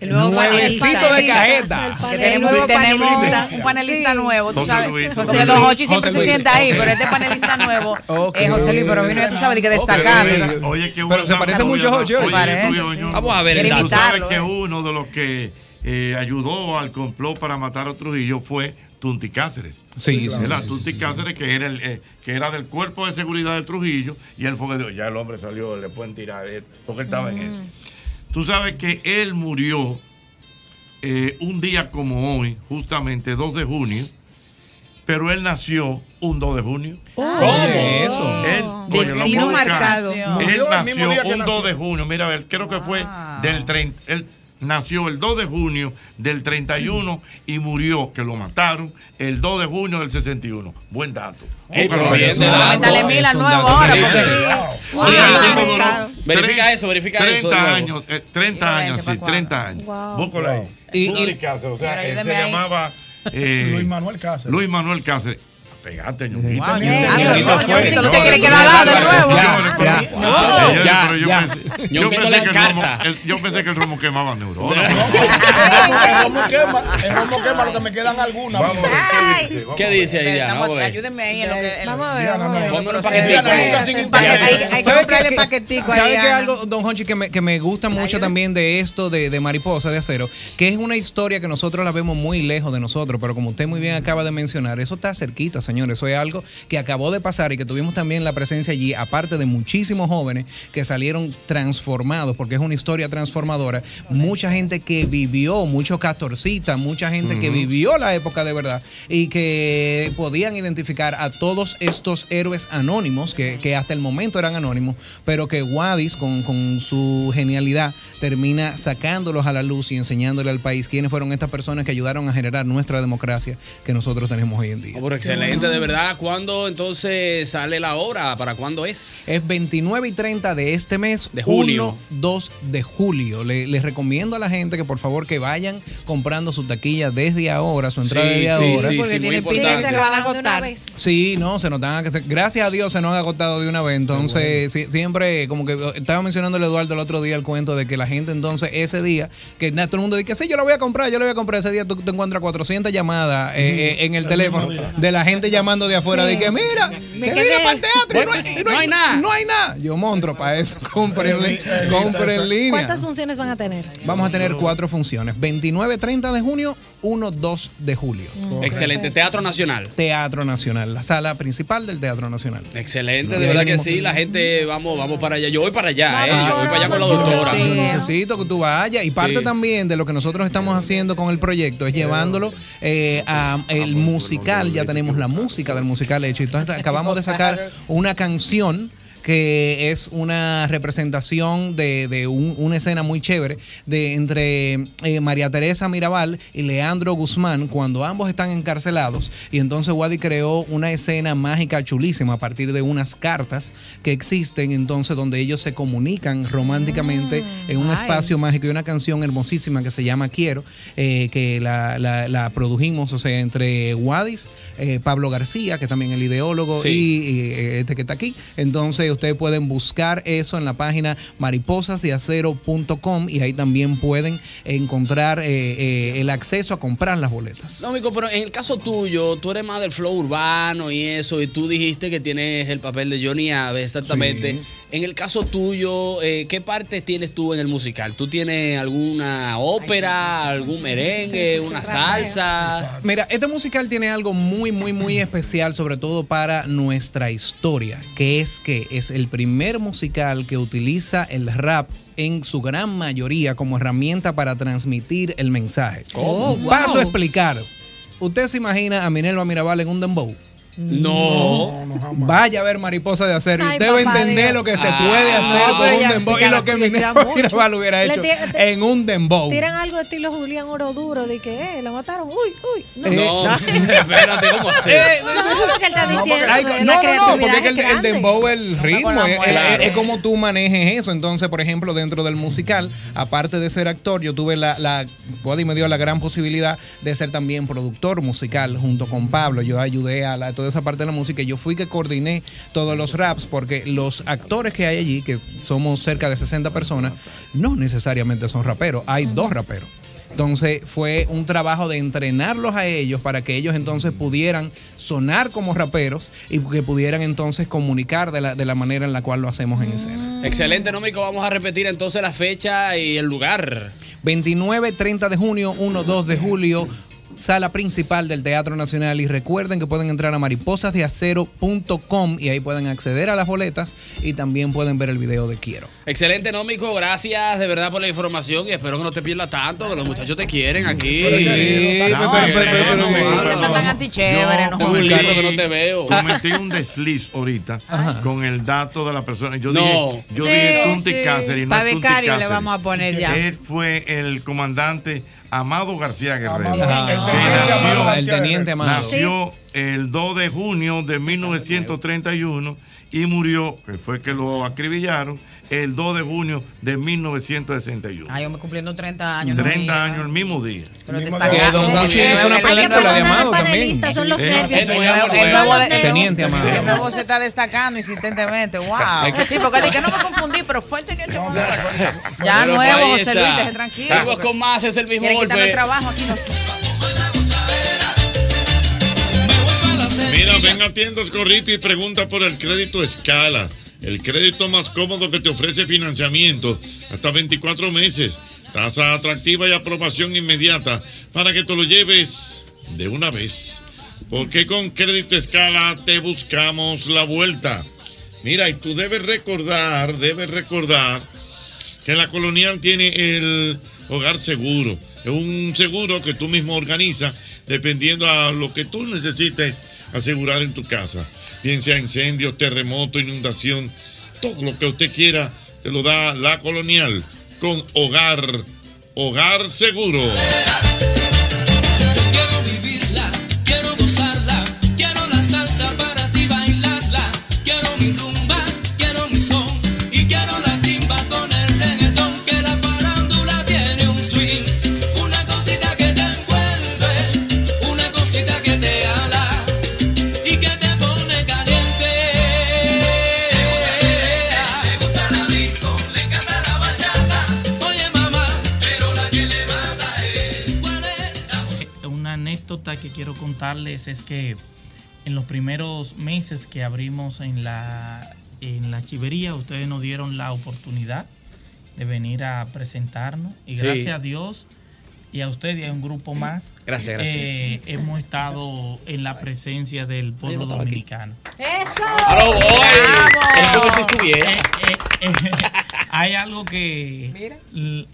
El
nuevo
Nuevecito
panelista.
de cajeta.
Que tenemos
El nuevo
tenemos
panelista.
un panelista nuevo, tú
José
sabes.
Luis,
Porque
José
los
Luis.
Hochi siempre
José
se
Luis.
sienta ahí,
Ok.
pero este panelista nuevo
Ok.
es José Luis, pero vino ya tú sabes, de que destacado.
Oye, Oye, que
Pero se parece mucho a Johnny. Parece, sí.
Vamos a
ver el dato.
Tú sabes
imitarlo,
que uno de los que eh, ayudó al complot para matar a Trujillo fue Tunti Cáceres.
Sí, sí,
¿Verdad?
sí, sí,
Tunti Cáceres, que era, el, eh, que era del cuerpo de seguridad de Trujillo, y él fue que dijo, ya el hombre salió, le pueden tirar, eh, porque él estaba en
Mm.
Mm.
eso. Tú sabes que él murió eh, un día como hoy, justamente 2 de junio, pero él nació un 2 de junio.
Oh.
Oye, eso.
Él, coño, lo
Destino
puedo buscar.
marcado.
Él
Murió el mismo
nació
día que
un
nació. Ah.
2 de junio. Mira, él creo que fue del 30. Él nació el 2 de junio del 31 y murió, que lo mataron, el 2 de junio del 61. Buen dato.
Ey,
Búscalo
pero
ahí.
bien de dato. Aumentale
Es
mil al
un
nuevo
dato.
ahora,
Sí,
porque-
sí.
Wow.
Oye,
Ah,
el tipo duró
aumentado. Verifica
tre-
eso, verifica eso de
30
nuevo.
años, eh, 30 años, sí, 30 años.
Wow.
Búscalo ahí.
Y-
Tunti
y-
Cáceres, o sea,
Mira,
él se
ayúdeme ahí.
llamaba eh,
(laughs) Luis Manuel Cáceres.
Luis Manuel Cáceres. Pegate, ñonguito.
Wow, ñonguito. Ñonguito fue.
Ñonguito,
¿No te quieres
ñonguito.
quedar al lado de nuevo?
Señores, pero-
Ya,
Wow.
ya,
Señores, pero yo
ya.
pensé- yo
Ñonguito
pensé
le
que el
encanta.
romo- el- Yo pensé que el romo quemaba
(laughs)
neuronas.
El romo quema, el romo quema, lo que me quedan algunas.
¿Qué dice ahí, Diana?
Vamos,
Vamos a ver.
Ayúdenme ahí en lo que. en lo
Vamos a
que-
ver, vamos a ver.
Ponme los
Diana,
paquetitos.
nunca sin-
Hay que
¿Sabe
comprarle
qué-
paquetico ahí,
¿Sabe qué
Ana?
algo, don Honchi, que me, que me gusta mucho también de esto de, de Mariposa de Acero? Que es una historia que nosotros la vemos muy lejos de nosotros, pero como usted muy bien acaba de mencionar, eso está cerquita, señores. Eso es algo que acabó de pasar y que tuvimos también la presencia allí, aparte de muchísimos jóvenes que salieron transformados, porque es una historia transformadora. Mucha gente que vivió, muchos castorcitas, mucha gente que
Ujú.
vivió la época de verdad y que podían identificar a todos estos héroes anónimos, que, que hasta el momento eran anónimos, pero que Wadis, con, con su genialidad, termina sacándolos a la luz y enseñándole al país quiénes fueron estas personas que ayudaron a generar nuestra democracia que nosotros tenemos hoy en día.
Excelente, de verdad. ¿Cuándo entonces sale la obra? ¿Para cuándo es?
Es 29 y 30 de este mes. De
julio.
2 de julio. Le- les recomiendo a la gente que por favor que vayan comprando su taquilla desde ahora, su entrada
Sí,
desde
sí,
ahora.
sí, Porque sí, muy tiene pinta de que importante. se
van a agotar.
Sí, no, se nos han, gracias a Dios se nos han agotado de una vez. Entonces, sí, siempre, como que estaba mencionando el Eduardo el otro día el cuento de que la gente entonces ese día, que na, todo el mundo dice, sí, yo lo voy a comprar, yo lo voy a comprar. Ese día tú te encuentras 400 llamadas eh, eh, en el teléfono de la gente llamando de afuera, de que mira, que
quedé-
mira para el teatro, y no hay, y
No
no hay
hay
nada. No hay nada. Yo monstruo para eso, (laughs) compren, li- compren en línea.
¿Cuántas funciones van a tener?
Vamos a tener cuatro funciones, 29, 30 de junio, 1, 2 de julio.
Excelente. Teatro Nacional.
Teatro Nacional, la sala principal del Teatro Nacional.
Excelente,
Y
de
ahí
verdad que
venimos
sí. La gente, vamos, vamos para allá. Yo voy para allá, ¿eh?
Ah,
Yo voy para allá con la
yo
doctora.
necesito que tú vayas. Y parte
Sí.
también de lo que nosotros estamos haciendo con el proyecto es llevándolo eh, a el musical. Ya tenemos la música del musical hecho. Entonces acabamos de sacar una canción que es una representación de, de un- una escena muy chévere de entre eh, María Teresa Mirabal y Leandro Guzmán cuando ambos están encarcelados y entonces Wadi creó una escena mágica chulísima a partir de unas cartas que existen entonces donde ellos se comunican románticamente en un
ay.
espacio mágico y una canción hermosísima que se llama Quiero eh, que la, la- la produjimos o sea entre Wadis eh, Pablo García que también el ideólogo
Sí.
y y, eh, este que está aquí. Entonces ustedes pueden buscar eso en la página mariposasdeacero.com y ahí también pueden encontrar eh, eh, el acceso a comprar las boletas.
No, Mico, pero en el caso tuyo, tú eres más del flow urbano y eso, y tú dijiste que tienes el papel de Johnny Aves, exactamente. En el caso tuyo, eh, ¿qué partes tienes tú en el musical? ¿Tú tienes alguna ópera, algún merengue, una salsa?
Mira, este musical tiene algo muy, muy, muy especial, sobre todo para nuestra historia, que es que es el primer musical que utiliza el rap en su gran mayoría como herramienta para transmitir el mensaje.
Oh, wow.
Paso a explicar. ¿Usted se imagina a Minerva Mirabal en un dembow?
No.
Vaya a ver Mariposa de Acero
Ay,
y usted va a
papá
entender
Dios.
lo que se
Ah.
puede
No,
hacer
pero
con un
ya
dembow y
explica
lo que
la curiosidad
Minerva
mucho.
Mirabal hubiera
Le
hecho
tira- te-
en un dembow.
Tiran algo estilo Julián Oro Duro de que eh, lo mataron. Uy, uy. No,
No.
espérate, ¿cómo así?
Eh,
No, lo que él está diciendo.
Ay,
la
no, no, no,
creatividad
porque es que el,
es
el
grande.
dembow es el ritmo,
con la
es,
muerte.
es- es como tú manejes eso. Entonces, por ejemplo, dentro del musical, aparte de ser actor, yo tuve la, la Wadi me dio la gran posibilidad de ser también productor musical junto con Pablo. Yo ayudé a la- toda esa parte de la música. y Yo fui que coordiné todos los raps porque los actores que hay allí, que somos cerca de 60 personas, no necesariamente son raperos, hay dos raperos. Entonces fue un trabajo de entrenarlos a ellos para que ellos entonces pudieran sonar como raperos y que pudieran entonces comunicar de la, de la manera en la cual lo hacemos en escena.
Excelente, no, Mico, vamos a repetir entonces la fecha y el lugar.
29, 30 de junio, 1, 2 de julio, sala principal del Teatro Nacional y recuerden que pueden entrar a mariposasdeacero.com y ahí pueden acceder a las boletas y también pueden ver el video de Quiero.
Excelente, no, Mico, gracias de verdad por la información y espero que no te pierdas tanto, que los muchachos te quieren aquí.
Pero, querido,
No,
pero, pero,
eh,
pero, pero,
no,
pero,
no,
pero,
no, no.
antichévere, no
Julio, que no te veo.
Cometí un desliz ahorita con el dato de la persona. Yo
No.
dije, yo
Sí,
dije Tunti
sí.
Cáceres y no
Pa'
es Tunti
becario le
Cáceres.
vamos a poner ya.
Él fue el comandante Amado García Guerrero.
Ajá.
que
El teniente
nació-
Amado García El teniente Guerrero. Amado.
Nació el 2 de junio de 1931 y murió, que fue que lo acribillaron, el 2 de junio de 1961.
Ay, yo me cumpliendo 30 años.
30 años el mismo día.
Que Don Gucci hizo una película de Amado también.
son los
Eh,
nervios.
eh,
El
nuevo- el
son
nuevo
los
de-
nervios.
Teniente Amado.
El nuevo se está destacando insistentemente. ¡Wow!
Es que-
Sí, porque dije, no me confundí, pero fue el teniente. Ya nuevo, José Luis, deje tranquilo.
Algo con más, es el mismo
Quiere quitarme el
golpe.
trabajo aquí. No
Mira, ven a tiendas Corrito y pregunta por el crédito Escala, el crédito más cómodo que te ofrece financiamiento hasta 24 meses, tasa atractiva y aprobación inmediata para que te lo lleves de una vez. Porque con Crédito Escala te buscamos la vuelta. Mira, y tú debes recordar, debes recordar que la colonial tiene el hogar seguro. Es un seguro que tú mismo organizas dependiendo a lo que tú necesites asegurar en tu casa. Bien sea incendio, terremoto, inundación, todo lo que usted quiera, te lo da la colonial con hogar, hogar seguro.
vivirla, quiero gozarla, quiero la salsa para así bailarla, quiero mi rumba, quiero mi son y quiero la timba con el reggaetón que la parándula tiene un swing, una cosita que te envuelve, una cosita que te ala y que te pone caliente. Le gusta la disco, le encanta la bachata, oye mamá, pero la que le mata es cuál es.
Eh, Una anécdota que quiero contarles es que en los primeros meses que abrimos en la, en la chivería, ustedes nos dieron la oportunidad de venir a presentarnos. Y
Sí.
gracias a Dios y a ustedes y a un grupo más,
Gracias, gracias.
eh, hemos estado en la presencia del pueblo dominicano.
¡Eso!
¡Bravo!
¡Bravo!
Eso que si estuviera. Eh, (laughs) hay algo que. l-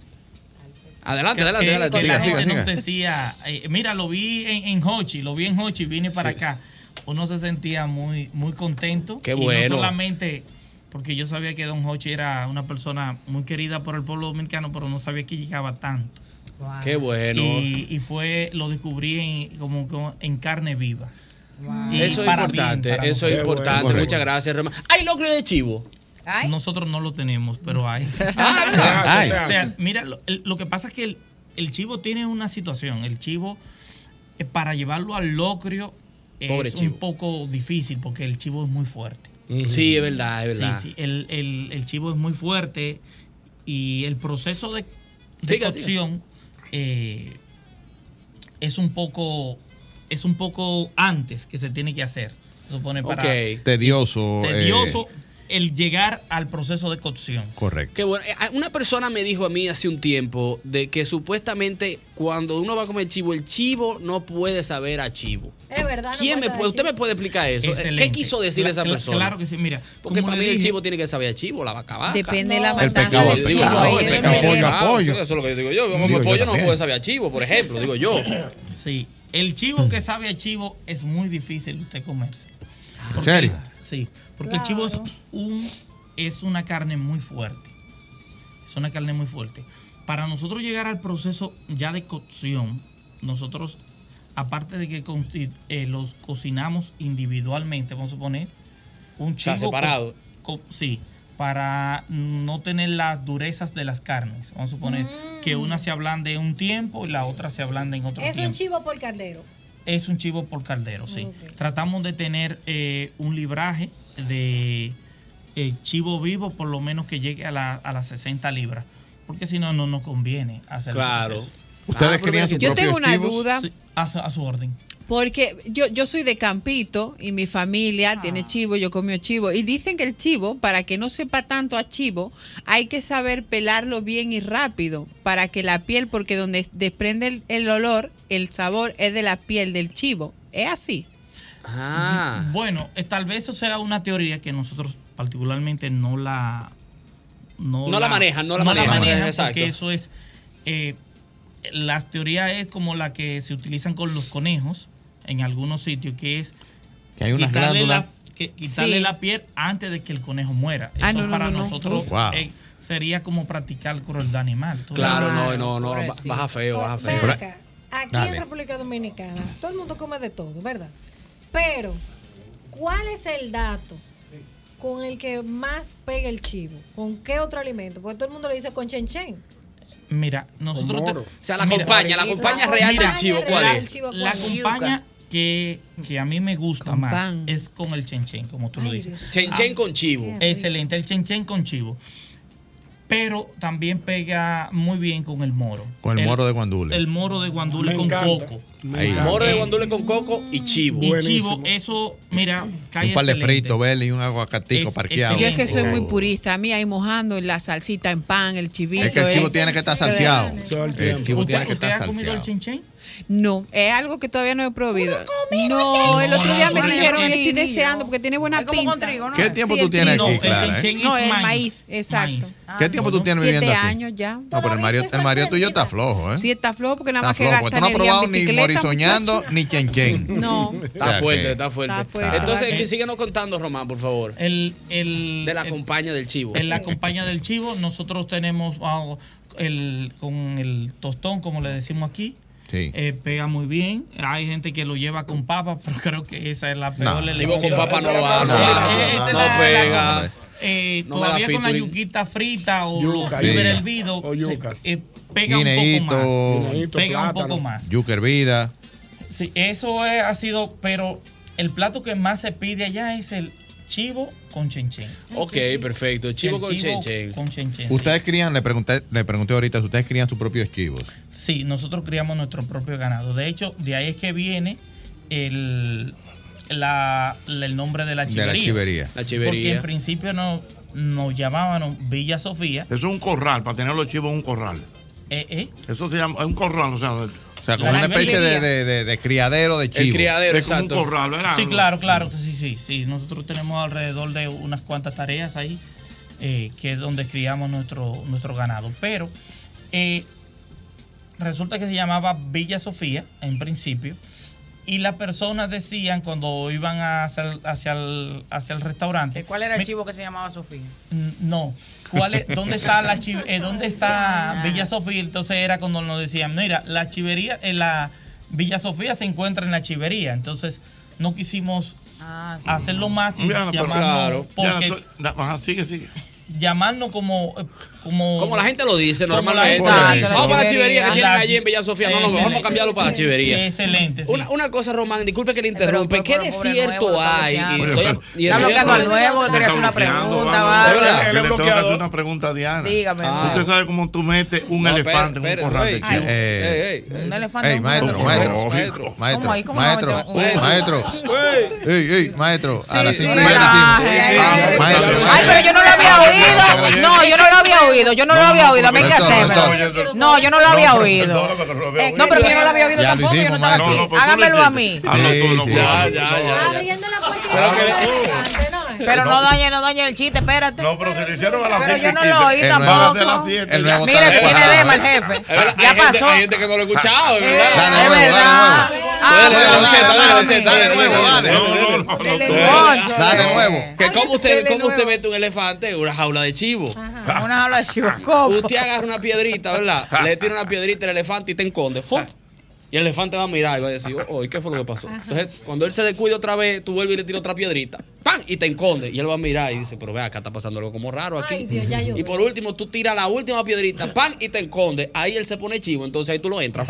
que-
Adelante, adelante,
que-
adelante.
que
Siga,
la
siga,
gente nos
siga.
decía, eh, mira, lo vi en, en Hochi, lo vi en Hochi, vine para acá. Uno se sentía muy, muy contento.
Qué
Y
bueno.
no solamente porque yo sabía que Don Hochi era una persona muy querida por el pueblo dominicano, pero no sabía que llegaba tanto.
Qué bueno.
Y, y fue, lo descubrí en- como, como en carne viva. Y
Eso es
para
importante,
bien, para
eso es
nosotros.
importante. Muchas gracias, Román. Hay locrio de chivo.
Nosotros no lo tenemos, pero hay.
se hace, se
O sea,
hace.
mira, lo, el- lo que pasa es que el, el chivo tiene una situación. El chivo, eh, para llevarlo al locrio, es
Pobre
un
chivo.
poco difícil porque el chivo es muy fuerte.
Sí, es verdad, es verdad.
Sí, sí, el, el- el chivo es muy fuerte y el proceso de, de
Siga, siga.
cocción eh, es un poco es un poco antes que se tiene que hacer. Se supone para
Tedioso. eh,
tedioso el llegar al proceso de cocción.
correcto.
Qué bueno. Eh, Una persona me dijo a mí hace un tiempo de que supuestamente cuando uno va a comer chivo, el chivo no puede saber a chivo.
Es verdad. no
¿Quién me
pasa
puede, usted me puede explicar eso? Eh, ¿Qué
Excelente.
quiso decir
Este Cla-
esa
cla-
persona?
Claro que sí, mira.
Porque
como
para
le
mí el
dije-
chivo tiene que saber a chivo, la vaca vaca.
Depende de la
El
matanza
pecado,
del
el
chivo,
pecado,
ahí
el
debe de
pecado.
ver.
Ah,
Pollo,
Eso es lo que digo yo. Yo
Digo
como
yo
pollo no
también.
puedo saber a chivo, por ejemplo, digo yo.
Sí. El chivo que sabe a chivo es muy difícil usted comerse.
¿En serio?
Sí, porque el chivo es, un, es una carne muy fuerte. Es una carne muy fuerte. Para nosotros llegar al proceso ya de cocción, nosotros, aparte de que consti- eh, los cocinamos individualmente, vamos a suponer, un
sea,
chivo.
separado.
con- con- sí, para no tener las durezas de las carnes. Vamos a suponer que una se ablande un tiempo y la otra se ablande en otro
Mm. Es
tiempo
un chivo por caldero.
es un chivo por caldero, sí. Tratamos de tener eh, un libraje de eh, chivo vivo, por lo menos que llegue a, la- a las 60 libras, porque si no, no nos conviene hacer el
Claro.
proceso.
Ustedes Ah, pero crían mira, sus
Yo tengo una
chivos.
duda.
Sí, a, su- a su orden.
Porque yo, yo soy de Campito y mi familia tiene chivo, yo comí chivo. Y dicen que el chivo, para que no sepa tanto a chivo, hay que saber pelarlo bien y rápido para que la piel, porque donde desprende el, el olor, el sabor es de la piel del chivo. Es así.
Ah.
Bueno, eh, tal vez eso sea una teoría que nosotros particularmente no la... No,
No la manejan, no la manejan, exacto.
porque eso es... eh, las teorías es como la que se utilizan con los conejos en algunos sitios, que es
Que hay unas
quitarle
glándulas.
la, que- quitarle
Sí.
la piel antes de que el conejo muera. Eso
Ah, no, no,
para
no, no.
nosotros
Wow.
eh, sería como practicar crueldad animal. ¿Tú
Claro, no,
sabes?
no, no. ba- Baja feo, baja
Ven
feo.
acá.
Aquí
Dale.
en República Dominicana, todo el mundo come de todo, ¿verdad? Pero, ¿cuál es el dato con el que más pega el chivo? ¿Con qué otro alimento? Porque todo el mundo lo dice con chenchen.
Mira, nosotros.
moro. O sea, la compañía, la compañía La real del compañía chivo, ¿cuál real es? del chivo,
La
¿cuál es?
compañía
Yuca.
que, que a mí me gusta más es con el chenchen, como tú lo dices. Ah,
Chenchen con chivo.
Excelente, el chenchen con chivo. Pero también pega muy bien con el moro.
Con el moro de guandule.
El moro de guandule
Me
con
encanta.
coco.
Ahí.
Moro de guandule con coco y chivo.
Y chivo, eso, mira, cae
Un par de
excelente.
fritos, Beli, y un aguacatico
Es-
parqueado.
Yo es que soy muy
Oh.
purista. A mí ahí mojando en la salsita en pan, el chivito.
Es que el chivo
eh.
tiene que estar saciado. El chivo
¿Usted,
tiene que
usted
estar
ha comido el
salseado.
chenchen?
No, es algo que todavía no he probado.
chenchen?
No, el otro día me
No, no,
dijeron
no,
y estoy
chenchen,
deseando porque tiene buena pinta.
¿Qué tiempo
Sí,
tú
el
tienes
trigo.
aquí, Clara? eh?
No, el maíz, exacto.
¿Qué tiempo tú tienes viviendo
Siete
aquí?
años ya.
No, pero el Mario, el Mario tuyo está flojo, ¿eh?
Sí, está flojo porque
Está
nada más que
flojo.
gasta
porque Tú no has
energía en
probado ni
bicicleta,
morisoñando ni chen
(laughs)
chen.
(laughs) No.
Está
O sea
fuerte,
que-
está fuerte,
Está fuerte.
Entonces,
Ah.
que síguenos contando, Román, por favor.
El, el,
de la compañía del chivo.
En la compañía del chivo, nosotros tenemos ah, el, con el tostón, como le decimos aquí.
Sí.
Eh, pega muy bien. Hay gente que lo lleva con papa, pero creo que esa es la peor.
No.
elección.
Chivo con papa no va, no
Eh,
va, no,
esta es
no
la-
pega.
la- eh,
No me la
todavía con la
featuring.
yuquita frita o
Yuca,
los fiber
yuca.
hervido, se- eh, pega un poco más.
Guineíto.
pega un poco más.
Yuca hervida.
Sí, eso es- ha sido, pero el plato que más se pide allá es el chivo con chenchen.
(laughs) Ok, perfecto. Chivo
El
con
chivo
chenchen.
Con chenchen.
Ustedes crían, le pregunté, le pregunté ahorita, si ustedes crían sus propios chivos.
Sí, nosotros criamos nuestro propio ganado. De hecho, de ahí es que viene el, la- la- el nombre de la
De la
chivería.
chivería.
La chivería.
Porque en principio no, nos llamábamos Villa Sofía.
Eso es un corral, para tener los chivos en un corral.
Eh, eh.
Eso se llama, es un corral, o sea.
O sea, como una especie de, de- de- de criadero de chivos.
es como un corral, ¿verdad?
Sí, claro, claro. Sí, sí, sí. Nosotros tenemos alrededor de unas cuantas tareas ahí, eh, que es donde criamos nuestro, nuestro ganado. Pero eh, resulta que se llamaba Villa Sofía en principio. Y las personas decían cuando iban hacia el, hacia el, hacia el restaurante.
¿Cuál era el
"Mi-
chivo que se llamaba Sofía?
Mm, No. ¿Cuál es- ¿Dónde está la chi- eh, ¿Dónde está Villa Sofía? Entonces era cuando nos decían, mira, la chivería, eh, la Villa Sofía se encuentra en la chivería. Entonces no quisimos
Ah,
Ah,
hacerlo más y
Diana, pero-
llamarnos,
claro.
porque
Diana, tú- da- ajá, sigue, sigue.
llamarnos como, eh, como
Como la gente lo dice
como
normalmente.
la gente-
vamos para la chivería que tienen
La-
allí en Villa Sofía. No, no, vamos a
Excelente.
cambiarlo para la chivería.
Excelente.
Una, una cosa, Román, disculpe que le interrumpe. ¿Qué
pobre
desierto
nuevo, lo está
hay?
bloqueando.
Y estoy- y
Está
estoy-
bloqueando al nuevo, que quería hacer una
bloqueando,
pregunta,
vamos.
vale.
Hola.
Él
Yo
es
le tengo que
bloqueador.
hacer una pregunta a Diana.
Dígame.
Ah.
¿Usted sabe cómo tú metes un
No,
elefante en
espérate,
un corral de
espérate,
chivos?
eh,
Un elefante.
Ey,
un
maestro,
gordo.
maestro,
Lógico.
maestro,
¿Cómo ahí?
maestro,
¿Cómo vamos a
maestro,
meter un-
maestro. Ey, ey, maestro, a las
Sí,
cinco y
sí,
media
relaje.
decimos.
Ay, ay,
Vamos, maestro,
ay,
maestro.
pero yo no lo había oído. No, yo no lo había oído. Yo no lo había oído. A mí hay que
profesor,
hacérmelo.
profesor.
No, yo no lo había
No,
oído.
profesor,
No, pero yo no lo había
Ya
oído
lo
tampoco. Yo no
hicimos,
estaba
maestro.
aquí. Hágamelo a mí.
Ya,
Abriendo la puerta.
Pero no dañe, no dañe el chiste, espérate.
No, pero se lo hicieron a las
Pero
7
yo no lo
El
oí
nuevo-
tampoco.
Van a ser las siete El ya. nuevo
Mira,
está
que tiene
descuadrado,
dema el
¿eh?
jefe.
Es verdad,
Ya
hay gente-
pasó. Eh,
hay gente que no lo ha escuchado, es verdad.
Dale, nuevo, dale, nuevo.
Ah,
Dale,
Dale,
Concheta,
dale,
dale,
dale,
Concheta,
dale,
dale,
nuevo,
dale.
dale.
Concho,
Dale,
dale.
nuevo.
Que cómo usted,
dele
cómo usted
nuevo.
mete un elefante en una jaula de chivo.
Una habla de chivo. ¿Cómo?
Usted agarra una piedrita, ¿verdad? Le tira una piedrita al elefante y te esconde. ¡Fu! Y el elefante va a mirar y va a decir, oh, ¿y qué fue lo que pasó? Entonces, cuando él se descuida otra vez, tú vuelves y le tiras otra piedrita. ¡Pam! Y te esconde. Y él va a mirar y dice, pero ve, acá está pasando algo como raro aquí.
Ay, Dios, ya yo
y por último, tú tiras la última piedrita, ¡pam! Y te esconde. Ahí él se pone chivo, entonces ahí tú lo entras.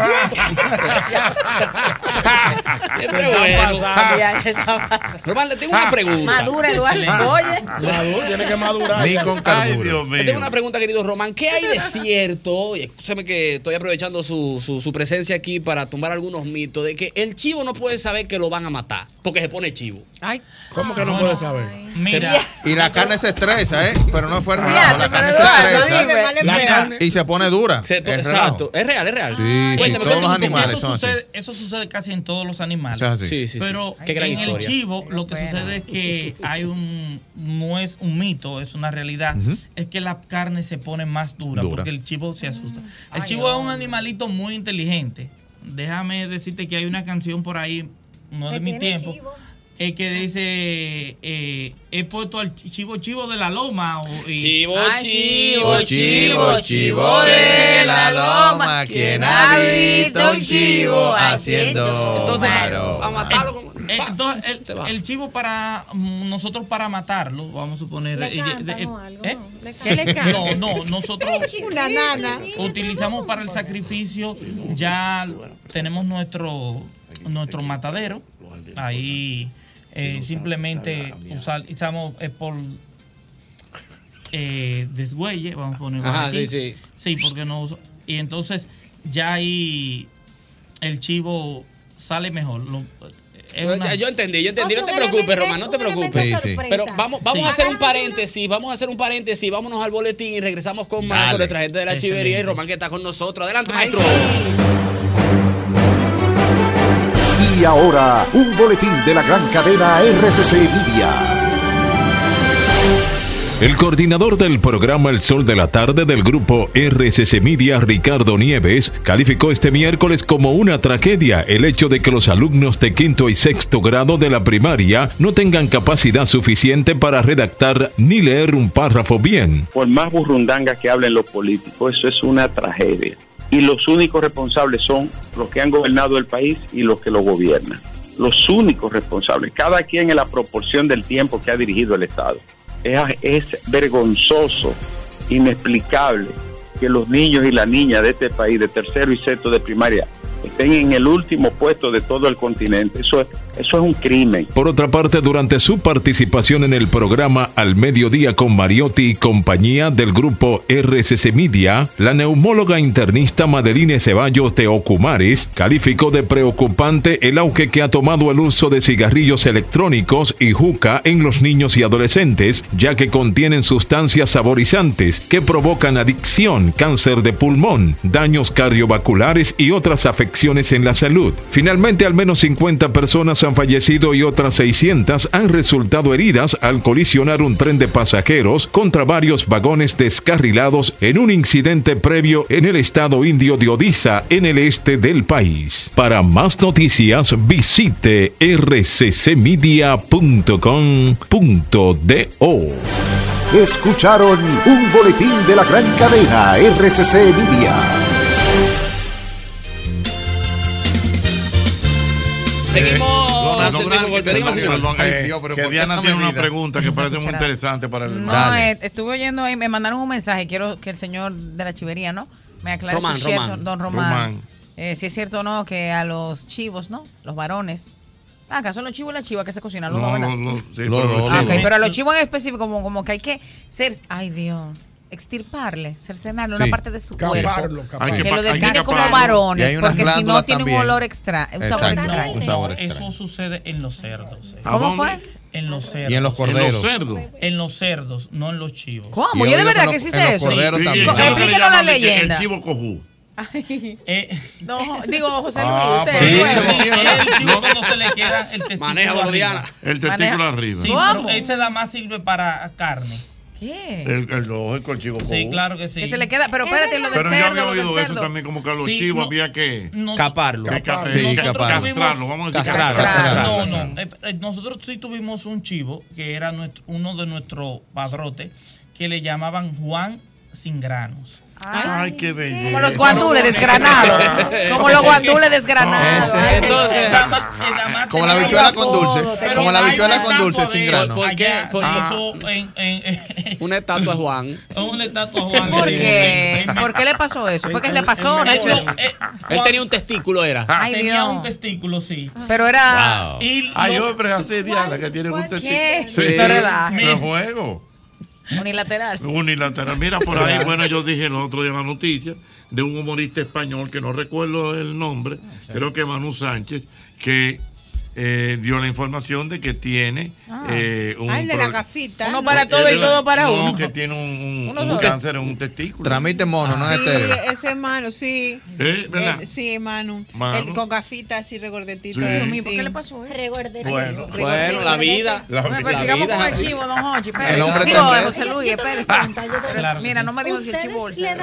Siempre
Se está
bueno.
pasando, ya,
Román, le tengo
Ah.
una pregunta.
Madura,
(laughs)
Eduardo. Oye.
Madura, tiene que madurar.
Ni con
Ay,
carburo.
Dios mío. Yo Tengo una pregunta, querido Román. ¿Qué hay de cierto? Y escúchame que estoy aprovechando su, su- su presencia aquí para tumbar algunos mitos de que el chivo no puede saber que lo van a matar porque se pone chivo.
Ay,
¿Cómo que no puede saber?
Mira.
Y la carne se estresa, ¿eh? Pero no fue
Ya,
relajo. La
pero
carne
Eduardo,
se
dime.
estresa.
La carne-
Y se pone dura.
Se-
Es
exacto.
relajo.
Es real, es real.
Sí, sí,
Cuéntame,
todos
cuéntame
los
un
animales
eso,
son así.
sucede, eso sucede casi en todos los animales.
Eso es así.
Sí, sí, sí.
Pero
Qué gran
en
historia.
el chivo lo que sucede es que hay un no es un mito, es una realidad, es que la carne se pone más dura,
Dura.
porque el chivo se asusta. El
Ay,
chivo es un animalito muy inteligente. Déjame decirte que hay una canción por ahí, no de mi tiempo. Es que dice, eh, he puesto al chi- chivo chivo de la loma. o- y-
Chivo,
Ay, chivo, chivo,
chivo de la loma, quien ha visto un chivo haciendo
Entonces,
varón?
a matarlo. Eh, entonces, el, el chivo para mm, nosotros para matarlo, vamos a suponer.
Le
eh,
cantan
eh,
o
eh,
algo,
¿eh?
no, le
¿Qué le
cantan.
No, no, nosotros (laughs)
Una nana.
utilizamos para el sacrificio, ya tenemos nuestro, nuestro matadero. Ahí eh, simplemente usar- usamos eh, por eh, desgüelle, vamos a poner
Ajá,
aquí.
sí, sí.
Sí, porque no uso- Y entonces ya ahí el chivo sale mejor. lo- es
Yo-
una-
Yo entendí, yo entendí.
O sea,
No te
un
preocupes,
elemento-
Román, no te
un elemento
preocupes.
sorpresa.
Pero vamos, vamos
Sí.
a hacer un paréntesis, vamos a hacer un paréntesis, vámonos al boletín y regresamos con más
Dale.
con nuestra gente de la chivería y
Excelente.
Román que está con nosotros. Adelante, maestro.
Y ahora, un boletín de la gran cadena RCC Media.
El coordinador del programa El Sol de la Tarde del grupo RCC Media, Ricardo Nieves, calificó este miércoles como una tragedia el hecho de que los alumnos de quinto y sexto grado de la primaria no tengan capacidad suficiente para redactar ni leer un párrafo bien.
Por más burrundanga que hablen los políticos, eso es una tragedia. Y los únicos responsables son los que han gobernado el país y los que lo gobiernan. Los únicos responsables, cada quien en la proporción del tiempo que ha dirigido el Estado. Es, es vergonzoso, inexplicable que los niños y las niñas de este país, de tercero y sexto de primaria, estén en el último puesto de todo el continente. Eso es, eso es un crimen.
Por otra parte, durante su participación en el programa Al Mediodía con Mariotti y compañía del grupo RCC Media, la neumóloga internista Madeline Ceballos de Ocumares calificó de preocupante el auge que ha tomado el uso de cigarrillos electrónicos y juca en los niños y adolescentes, ya que contienen sustancias saborizantes que provocan adicción, cáncer de pulmón, daños cardiovasculares y otras afecciones en la salud. Finalmente, al menos 50 personas han fallecido y otras 600 han resultado heridas al colisionar un tren de pasajeros contra varios vagones descarrilados en un incidente previo en el estado indio de Odisha, en el este del país. Para más noticias, visite rccmedia.com.do.
Escucharon un boletín de la gran cadena RCC Media.
Seguimos.
No,
seguimos,
Bran, que
seguimos,
te-
seguimos.
perdón,
Eh,
eh, tío, pero
que
¿por qué
Diana
esta
tiene una
medida?
pregunta que parece muy
Escucha.
interesante para el
No, eh, estuve oyendo ahí, me mandaron un mensaje, quiero que el señor de la chivería, ¿no? Me aclare
Román,
si es cierto,
Román.
don Román,
Román.
eh, si es cierto o no que a los chivos, ¿no? Los varones. Ah, acá son los chivos y las chivas que se cocinan, los
No,
varones.
no, sí, pero-
Ah, ok, pero a los chivos en específico, como, como que hay que ser, ay Dios, extirparle, cercenarle
Sí.
una parte de su
Caparlo,
cuerpo.
caparlo. Hay
Que
que
lo
pa- hay que
define como
caparlo. Y
varones,
hay unas
porque si no
glándulas
tiene un
también.
olor extra, un sabor
Exacto,
extra.
un sabor extra.
Eso sucede en los cerdos. eh.
¿A ¿Cómo dónde?
fue?
En los cerdos.
Y en los corderos. ¿En los cerdos?
En los cerdos, no en los chivos.
¿Cómo? ¿Y es de verdad que sí se eso? Explíquenos la leyenda.
cojú.
Ay. No, digo, José Luis,
Ah,
usted.
pues,
pero-
bueno.
(laughs)
Sí,
El chivo cuando se le queda el testículo
Maneja,
arriba.
Gordiana. El testículo
Maneja.
arriba.
Sí,
¿Cómo?
pero ese nada más sirve para carne.
¿Qué?
El, el lógico, el chivo cojú.
Sí, claro que sí.
Que se le queda, pero espérate, lo del
Pero yo había
cerdo, lo del
oído eso
cerdo.
también, como que a los
Sí,
chivos
no-
había que
no-
caparlo.
Sí, caparlo.
Castrarlo, vamos a decir
Castrarlo,
castrarlo.
No, no. eh, eh, Nosotros sí tuvimos un chivo que era nuestro- uno de nuestros padrotes que le llamaban Juan sin granos.
Ay, qué bello.
Como los guandules desgranados. Como los guandules desgranados.
Entonces,
Como la bichuela con dulce. Como la bichuela con dulce sin grano.
¿Por qué? Por-
Ah.
Una estatua Juan. Una estatua Juan.
¿Por qué? ¿Por qué le pasó eso? ¿Fue que le pasó? No
Eso,
sé.
eh,
Él tenía un testículo, era.
Ay,
Ah. tenía
Dios.
un testículo, sí.
Pero era.
Wow. Y
Hay
los-
hombres así, Diana, que tienen un testículo.
¿Qué?
Sí.
No relajes.
No juego.
Unilateral.
Unilateral. Mira, por ahí, bueno, yo dije el otro día en la noticia de un humorista español que no recuerdo el nombre, creo que Manu Sánchez, que eh, dio la información de que tiene
Ah.
eh, un.
Ay, de la
pro-
gafita.
Uno para todo y
Era-
todo para
no,
uno.
que tiene un, un-
Uno
un
solo.
cáncer en un testículo.
Tramite mono, no es
Sí, eh,
estéreo.
ese mano, sí.
¿Eh? ¿Verdad?
Eh, sí, Manu.
Manu.
El con gafitas así regordetito.
Sí. Dios
mío, ¿por qué le pasó eso?
Regordetito.
Bueno,
Bueno, la vida.
La
Bueno, pero sigamos
vida
con
es
el
así.
chivo, don Hochi.
El hombre
Digo,
también.
José Luis, espérese. Mira, no me dijo si el chivo o el cerdo.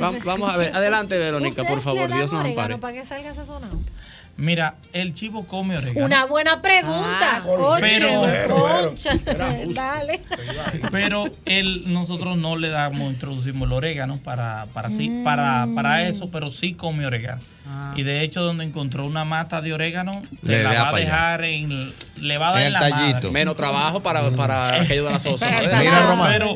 Va- Vamos a ver, adelante, Verónica, por favor,
¿Le dan
Dios nos
orégano
ampare.
para que salga sazonado?
Mira, el chivo come orégano.
Una buena
Ah,
pregunta. Conche,
pero-
concha. Dale.
Pero él, nosotros no le damos, introducimos el orégano para, para, sí, para, para eso, pero sí come orégano. Y de hecho, donde encontró una mata de orégano,
Le
le la
da
va a
pa' allá.
dejar en. Le va a dar
En
en
el
la madre.
tallito. Mm.
Menos trabajo para, para aquello de la (laughs) sosa. ¿no?
Mira,
Román.
Pero,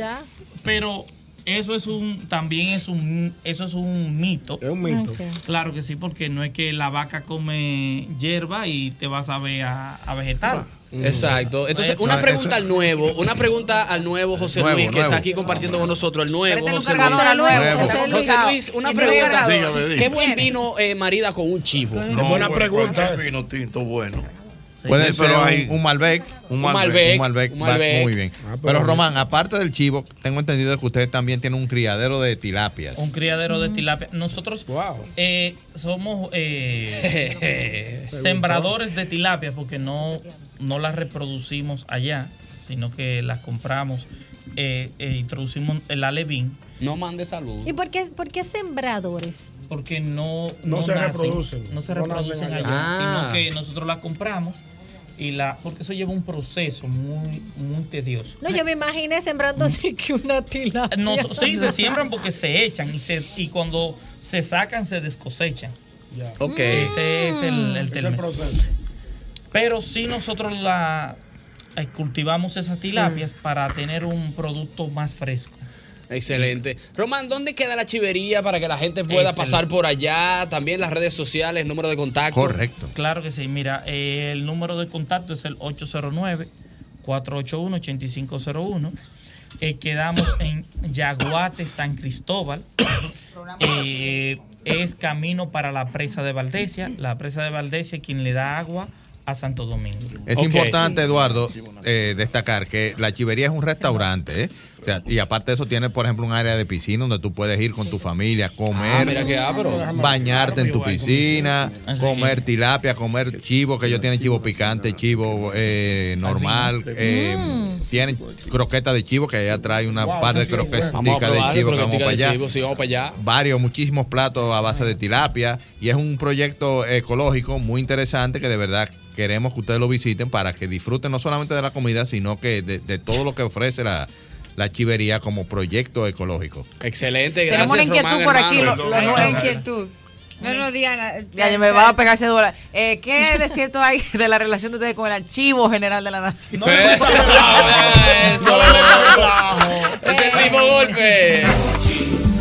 pero eso es un, también es un, eso es un mito. Es un
mito. Ok.
Claro que sí, porque no es que la vaca come hierba y te vas a ver a, a vegetal.
Exacto. Entonces,
Eso,
una
eso.
pregunta al nuevo, una pregunta al nuevo José
Nuevo,
Luis que
nuevo.
está aquí compartiendo con nosotros, el nuevo
Préstale este un
José
cargador al nuevo, Nuevo.
José
José
Luis.
Luis.
José Luis, una
Préstale un
pregunta.
cargador. Dígame,
¿Qué
dígame.
buen vino eh, marida con un chivo?
No, bueno, ¿cuál es el Vino tinto bueno.
Puede
Sí,
ser
pero
un,
hay-
un Malbec.
Un Malbec,
Un Malbec.
un
va
Malbec.
Muy bien.
Ah,
pero,
pero
Román, aparte del chivo, tengo entendido que usted también tiene un criadero de tilapias.
Un criadero de tilapia. Nosotros eh, somos
(laughs)
eh, sembradores de tilapia porque no, no las reproducimos allá, sino que las compramos eh, e introducimos el alevín.
No mande salud.
¿Y por qué, por qué sembradores?
Porque no,
No se
nacen,
reproducen,
No se
no
reproducen
nacen allá.
allá,
Ah.
sino que nosotros las compramos y la porque eso lleva un proceso muy muy tedioso.
No, yo me imaginé sembrando (laughs) así que una tilapia. (laughs)
No, so- sí, se siembran porque se echan y, se, y cuando se sacan se descosechan.
Ok.
Ese es el,
Ese es
el
el
término. Pero si nosotros la eh, cultivamos esas tilapias para tener un producto más fresco.
Excelente. Román, ¿dónde queda la chivería para que la gente pueda
Excelente.
pasar por allá? También las redes sociales, número de contacto.
Correcto.
Claro que sí. Mira, eh, el número de contacto es el 809-481-8501. Eh, quedamos en Yaguate, San Cristóbal. Eh, es camino para la presa de Valdesia. La presa de Valdesia es quien le da agua a Santo Domingo.
Es
Ok.
importante, Eduardo, eh, destacar que la chivería es un restaurante, ¿eh? O sea, y aparte de eso, tiene, por ejemplo, un área de piscina donde tú puedes ir con tu familia, comer,
Ah, mira qué apro.
bañarte en tu piscina, comer tilapia, comer chivo, que ellos tienen chivo picante, chivo eh, normal. eh, tienen croqueta de chivo, que allá trae una
Wow,
par de
está bien.
croquetas de
Vamos a probar
chivo que vamos
croquetica
para
de
allá
chivo, sí, vamos para allá.
varios, muchísimos platos a base de tilapia y es un proyecto ecológico muy interesante que de verdad queremos que ustedes lo visiten para que disfruten no solamente de la comida, sino que de, de todo lo que ofrece la, la chivería como proyecto ecológico.
Excelente,
Tenemos la inquietud por aquí, lo- lo-
Hay
lo-
una inquietud. No, no, Diana.
Ya, yo me va a pegar ese dólar. Eh, ¿Qué de cierto hay de la relación de ustedes con el Archivo General de la Nación?
(laughs)
Ese es el mismo golpe.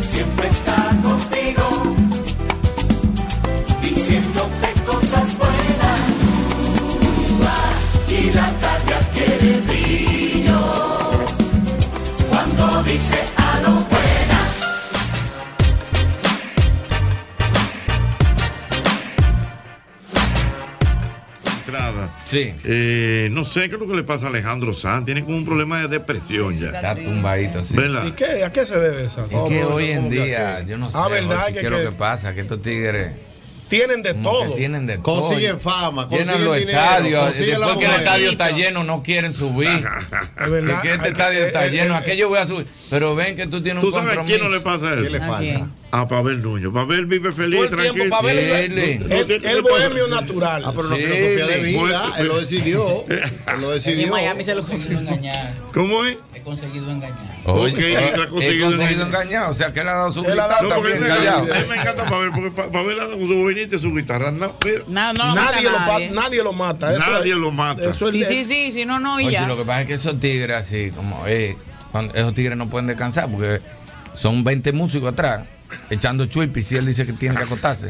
Siempre está contigo, diciéndote cosas buenas. Y la talla tiene brillo cuando dice "Ah, a lo buenas.
entrada.
Sí.
Eh, no sé qué es lo que le pasa a Alejandro Sanz. Tiene como un problema de depresión ya.
Está tumbadito, sí.
¿Verdad?
¿Y qué? ¿A qué se debe esa?
Es que hoy en día, yo no sé
Ah, verdad,
Jochi,
que-
qué es lo
que-
que pasa, que estos tigres
Tienen de
como que
todo.
tienen de todo.
Consiguen fama,
llenan
consiguen
los
dinero,
estadios.
consiguen la
Después que el
mujer.
estadio está lleno, no quieren subir.
verdad.
que este estadio está lleno, aquello voy a subir. Pero ven que tú tienes un
¿Tú sabes a
compromiso.
quién no le pasa eso?
¿Qué le ¿A falta? quién?
A Ah, Pavel Núñez. Pavel vive feliz,
Todo el
tranquilo.
tiempo, Pavel,
Sí,
el-
no- no
el-
tiene
el
que pasar.
bohemio
natural.
Ah, pero una filosofía de vida,
Bueno,
él lo decidió. Él lo
En
decidió.
Miami se lo consiguió engañar.
¿Cómo es?
He conseguido engañar.
Oye, eh,
Ok, la ha
he
conseguido
conseguido
engañar.
engañar. O sea, que él ha dado su
Él ha
mitad
dado- No, porque
también,
él-
callado.
a mí me encanta Pavel, porque Pa- Pavel anda con su boinita y su guitarra. No, pero-
nadie, lo pa- nadie lo mata. eso
Nadie
es-
lo mata.
Eso es
Sí, sí, sí, sí, no, no, y
Oye,
ya.
lo que pasa es que esos tigres así, como, eh, cuando- esos tigres no pueden descansar porque son 20 músicos atrás echando chuipis y él dice que tiene que acostarse.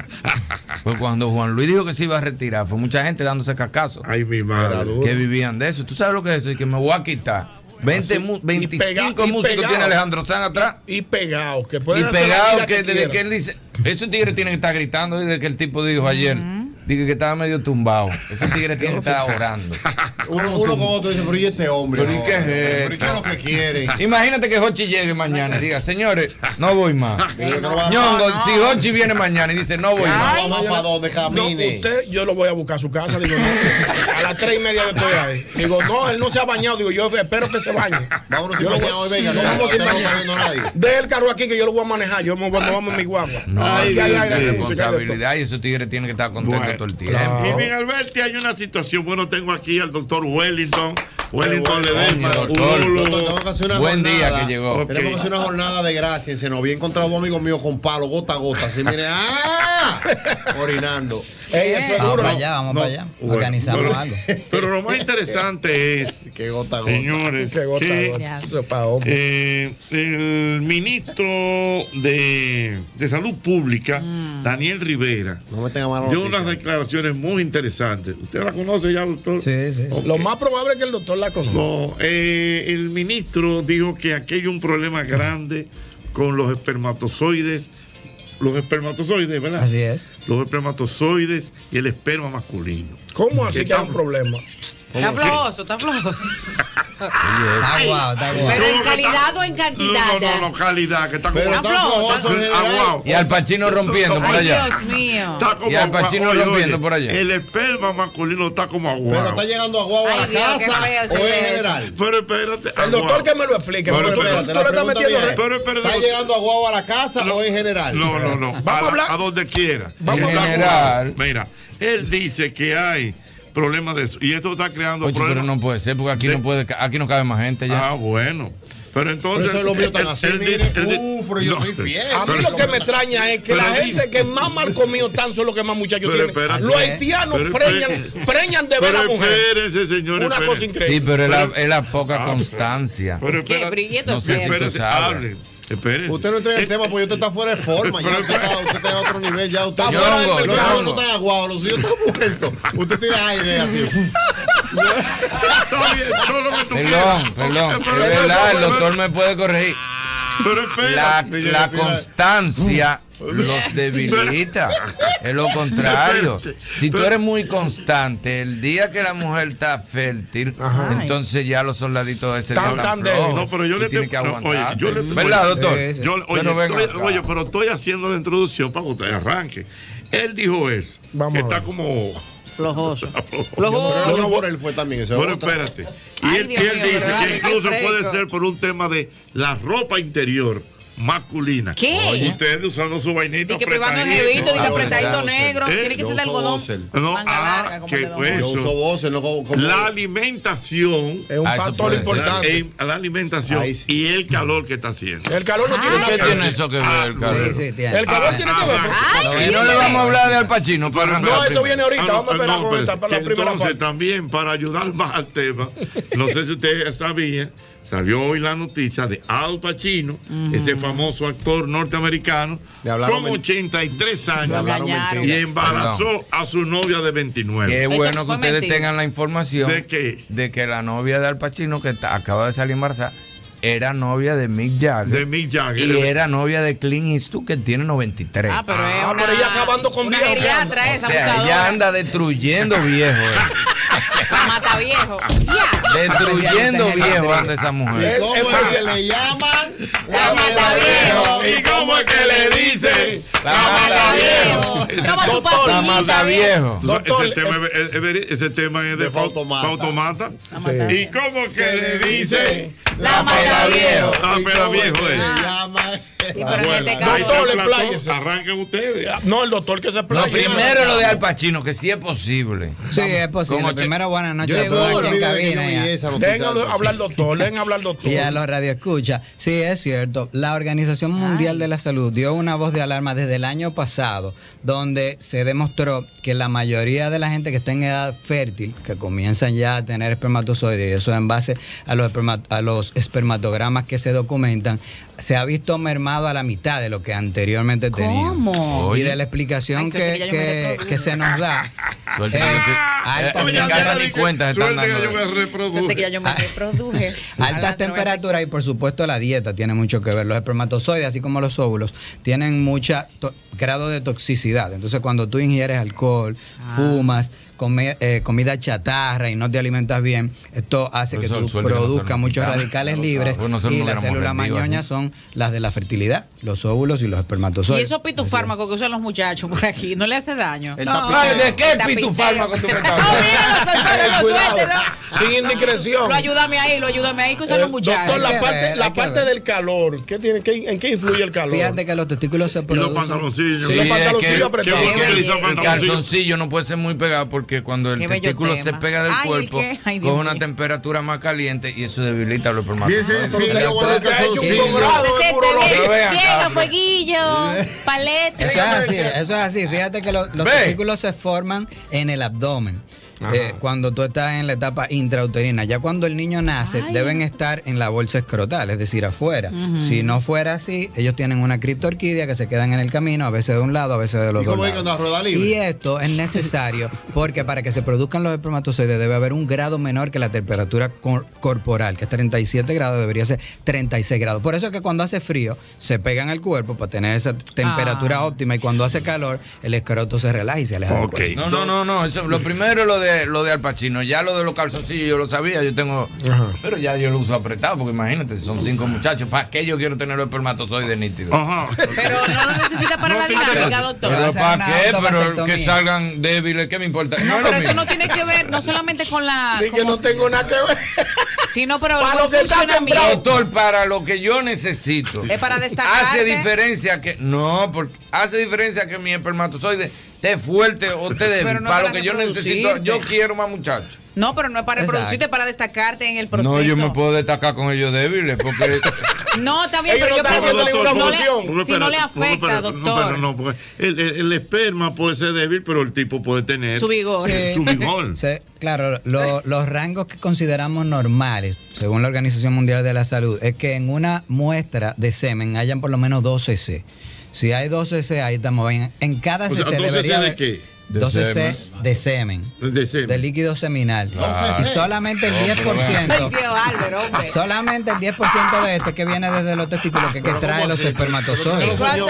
Pues cuando Juan Luis dijo que se iba a retirar, fue mucha gente dándose cascazo.
Ay, mi madre.
Que vivían de eso. ¿Tú sabes lo que es eso? Y que me voy a quitar. 20 mu- 25 músicos tiene Alejandro Sanz atrás.
Y pegados, que
Y
pueden hacer la
pegado
vida
que desde que
quieran.
él dice, esos tigres tienen que estar gritando desde que el tipo dijo ayer. Dije que estaba medio tumbado. Esos tigres tienen que estar orando.
(laughs) Uno, uno con otro dice, pero ¿y este hombre?
Pero ¿y qué es
Pero ¿y
esto?
qué es lo que quiere?
(laughs) Imagínate que Hochi llegue mañana y diga, señores, no voy
(laughs)
más.
Pero no va-
Ñongo,
no.
si Hochi viene mañana y dice, no voy más.
No, yo- No, usted, yo lo voy a buscar a su casa. Digo, no. A las tres y media yo estoy ahí. Digo, no, él no se ha bañado. Digo, yo espero que se bañe.
Vámonos sin
Yo lo voy-
bañar hoy, venga,
No
que
vamos
no
sin
estamos
bañar.
viendo a nadie.
Deje el carro aquí que yo lo voy a manejar. Yo me voy, nos vamos en mi guagua.
No,
Aquí
tiene
hay aire, hay música, hay de todo.
responsabilidad y esos tigres tienen que estar contentos todo el tiempo.
Y bien, Alberti, hay una situación. Bueno, tengo aquí al doctor Wellington. Wellington
Bueno,
Ledesma,
doctor,
urólogo.
doctor, tengo que hacer una jornada. Tenemos que hacer una jornada de gracia en Senoví. He encontrado dos amigos míos con palo, gota a gota. Así, mire, ¡ah! Orinando.
Ey, eso es Vamos duro, para ¿no? allá, vamos para allá. Organizamos
pero,
algo.
(laughs) Pero lo más
(laughs)
interesante es, señores,
Qué gota,
que,
gota. Eso es pa' hombre.
eh, el ministro de, de Salud Pública,
Mm.
Daniel Rivera, dio
noticia.
unas declaraciones muy interesantes. ¿Usted la conoce ya, doctor?
Sí, sí.
Lo más probable es que el doctor la conozca.
No, eh, el ministro dijo que aquí hay un problema grande con los espermatozoides los espermatozoides, ¿verdad? Así es. Los espermatozoides y el esperma masculino.
¿Cómo así que hay
Estamos-
un problema?
Está flojoso, está flojoso.
Ay,
guau, está guau.
no,
Pero en
que está-
calidad o en
No,
cantidad.
no, no, calidad, que está como.
Pero está flojoso en
Ah,
general.
guau.
Y Al Pacino rompiendo por
Ay,
allá.
Dios mío.
Está como
Y Al Pacino
agua- oye,
rompiendo
oye,
por allá.
El esperma masculino está como aguado.
Pero está llegando a Guau a la
Ay, Dios, qué
casa
feo se
o
ve
en
eso.
general.
Pero espérate.
El doctor
que me lo explique.
Pero
porque
espérate,
tú
la
le estás
pregunta
metiendo
viene,
re- Pero, pero,
¿Está
no-
llegando a Guau a la casa o en general?
No, no, no. a, la- a donde quiera.
Vamos a
Está
hablar.
aguado. Mira, él dice que hay problemas de eso. Y esto está creando
Oye,
problemas.
pero no puede ser, porque aquí no puede, ca- aquí no cabe más gente ya.
Ah, bueno. Pero entonces.
Pero eso es lo mío tan
él-
así,
él
mire.
dice- él dice-
Uh,
pero yo
No,
soy fiel.
A mí
pero-
lo que me extraña es que
pero
la
di-
gente que más mal comido tan son los que más muchachos
Pero
tienen.
espérate.
los haitianos
Pero
preñan,
espérate.
preñan de ver
Pero
a mujer.
espérese, señores. Ah,
Una cosa increíble.
Sí, pero es la, es la poca constancia.
Pero espérate.
No sé si tú sabes.
hable. Espérese. Eh,
Usted no entra en el tema porque usted está fuera de forma. Ya usted está, usted está en otro nivel. Ya usted
Está fuera del
Los
mercado.
hijos no están aguados, los suyos están muertos. Usted tira aire así.
(laughs) Está bien, todo lo que tú quieras.
Perdón, perdón.
Pero
Es
eso
verdad,
fue-
el doctor me puede corregir.
Pero
La,
espérate.
la constancia los debilita. Es lo contrario. Si tú eres muy constante, el día que la mujer está fértil, entonces ya los soldaditos de ese
Tan,
día están
tan débil.
flojos.
No, pero yo
Y
le
tienen
te-
que
no,
aguantar.
oye, yo le-
¿Verdad,
oye,
doctor?
yo-
Yo
oye,
no vengo
estoy-
acá.
oye, pero estoy haciendo la introducción para que usted arranque. Él dijo eso. que
a
está
ver.
como. (laughs)
Flojoso.
Pero no por él fue también. Eso es
Bueno,
otra.
espérate. Y
Ay,
él,
Dios
y él
mío,
dice
pero
que
dale, qué
incluso puede
fresco.
ser por un tema de la ropa interior masculina.
¿Qué?
Oye, Ustedes usando su vainita
Y que privando el
apretadito.
jevito, y que
Ah,
apretadito
¿verdad?
negro.
¿Eh?
Tiene que ser de algodón.
No,
Manga larga,
ah,
como
que
de
fue
Yo
eso.
uso voces, no como- como-
La alimentación es
un Ah, eso factor puede ser. importante.
La, la alimentación
Ahí
y el calor que está haciendo. Ah,
El calor no tiene
¿Pero
nada
qué
que
tiene
ver.
eso que ver el calor?
sí, tiene. El calor tiene que ver, porque-
Y no le vamos a hablar de Al Pacino. para arrancar
No, eso
primero.
viene ahorita.
Ah, no,
Vamos a esperar
no,
con
pero
esta para la
que
primera
Entonces,
parte.
también para ayudar más al tema, no sé si ustedes sabían, salió hoy la noticia de Al Pacino, ese famoso actor norteamericano,
hablaron
con
men-
83 años
hablaron mentiras.
y embarazó a su novia de 29.
Qué bueno que ustedes tengan la información
¿De qué?
de que la novia de Al Pacino, que está- acaba de salir embarazada, era novia de Mick Jagger.
De Mick Jagger.
Y era novia de Clint Eastwood, que tiene 93.
Ah, pero es
Ah,
una,
pero ella acabando con
una
vida.
geriatra
O
esa,
sea, ella
abusadora.
anda destruyendo viejo.
(laughs)
eh.
La mata viejo.
Ah,
Ya.
Destruyendo viejo anda esa mujer.
¿Cómo es que se le llaman?
La mata viejo.
¿Y cómo es que le dicen?
La mata viejo.
Toma tu
Doctor, la
papillita,
mata eh,
viejo.
viejo.
Ese tema, es- es- es veri- ese tema es de, Fautomata.
Sí.
¿Y cómo que le dice?
La mata viejo.
La pela viejo. eh.
Le llaman.
este
Bueno, doctor, expláyese.
(laughs)
Arranquen ustedes.
No, el doctor que se
No,
explaya.
primero lo de Al Pacino, que sí es posible.
Sí, es posible. Primero, buenas noches a todos aquí en cabina. ya.
Dejen hablar al doctor, dejen hablar al doctor.
Y a los radioescuchas. Sí, es cierto. La Organización Mundial de la Salud dio una voz de alarma desde el año pasado, donde se demostró que la mayoría de la gente que está en edad fértil, que comienzan ya a tener espermatozoides, y eso en base a los, esperma- a los espermatogramas que se documentan, se ha visto mermado a la mitad de lo que anteriormente tenía.
¿Cómo?
Y de la explicación
Ay,
que,
suerte que ya yo me
que-
reproduje.
que se nos da.
Suerte que
eh,
yo te-
altas
Oye,
temperaturas-
ya ni cuenta se están dando de eso.
Suerte que ya yo
(laughs)
me reproduje.
Altas temperaturas y por supuesto la dieta tiene mucho que ver. Los espermatozoides, así como los óvulos, tienen mucho grado de toxicidad. Entonces cuando tú ingieres alcohol, fumas, come- eh, comida chatarra y no te alimentas bien, esto hace
Por
que
eso
tú
suerte que
produzcas
nosotros
muchos
no
radicales
picamos.
libres
Pues nosotros
y
no
las
hubiéramos
células
rendido así.
mañoñas son las de la fertilidad, los óvulos y los
Y
espermatozoides.
esos pitufármacos que usan los muchachos por aquí, ¿no le hace daño?
El
No,
tapiceo.
¿de qué
El tapiceo.
pitufármaco tú me estás hablando?
Eh, cuidado, sin
No,
indiscreción.
Lo ayúdame ahí, lo ayúdame ahí que usan
Eh,
los muchachos.
Doctor,
Hay
la
que
parte,
ver,
la
hay que
parte
ver.
del calor, ¿qué tiene, qué, ¿en qué influye el calor?
Fíjate que los testículos se producen.
pantaloncillos.
Sí,
Los
es
pantaloncillos
que-
apretados.
que-
Qué
que el-
belleza,
el
pantaloncillo.
calzoncillo no puede ser muy pegado porque cuando el
Qué bello
testículo se
tema.
pega del
Ay, ¿el
cuerpo,
qué? Ay, Dios
coge una
mío.
temperatura más caliente y eso debilita los
Bien
espermatozoides.
sencillo, yo voy a
Entonces,
hacer
sí,
un grado
yo-
de
Pero
(laughs)
urología.
ven acá,
fueguillo, paleta.
Eso es así, eso es así. Fíjate que lo- los
Ve.
testículos se forman en el abdomen. eh, cuando tú estás en la etapa intrauterina. Ya cuando el niño nace,
Ay.
deben estar en la bolsa escrotal, es decir, afuera.
Ujú.
Si no fuera así, ellos tienen una criptorquidia que se quedan en el camino, a veces de un lado, a veces de los
¿Y
dos.
cómo hay que
lados.
andar a rueda libre?
Y esto es necesario porque para que se produzcan los espermatozoides debe haber un grado menor que la temperatura cor- corporal, que es 37 grados, debería ser 36 grados. Por eso es que cuando hace frío se pegan al cuerpo para tener esa temperatura óptima y cuando hace calor el escroto se relaja y se aleja. del cuerpo.
No, no, no, no. eso- lo primero es lo de, lo de Al Pacino. Ya lo de los calzoncillos yo lo sabía. Yo tengo. Pero ya yo lo uso apretado, porque imagínate, son cinco muchachos. ¿Para qué yo quiero tener los espermatozoides nítidos?
Pero no lo necesita para la dinámica, doctor.
Pero ¿eh? ¿para qué? Pero que
vasectomía.
salgan débiles, ¿qué me importa? No, es
Pero
lo
esto
mismo.
no tiene que ver, no solamente con la.
Sí, yo no
tengo nada que ver. Sí, no, pero
Para
el
lo que está
funcionamiento-
sembrado. Doctor, para lo que yo necesito.
Es para destacarte.
Hace diferencia que. No, porque hace diferencia que mi espermatozoide esté fuerte o esté débil.
Pero no
para lo
para
que yo necesito,
reproducirte.
yo quiero más muchachos.
No, pero no es para
Exacto.
reproducirte, es para destacarte en el proceso.
No, yo me puedo destacar con ellos débiles (laughs) porque.
(laughs)
No, está bien, pero yo pregunto, no le- si no le afecta, doctor.
No, porque el, el- el esperma puede ser débil, pero el tipo puede tener
Su vigor.
Sí, Su vigor.
Sí, claro, lo- los rangos que consideramos normales, según la Organización Mundial de la Salud, es que en una muestra de semen hayan por lo menos 12 C. Si hay 12 C, ahí estamos bien. En cada
O
C
sea,
se
12C
debería
de
haber-
qué? De
12 C
semen.
de semen.
De semen.
De líquido seminal.
Ah,
Claro.
Y solamente el
No, pero
10%.
Ay, Dios, Álvaro, hombre.
Solamente el 10% de este que viene desde los testículos, que, que trae los espermatozoides.
¿Cuánto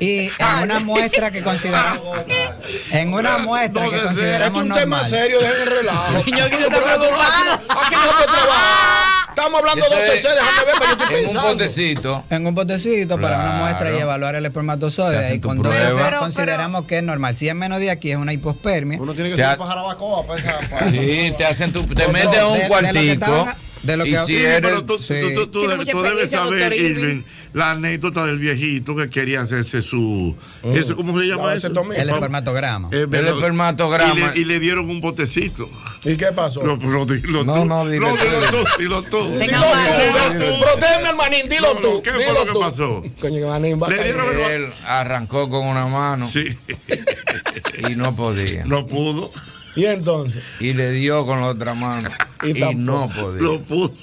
Y en una muestra que consideramos.
(laughs)
En una muestra que consideramos
Este es un tema
normal.
serio, dejen el relajo.
Señor, que se está
Pero no, Aquí nosotros trabajamos. Estamos hablando
Eso
de
es-
12 déjame ver, pero yo estoy
en un
pensando.
botecito.
En un botecito para una
Claro.
muestra y evaluar el
Te
espermatozoide.
hacen
Y
tu
con dos
prueba.
veces
Pero-
consideramos que es normal. Si es menos de aquí es una hipospermia. Uno
Tiene que ser un pajarabacoa para esa. para-
Sí, te hacen tu, te
Doctor,
meten a
de-
un
de lo que
cuartico.
estaban- de lo
y
que-
si
Sí,
eres-
Pero tú,
sí.
tú- tú- tú
Tiene
debes,
mucha
tú debes
experiencia,
saber,
doctor
Irving,
Irving.
la anécdota del viejito que quería hacerse su... eso, ¿Cómo se llama
La
eso?
vasectomía.
El espermatograma.
Eh,
El espermatograma.
Y le, y le dieron un botecito.
¿Y qué pasó?
Lo, lo, di- lo, no, no,
dile
no,
tú.
dilo tú, dilo tú.
Dilo
Dilo
tú,
tú,
dilo
dilo
tú.
tú.
Protégeme, hermanín,
No,
dilo
no,
tú.
¿Qué fue
dilo
lo que
tú.
pasó?
Coño, que Manín va a caer.
Él arrancó con una mano. (laughs) Y no podía.
No pudo.
Y entonces.
Y le dio con la otra mano.
Y
Y,
tampoco.
no podía.
No
pudo.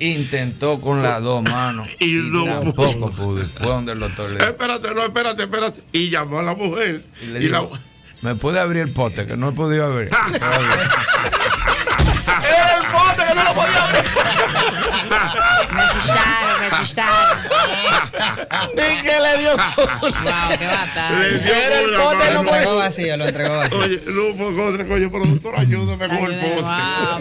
Intentó con las dos manos.
Y no
tampoco pudo. Y Fue donde el doctor le dijo,
Espérate, no, espérate, espérate. Y llamó a la mujer.
y le
Y la-
dijo, ¿Me puede abrir el pote? Que Ah, no he podido abrir.
Era el bote que no lo podía abrir.
Me asustaron, me asustaron.
Ni que le dio
Wow, qué
Le dio
Era el
una
bote,
mano.
no podía.
vacío, lo entregó vacío.
Oye, no, por otra coño, pero doctor, ayúdame con el poste.
Ah,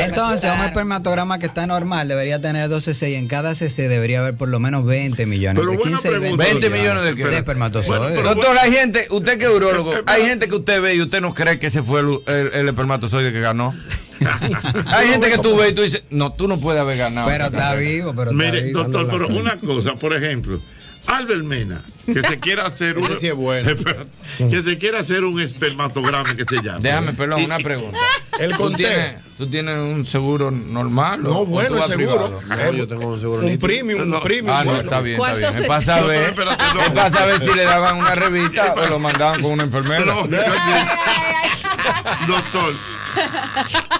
Entonces, un espermatograma que está normal debería tener 12 C y en cada CC debería haber por lo menos 20 millones.
Pero
entre
buena
15 y 20,
pregunta, doctor.
20 millones
Espera.
de espermatozoides.
Doctor, hay gente, usted que es urologo, hay gente que usted ve y usted no cree que ese fue el, el- el espermatozoide que (laughs) ganó. hay gente que tú ves y tú dices, no, tú no puedes haber ganado.
Pero
esa (laughs)
está
carrera".
vivo, pero está
Mire,
vivo,
doctor,
anda
pero
la cara.
una cosa, por ejemplo, Albert Mena, que se quiera hacer un. (laughs) Espérate, que se quiera hacer un espermatograma que se llama.
Déjame, perdón,
Y-
una pregunta.
(laughs) El
¿Tú
conteo.
tienes, ¿Tú tienes un seguro normal? o-
No,
o
bueno,
tú vas
el seguro.
privado?
No, yo
tengo un seguro
Un nítido. premium, un
No,
premium,
Ah, no,
bueno.
está bien, está
¿Cuántos
bien. Es
es-
para
(laughs)
saber,
No, no, espérate, no.
es para saber si le daban una revista o lo mandaban con una enfermera.
(laughs) Doctor,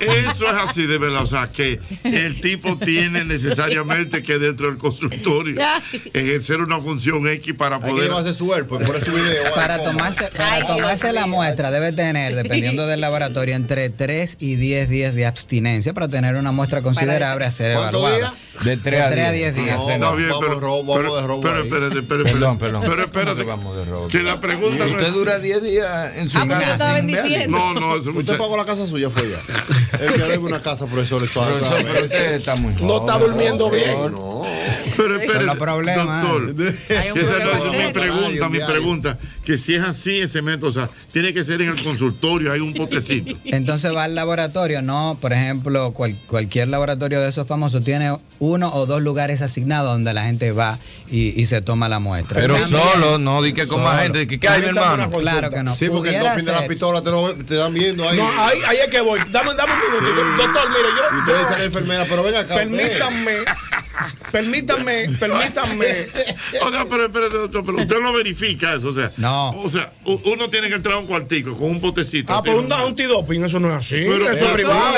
eso es así de verdad. O sea, que el tipo tiene necesariamente que dentro del consultorio ejercer una función X para
que
poder.
llevarse su cuerpo, por eso
(laughs)
video.
Para tomarse, para tomarse la muestra debe tener, dependiendo del laboratorio, entre 3 y 10 días de abstinencia para tener una muestra considerable a ser
¿Cuántos
evaluada.
De
tres a diez días.
No,
Está
vamos,
bien, pero-
vamos, robo, vamos de robo.
Pero
ahí.
espérate, pero,
Perdón, perdón.
pero espérate. Que la pregunta
Y
no
usted
es-
dura 10 días en su
Ah, porque
casa.
estaba
sin ver.
bendiciendo. No, no, eso
Usted
muchacho-
pagó la casa suya, fue ya. El que debe una casa, profesor, le está
Profesor, pero usted está muy
No está
joven,
durmiendo
profesor.
bien.
No.
Pero espérate,
Los problemas.
doctor.
Hay un
Esa no
problema
es mi
serio. Hay
pregunta,
un
mi
diario.
pregunta. Que si es así ese método, o sea, tiene que ser en el consultorio, hay un potecito.
Entonces va al laboratorio, no, por ejemplo, cual- cualquier laboratorio de esos famosos tiene uno o dos lugares asignados donde la gente va y, y se toma la muestra.
Pero
También-
solo, no di que con más gente. di que, ¿Qué hay, mi hermano?
Claro que no.
Sí, porque el
Pudiera
doping de la
ser.
pistola te, lo, te dan viendo ahí.
No, ahí, ahí es que voy. Dame, dame un minuto. Doctor, mire, yo.
Y usted le dice a la enfermera, pero venga acá. usted.
Permítanme,
Permítanme, permítanme.
O sea, pero, pero, pero, pero usted no verifica eso, o sea.
No.
O sea, u- uno tiene que entrar a un cuartico con un potecito.
Ah,
así,
por un
¿no?
antidoping, eso no es así.
Pero-
eso es privado.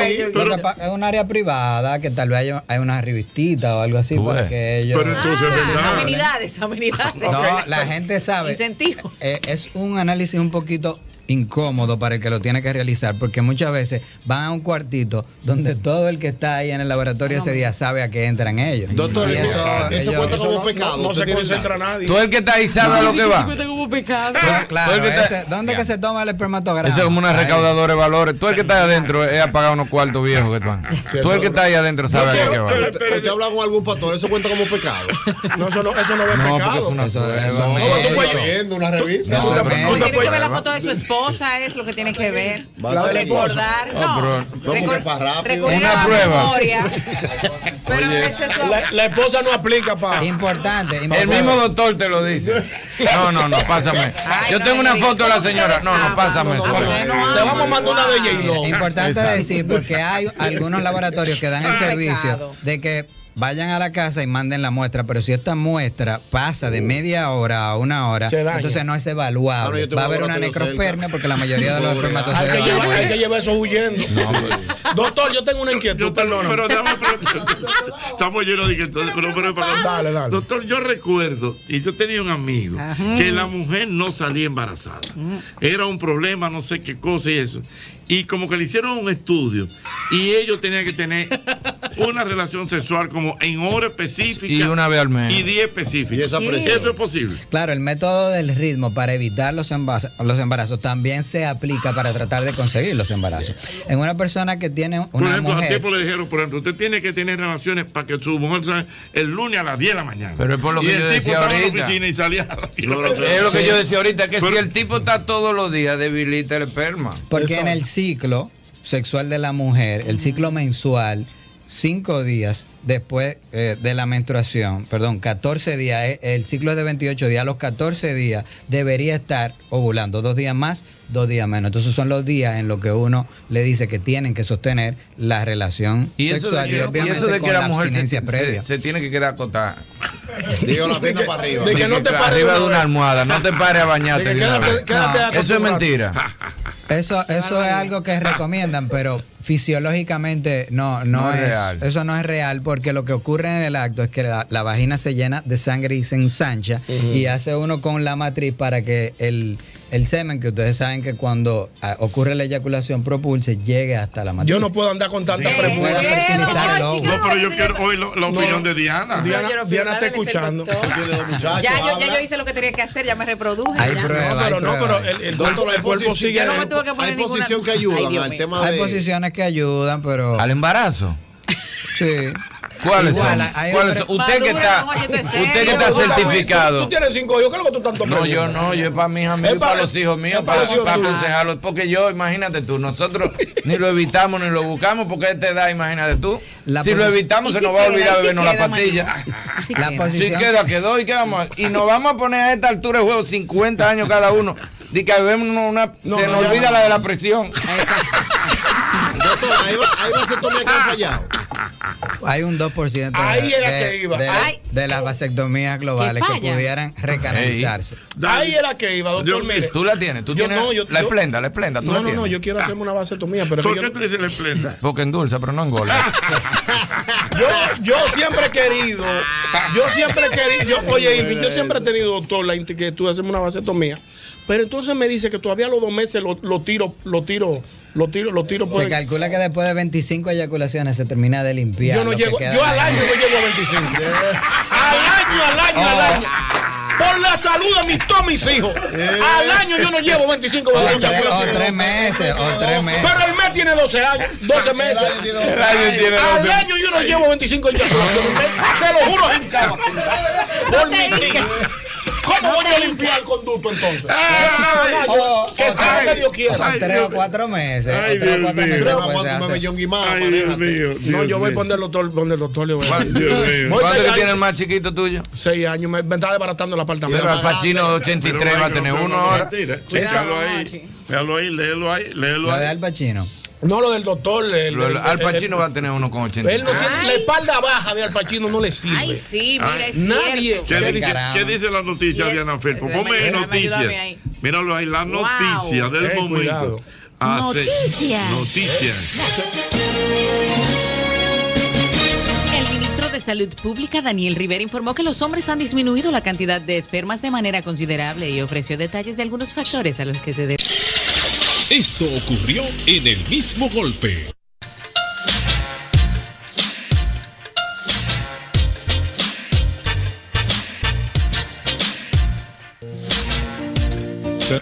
Lo que pa- es un área privada que tal vez haya, hay una revistita o algo así
Tú
para
ves.
que ellos.
Pero entonces,
Ah, amenidades, amenidades.
No, la gente sabe. Eh, es un análisis un poquito incómodo para el que lo tiene que realizar, porque muchas veces van a un cuartito donde todo el que está ahí en el laboratorio ese día sabe a qué entran ellos.
Doctor,
Y
eso- eso cuenta como
no-
pecado,
no- no
usted
se
tiene
concentra
razón.
nadie.
Todo el que está ahí sabe a lo que va.
Ah, claro,
Todo el que está-
ese- ¿Dónde es que se toma el espermatograma? Ah,
Eso es como una
Ahí.
recaudadora de valores. Todo el que está ahí adentro es apagado unos cuartos viejos que están. Todo el que está ahí adentro sabe a lo que va.
Usted usted habla con algún pastor, eso cuenta como pecado.
No, eso no, eso
No,
no
porque es una prueba.
No, tú puedes- viendo una revista.
No,
Usted-
pero-
usted
Tiene que ver la
puede-
foto de su esposa, es lo que tiene que ver.
Va a ser
Recordar,
esposa.
no.
Ah, pero- ¿Cómo que para rápido?
recurrir
Una
a la
prueba.
memoria. Pero eso es lo-
La, la esposa no aplica para.
Importante.
El mismo doctor te lo dice. No, no, no, pásame. Yo tengo una foto de la señora. No, no, pásame. eso.
Ah,
Te vamos a mandar una de J-Lo.
Importante
Exacto.
decir, porque hay algunos laboratorios que dan el
Ah,
servicio
pecado.
de que vayan a la casa y manden la muestra, pero si esta muestra pasa de media hora a una hora,
Se daña.
entonces no es
Ah, no,
evaluable.
yo tengo
Va a haber
un
una
laboratorio
necropermia porque la mayoría
(laughs)
de los
Pobre,
espermatozoides
Hay que,
van a
llevar,
morir.
hay que llevar eso huyendo. Doctor, yo tengo una inquietud, perdóname.
Pero estamos, estamos llenos de que entonces, pero, pero, pero- Doctor, yo recuerdo, y yo tenía un amigo, que la mujer no salía embarazada. Era un problema, no sé qué cosa y eso. Y como que le hicieron un estudio y ellos tenían que tener una relación sexual como en hora específica.
Y una vez al mes.
Y día específica.
Y esa presión.
Eso es posible.
Claro, el método del ritmo para evitar los, embaz- los embarazos también se aplica para tratar de conseguir los embarazos. En una persona que tiene
Por
una
ejemplo, a
mujer...
tiempo le dijeron, por ejemplo, usted tiene que tener relaciones para que su mujer salga el lunes a las 10 de la mañana.
Pero es por lo
y
que
el
yo
tipo
decía
estaba en la
ahorita.
oficina y salía a las 10 de (laughs) la mañana.
Es lo que
Sí.
yo decía ahorita, que si
Pero-
el tipo está todos los días, debilita el esperma.
Porque en el ciclo sexual de la mujer, el ciclo mensual, cinco días después eh, de la menstruación, perdón, 14 días, eh, el ciclo es de 28 días, a los 14 días debería estar ovulando, dos días más, dos días menos. Entonces son los días en los que uno le dice que tienen que sostener la relación
Y eso de
sexual y
que, y
obviamente
eso de
con
que la
la
mujer se,
abstinencia
se-
previa.
se tiene que quedar acotada.
(laughs) Digo, la pierna para arriba. De que no te
claro,
pares
arriba
de
de
una
una almohada, no te pares a bañarte.
De que
de una
quédate-
vez.
quédate
No,
acostumbrado.
eso es
(laughs)
mentira.
Eso, eso es algo que recomiendan, pero fisiológicamente no, no,
No es
es,
real.
Eso no es real porque lo que ocurre en el acto es que la, la vagina se llena de sangre y se ensancha
Ujú.
y hace uno con la matriz para que el, el semen, que ustedes saben que cuando ah, ocurre la eyaculación propulse, llegue hasta la matriz.
Yo no puedo andar con tanta premura.
Pueda fertilizar el óvulo.
No, pero yo quiero oír lo- la opinión de Diana.
Diana, Diana está escuchando.
Ya, yo, ya yo hice lo que tenía que hacer, ya me reproduje. ya.
No, pero no, pero el, el-
Doctor, hay
el cuerpo
posición-
sigue.
Yo no me tuve que poner Hay ninguna- posición que ayudan Ay, Dios al mío. tema
Hay
de-
posiciones que ayudan, pero...
¿Al embarazo?
Sí.
¿Cuáles
Igual,
son?
hay
¿Cuáles
otras-
son? Usted que está, usted que está
Tú estás-
certificado.
Tú, tú tienes cinco hijos, ¿qué es lo que tú estás tomando?
No, yo no, yo es para mis amigos,
Es
y para,
para-
los hijos míos,
es para
para,
los hijos
para
tuyos.
aconsejarlos. Porque yo, imagínate tú, nosotros (laughs) ni lo evitamos ni lo buscamos porque a esta edad, imagínate tú.
La
si lo
posi-
evitamos,
Y
se
si
nos va a
queda, y
olvidar
si
bebernos la
queda
pastilla.
La queda.
Si
posición-
queda, quedó y qué vamos. a- Y nos vamos a poner a esta altura de juego 50 años cada uno. De que bebemos una.
No,
se
no,
nos
ya
olvida
no.
la de la presión.
Doctor, ahí va, ahí va a ser Tomé que ha fallado.
Hay un 2% de,
Ahí era
de-
que iba.
de-
Ay.
de las vasectomías globales
Que
que
falla.
pudieran recanalizarse.
Ahí era que iba, doctor.
Yo-
mire.
tú la tienes, tú
Yo
tienes
no, yo-
la
yo-
esplenda, la esplenda, tú
No,
la
no,
tienes.
no, yo quiero hacerme una vasectomía, pero es que yo,
tú dices la esplenda?
Porque endulza, pero no engorda.
(laughs) yo, yo siempre he querido, yo siempre he querido, yo- oye, Irving, yo siempre he tenido, doctor, la inquietud de hacerme una vasectomía, pero entonces me dice que todavía a los dos meses lo, lo tiro, lo tiro, lo tiro, lo tiro por
Se
el-
calcula que después de 25 eyaculaciones se termina de limpiar.
Yo no
lo que
llego,
queda
yo
de-
al año no llego a 25.
(laughs)
al año, al año, al año.
Ah.
Por la salud de mis todos mis hijos. Al año yo no llevo 25
O
vacunas.
Eh. tres- o tres meses, o tres meses.
Pero el mes tiene 12 años, 12 meses.
El año tiene 12.
Al año yo no llevo 25 años. Se lo juro en cama. Por mis hijos. ¿Cómo voy a limpiar el conducto entonces?
Ah,
O- o-
Que
o-
sea lo que Dios
o
quiera.
tres o cuatro meses. o tres o cuatro meses después se hace.
No, yo voy a poner el doctor, donde el doctor le voy a
¿Cuánto ¿Cuánto que tiene el más chiquito tuyo?
Seis años, me, me está desbaratando el apartamento.
Pero al Pacino de 83 va a tener uno ahora.
Mentira. Déjalo ahí. Déjalo ahí, léelo ahí, léelo
Lo de
ahí.
Al Pacino.
No, lo del doctor. el-
Lo-
el-
lo- Al
el-
Pacino va a tener uno con 80.
Él no tiene- la espalda baja de Al Pacino no le sirve.
Ay, sí, mira, es
Nadie.
cierto.
¿Qué
Qué
dice,
descarado.
qué dice la noticia,
Cierto.
Diana Felpo?
Déjame-
Ponme ahí
déjame
noticias.
ayudarme ahí.
Míralo ahí, la
Wow.
noticia del
Ten
momento.
cuidado.
Hace-
Noticias.
Noticias.
El ministro de Salud Pública, Daniel Rivera, informó que los hombres han disminuido la cantidad de espermas de manera considerable y ofreció detalles de algunos factores a los que se debe.
Esto ocurrió en el mismo golpe.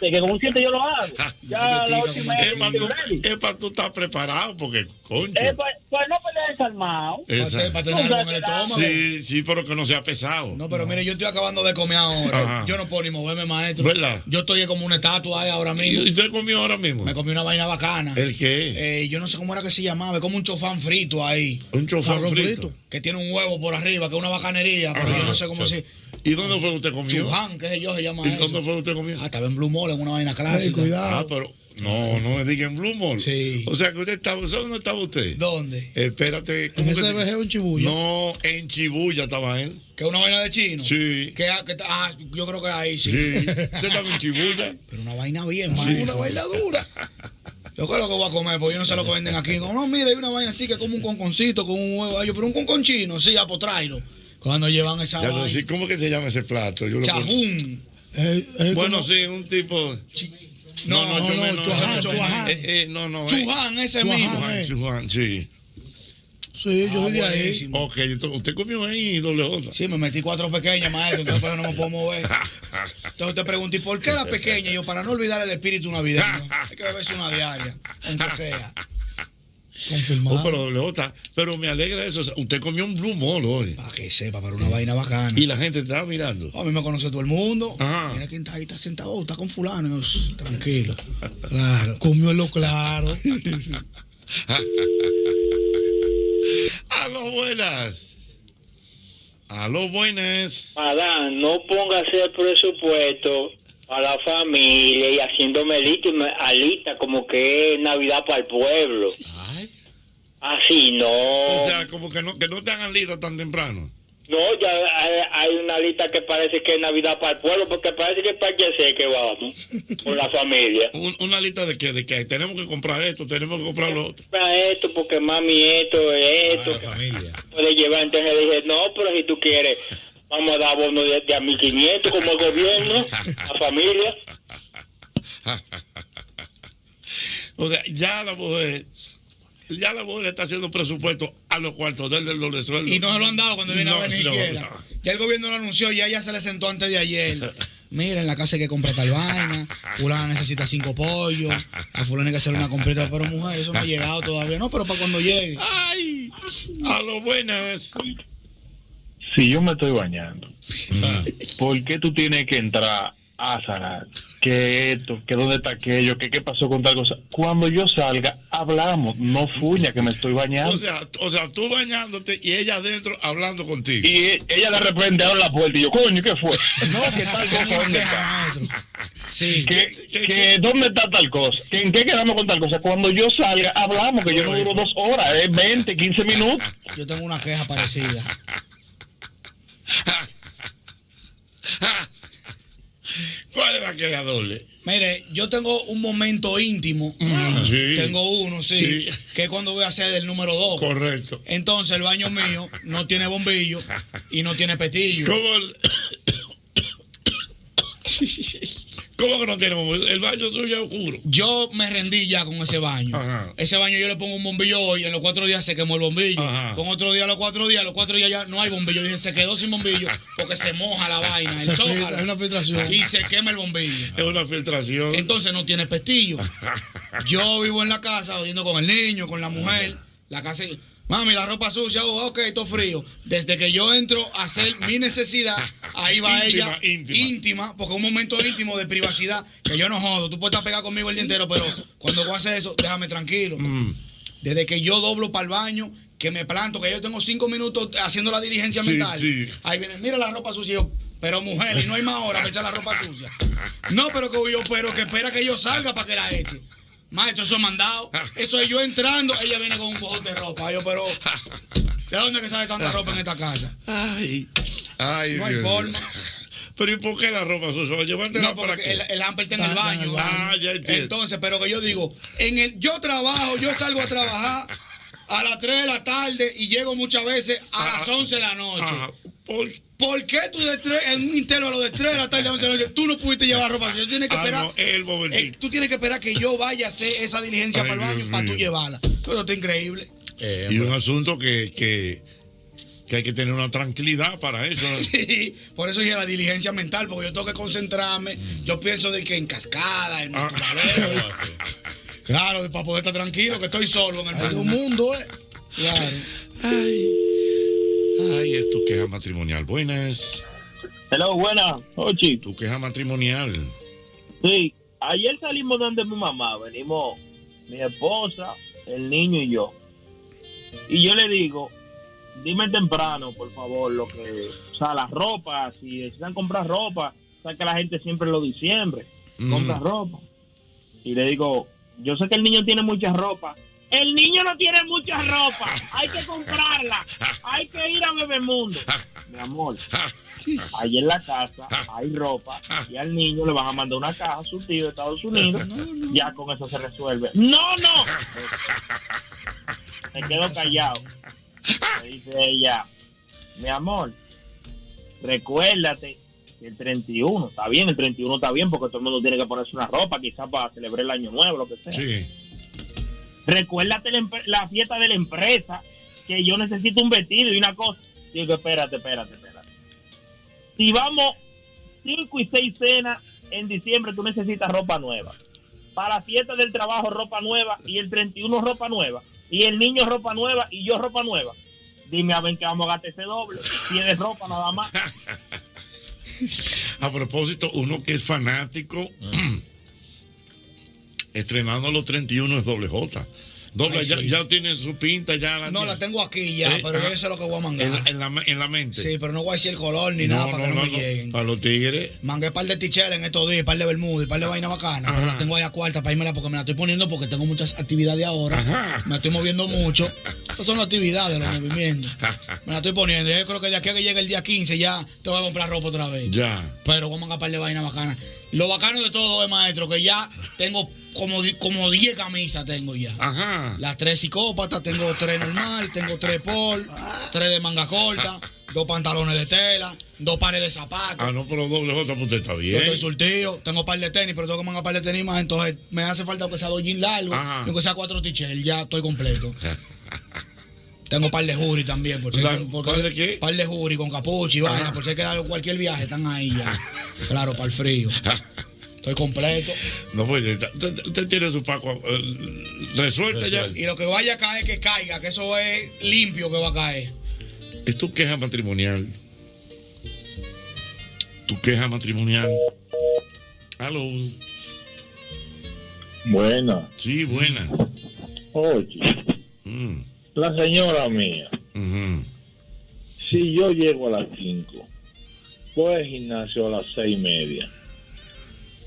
que con un siete yo
(laughs)
lo hago. Ya a las ocho y media yo
Epa,
estoy
tú-
ready.
Epa, tú estás preparado porque, coño.
Eh, pues, pues no pelees desarmado.
Esa- Sí, sí, pero que no sea pesado.
No, pero mire, yo estoy acabando de comer ahora.
Ajá.
Yo no puedo ni moverme, maestro.
¿Verdad?
Yo estoy como una estatua ahí ahora mismo.
¿Y usted comió ahora mismo?
Me comí una vaina bacana.
¿El qué?
Eh, yo no sé cómo era que se llamaba. Es como un chofán frito ahí.
Un chofán
Arroz
frito.
Que tiene un huevo por arriba, que es una bacanería. Pero
Ajá.
yo no sé cómo se...
¿Y dónde fue que usted comió?
Chuján, qué sé yo, se llama
¿Y
eso.
dónde fue que usted comió?
Ah, estaba en Blue Mall, en una vaina clásica.
Ah, pero. No, no me digan Blue Mall. Sí. O sea que usted estaba. ¿sabe ¿Dónde estaba usted?
¿Dónde?
Espérate.
¿En ese
que-
vejeo en Chibuya?
No, en Chibuya estaba él.
Que es una vaina de chino.
Sí.
Que, que- ah, yo creo que ahí sí.
Sí. Usted estaba en Chibuya.
Pero una vaina bien, mano, (laughs) una vaina dura. Yo creo que voy a comer, porque yo no sé lo que venden aquí. No, no, mira, hay una vaina así que como un conconcito con un huevo. Ay, yo, pero un concón chino, sí, a potrairo. Cuando llevan esa
Ya
vaina.
no, sí, ¿Cómo que se llama ese plato? Yo lo
Chajún. Eh,
conozco. Bueno, sí, un tipo. No, no, yo me no,
Chuján,
yo me-
Chuján.
eh, eh, no, no. eh.
Chuján, ese
Chuján,
mismo.
eh. Chuján, sí.
Sí, yo soy de ahí.
buenísimo. Ok, entonces, usted comió ahí, doble J.
Sí, me metí cuatro pequeñas, maestro, entonces por eso no me puedo mover. Entonces te pregunté, ¿y ¿por qué la pequeña? Y Yo, para no olvidar el espíritu navideño, hay que beberse una diaria, aunque sea.
Oh, pero doble J. Pero me alegra eso. o sea, usted comió un Blue Mall hoy. Para
que sepa, para una vaina bacana.
Y la gente estaba mirando.
Oh, a mí me conoce todo el mundo.
Ajá.
Mira quién está ahí, está sentado, oh, está con fulano. Y yo, "Shh, tranquilo. Claro. Comió en lo claro.
(laughs) Aló, buenas. Aló, buenas.
Adán, no pongas el presupuesto a la familia y haciéndome lista, y me- alita como que es Navidad para el pueblo. Así no.
O sea, como que no, que no te hagan lista tan temprano.
No, ya hay, hay una lista que parece que es Navidad para el pueblo, porque parece que es para que sé que vamos, con la familia.
Un- una lista de que, de que tenemos que comprar esto, tenemos que comprar lo otro. (laughs)
Compra esto, porque mami esto, esto. que Puede llevar, entonces le dije, no, pero si tú quieres, vamos a dar bono de, de a 1500 como el gobierno, a familia.
O sea, ya la mujer, ya la mujer está haciendo presupuesto a los cuartos del del doble sueldo.
Y no se lo han dado cuando viene
No,
a ver ni
no,
siquiera.
no.
Ya el gobierno lo anunció y ella se le sentó antes de ayer. Mira, en la casa hay que comprar tal vaina, fulana necesita cinco pollos, a fulana hay que hacer una comprita para mujer, eso no ha llegado todavía. No, pero para cuando llegue.
¡Ay! A lo buenas.
Si yo me estoy bañando,
Ah.
¿por qué tú tienes que entrar a sanar? ¿Qué esto? ¿Qué dónde está aquello? ¿Qué, qué pasó con tal cosa? Cuando yo salga, hablamos. No fuña que me estoy bañando.
O sea, o sea, tú bañándote y ella adentro hablando contigo.
y e- ella de repente abre la puerta y yo, coño, ¿qué fue? No, que tal cosa, ¿dónde está? (laughs) Que, que ¿dónde está tal cosa? ¿Que ¿En qué quedamos con tal cosa? Cuando yo salga, hablamos, que yo no duro dos horas, es 20, 15 minutos.
Yo tengo una queja parecida.
¿Cuál es la que la doble?
Mire, yo tengo un momento íntimo.
Mm, sí.
Tengo uno, sí,
Sí.
Que es cuando voy a hacer el número dos.
Correcto.
Entonces el baño mío no tiene bombillo y no tiene petillo.
¿Cómo, ¿Cómo que no tenemos? El baño suyo es oscuro.
Yo me rendí ya con ese baño. Ese baño yo le pongo un bombillo hoy, en los cuatro días se quemó el bombillo.
Ajá.
Con otro día, los cuatro días, los cuatro días ya no hay bombillo. Dije, se quedó sin bombillo porque se moja la vaina. el
Se
zócalo,
filtra, hay una filtración.
Y se quema el bombillo.
Es una filtración.
Entonces no tiene
(laughs)
pestillo. Yo vivo en la casa, jodiendo con el niño,
Ah,
con la mujer. La casa. Mami, la ropa sucia, oh, ok, todo frío. Desde que yo entro a hacer mi necesidad, ahí va
Íntima,
ella íntima. porque es un momento íntimo de privacidad, que yo no jodo. Tú puedes estar pegado conmigo el día entero, pero cuando voy a hacer eso, déjame tranquilo.
Mm.
Desde que yo doblo para el baño, que me planto, que yo tengo cinco minutos haciendo la diligencia
Sí,
mental.
sí.
Ahí viene, mira la ropa sucia. Yo, pero mujer, y no hay más hora para echar la ropa sucia. No, pero que yo, pero que espera que yo salga para que la eche. Maestro, eso es mandado. Eso es yo entrando, ella viene con un bojote de ropa. Yo, pero, ¿de dónde que sale tanta ropa en
(laughs)
esta casa?
Ay, ay,
No hay
Dios
forma.
mío. Pero ¿y por qué la ropa sucia? Llévatela
No,
para
porque
qué?
el, el hamper está en el
Está en el
baño.
baño. Ah, ya entiendo.
Entonces, pero que yo digo, en el, yo trabajo, yo salgo a trabajar a las 3 de la tarde y llego muchas veces a las 11 de la noche.
ah,
¿Por, por qué tú de tres- en un intervalo a lo de 3 de la tarde a 11 de la noche, tú no pudiste llevar ropa? sucia? Tú tienes que
Ah,
esperar,
no, el momentito.
eh, tú tienes que esperar que yo vaya a hacer esa diligencia
Ay,
para el
Dios
baño para tú
mío.
llevarla. Eso está increíble. (laughs) Eh,
y
pues.
un asunto que, que, que hay que tener una tranquilidad para eso.
(laughs) Sí, por eso dije la diligencia mental, porque yo tengo que concentrarme. Yo pienso de que en cascada,
Ah.
en
(laughs)
naturaleza. Claro, para poder estar tranquilo, que estoy solo en el medio del mundo, ¿eh? Claro.
Ay, es tu queja matrimonial. Buenas.
Hello, buenas. Ochi.
Tu queja matrimonial.
Sí, ayer salimos donde mi mamá, venimos mi esposa, el niño y yo. Y yo le digo, dime temprano, por favor, lo que, o sea, las ropas, si necesitan comprar ropa, o sea, que la gente siempre lo diciembre, compra ropa. Y le digo, yo sé que el niño tiene mucha ropa. El niño no tiene mucha ropa, hay que comprarla, hay que ir a Bebemundo. Mi amor, ahí en la casa hay ropa y al niño le van a mandar una caja a su tío de Estados Unidos. Ya con eso se resuelve. ¡No, no! Me quedo callado. Me dice ella, mi amor, recuérdate que el 31, está bien, el 31 está bien porque todo el mundo tiene que ponerse una ropa quizás para celebrar el año nuevo, lo que sea. Recuérdate la, empre- la fiesta de la empresa que yo necesito un vestido y una cosa. Digo, espérate, espérate, espérate. Si vamos cinco y seis cenas en diciembre, tú necesitas ropa nueva. Para la fiesta del trabajo, ropa nueva. Y el 31, ropa nueva. Y el niño, ropa nueva. Y yo, ropa nueva. Dime a ver que vamos a gastar ese doble. Tienes ropa nada
(laughs)
más.
A propósito, uno que es fanático, (clears throat) estrenando a los 31 es doble J. Doble,
Ay,
ya,
sí.
ya tiene su pinta, ya la
No,
tiene.
la tengo aquí ya,
Eh,
pero
ah,
eso es lo que voy a mangar.
En la, en la- en la mente.
Sí, pero no voy a decir el color ni
No,
nada para
no,
que no,
no,
me
no.
lleguen.
Para los tigres.
Mangué un par de ticheles en estos días, un par de bermudas, un par de vainas bacanas. pero
Ajá.
La tengo ahí a cuarta para irme porque me la estoy poniendo porque tengo muchas actividades ahora. Me estoy moviendo mucho. Esas son las actividades,
(laughs)
los movimientos. Me la estoy poniendo. Yo creo que de aquí a que llegue el día 15 ya te voy a comprar ropa otra vez.
Ya.
Pero vamos a un par de vainas bacanas. Lo bacano de todo es, maestro, que ya tengo como, di- como 10 camisas tengo ya.
Ajá.
Las tres psicópatas, tengo tres normal, tengo tres pol, tres de manga corta, dos pantalones de tela, dos pares de zapatos.
Ah, no, pero doble J, pues usted está
Yo estoy
bien.
surtido, tengo par de tenis, pero tengo que mandar par de tenis más, entonces me hace falta que sea dos jeans largos,
Ajá.
y que sea cuatro t-shirts, ya estoy completo. tengo par de jury también, por si
La- ¿par de
qué? Par de jury con capucha y
Ajá.
vaina, por si hay que dar cualquier viaje, están ahí
(laughs)
ya. claro, para el frío. Estoy completo.
No, pues está- usted, usted tiene su paco eh, resuelta ya.
Y lo que vaya a caer, que caiga, que eso es limpio que va a caer.
Es tu queja matrimonial. Tu queja matrimonial. Aló.
Buena.
Sí, buena. Mm.
Oye, la señora mía, si yo llego a las 5, voy al gimnasio a las seis y media.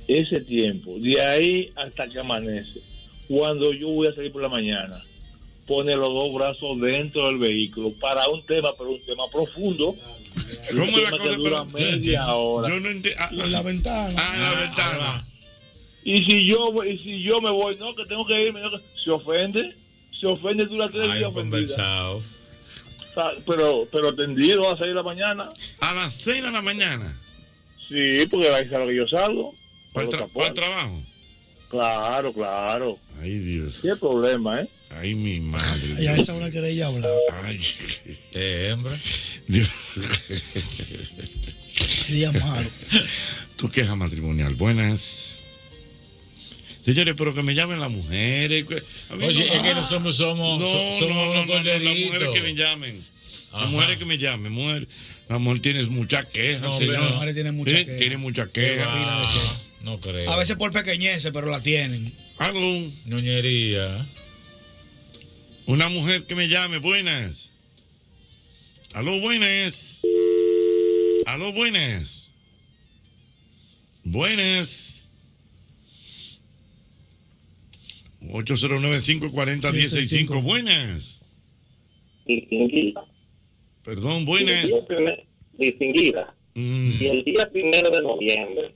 Ese tiempo, de ahí hasta que amanece, cuando yo voy a salir por la mañana, pone los dos brazos dentro del vehículo para un tema, pero un tema profundo.
(laughs) ¿Cómo
un
es la
tema
cosa?
que dura
Pero-
media hora.
Yo no entiendo.
La ventana.
Ah, la ventana.
Y si yo voy- y si yo me voy, no, que tengo que irme, no, que- se ofende, se ofende dura tres días ofendida.
conversado.
O sea, pero, pero tendido a las seis de la mañana.
A las seis de la mañana.
Sí, porque ahí es a lo que yo salgo.
Para
Pero
el, tra-
tampoco-
para el trabajo.
Claro, claro.
Ay, Dios.
Qué problema, ¿eh?
Ay, mi madre.
Y a esa hora queréis ya hablar.
Ay.
Eh, hembra.
Dios. (laughs)
Sería malo.
Tu queja matrimonial. Buenas. Señores, pero que me llamen las mujeres. que- a mí
Oye,
no-
es que nosotros somos-
No,
so- somos
no, no,
unos
no, no, las
corderitos.
mujeres que me llamen.
Ajá.
Las mujeres que me llamen. Mujer, la mujer tiene muchas quejas.
No, hombre,
señor.
las mujeres
tienen
muchas
Sí,
quejas.
Tienen muchas
Qué
quejas.
va,
Ah,
no creo.
A veces por pequeñeces, pero la tienen.
Aló.
Ñoñería.
Una mujer que me llame. Buenas. Aló, buenas. Aló, buenas. Buenas. 809-540-165. Buenas.
distinguida.
Perdón, buenas.
Y el día primer- distinguida. Y el día primero de noviembre,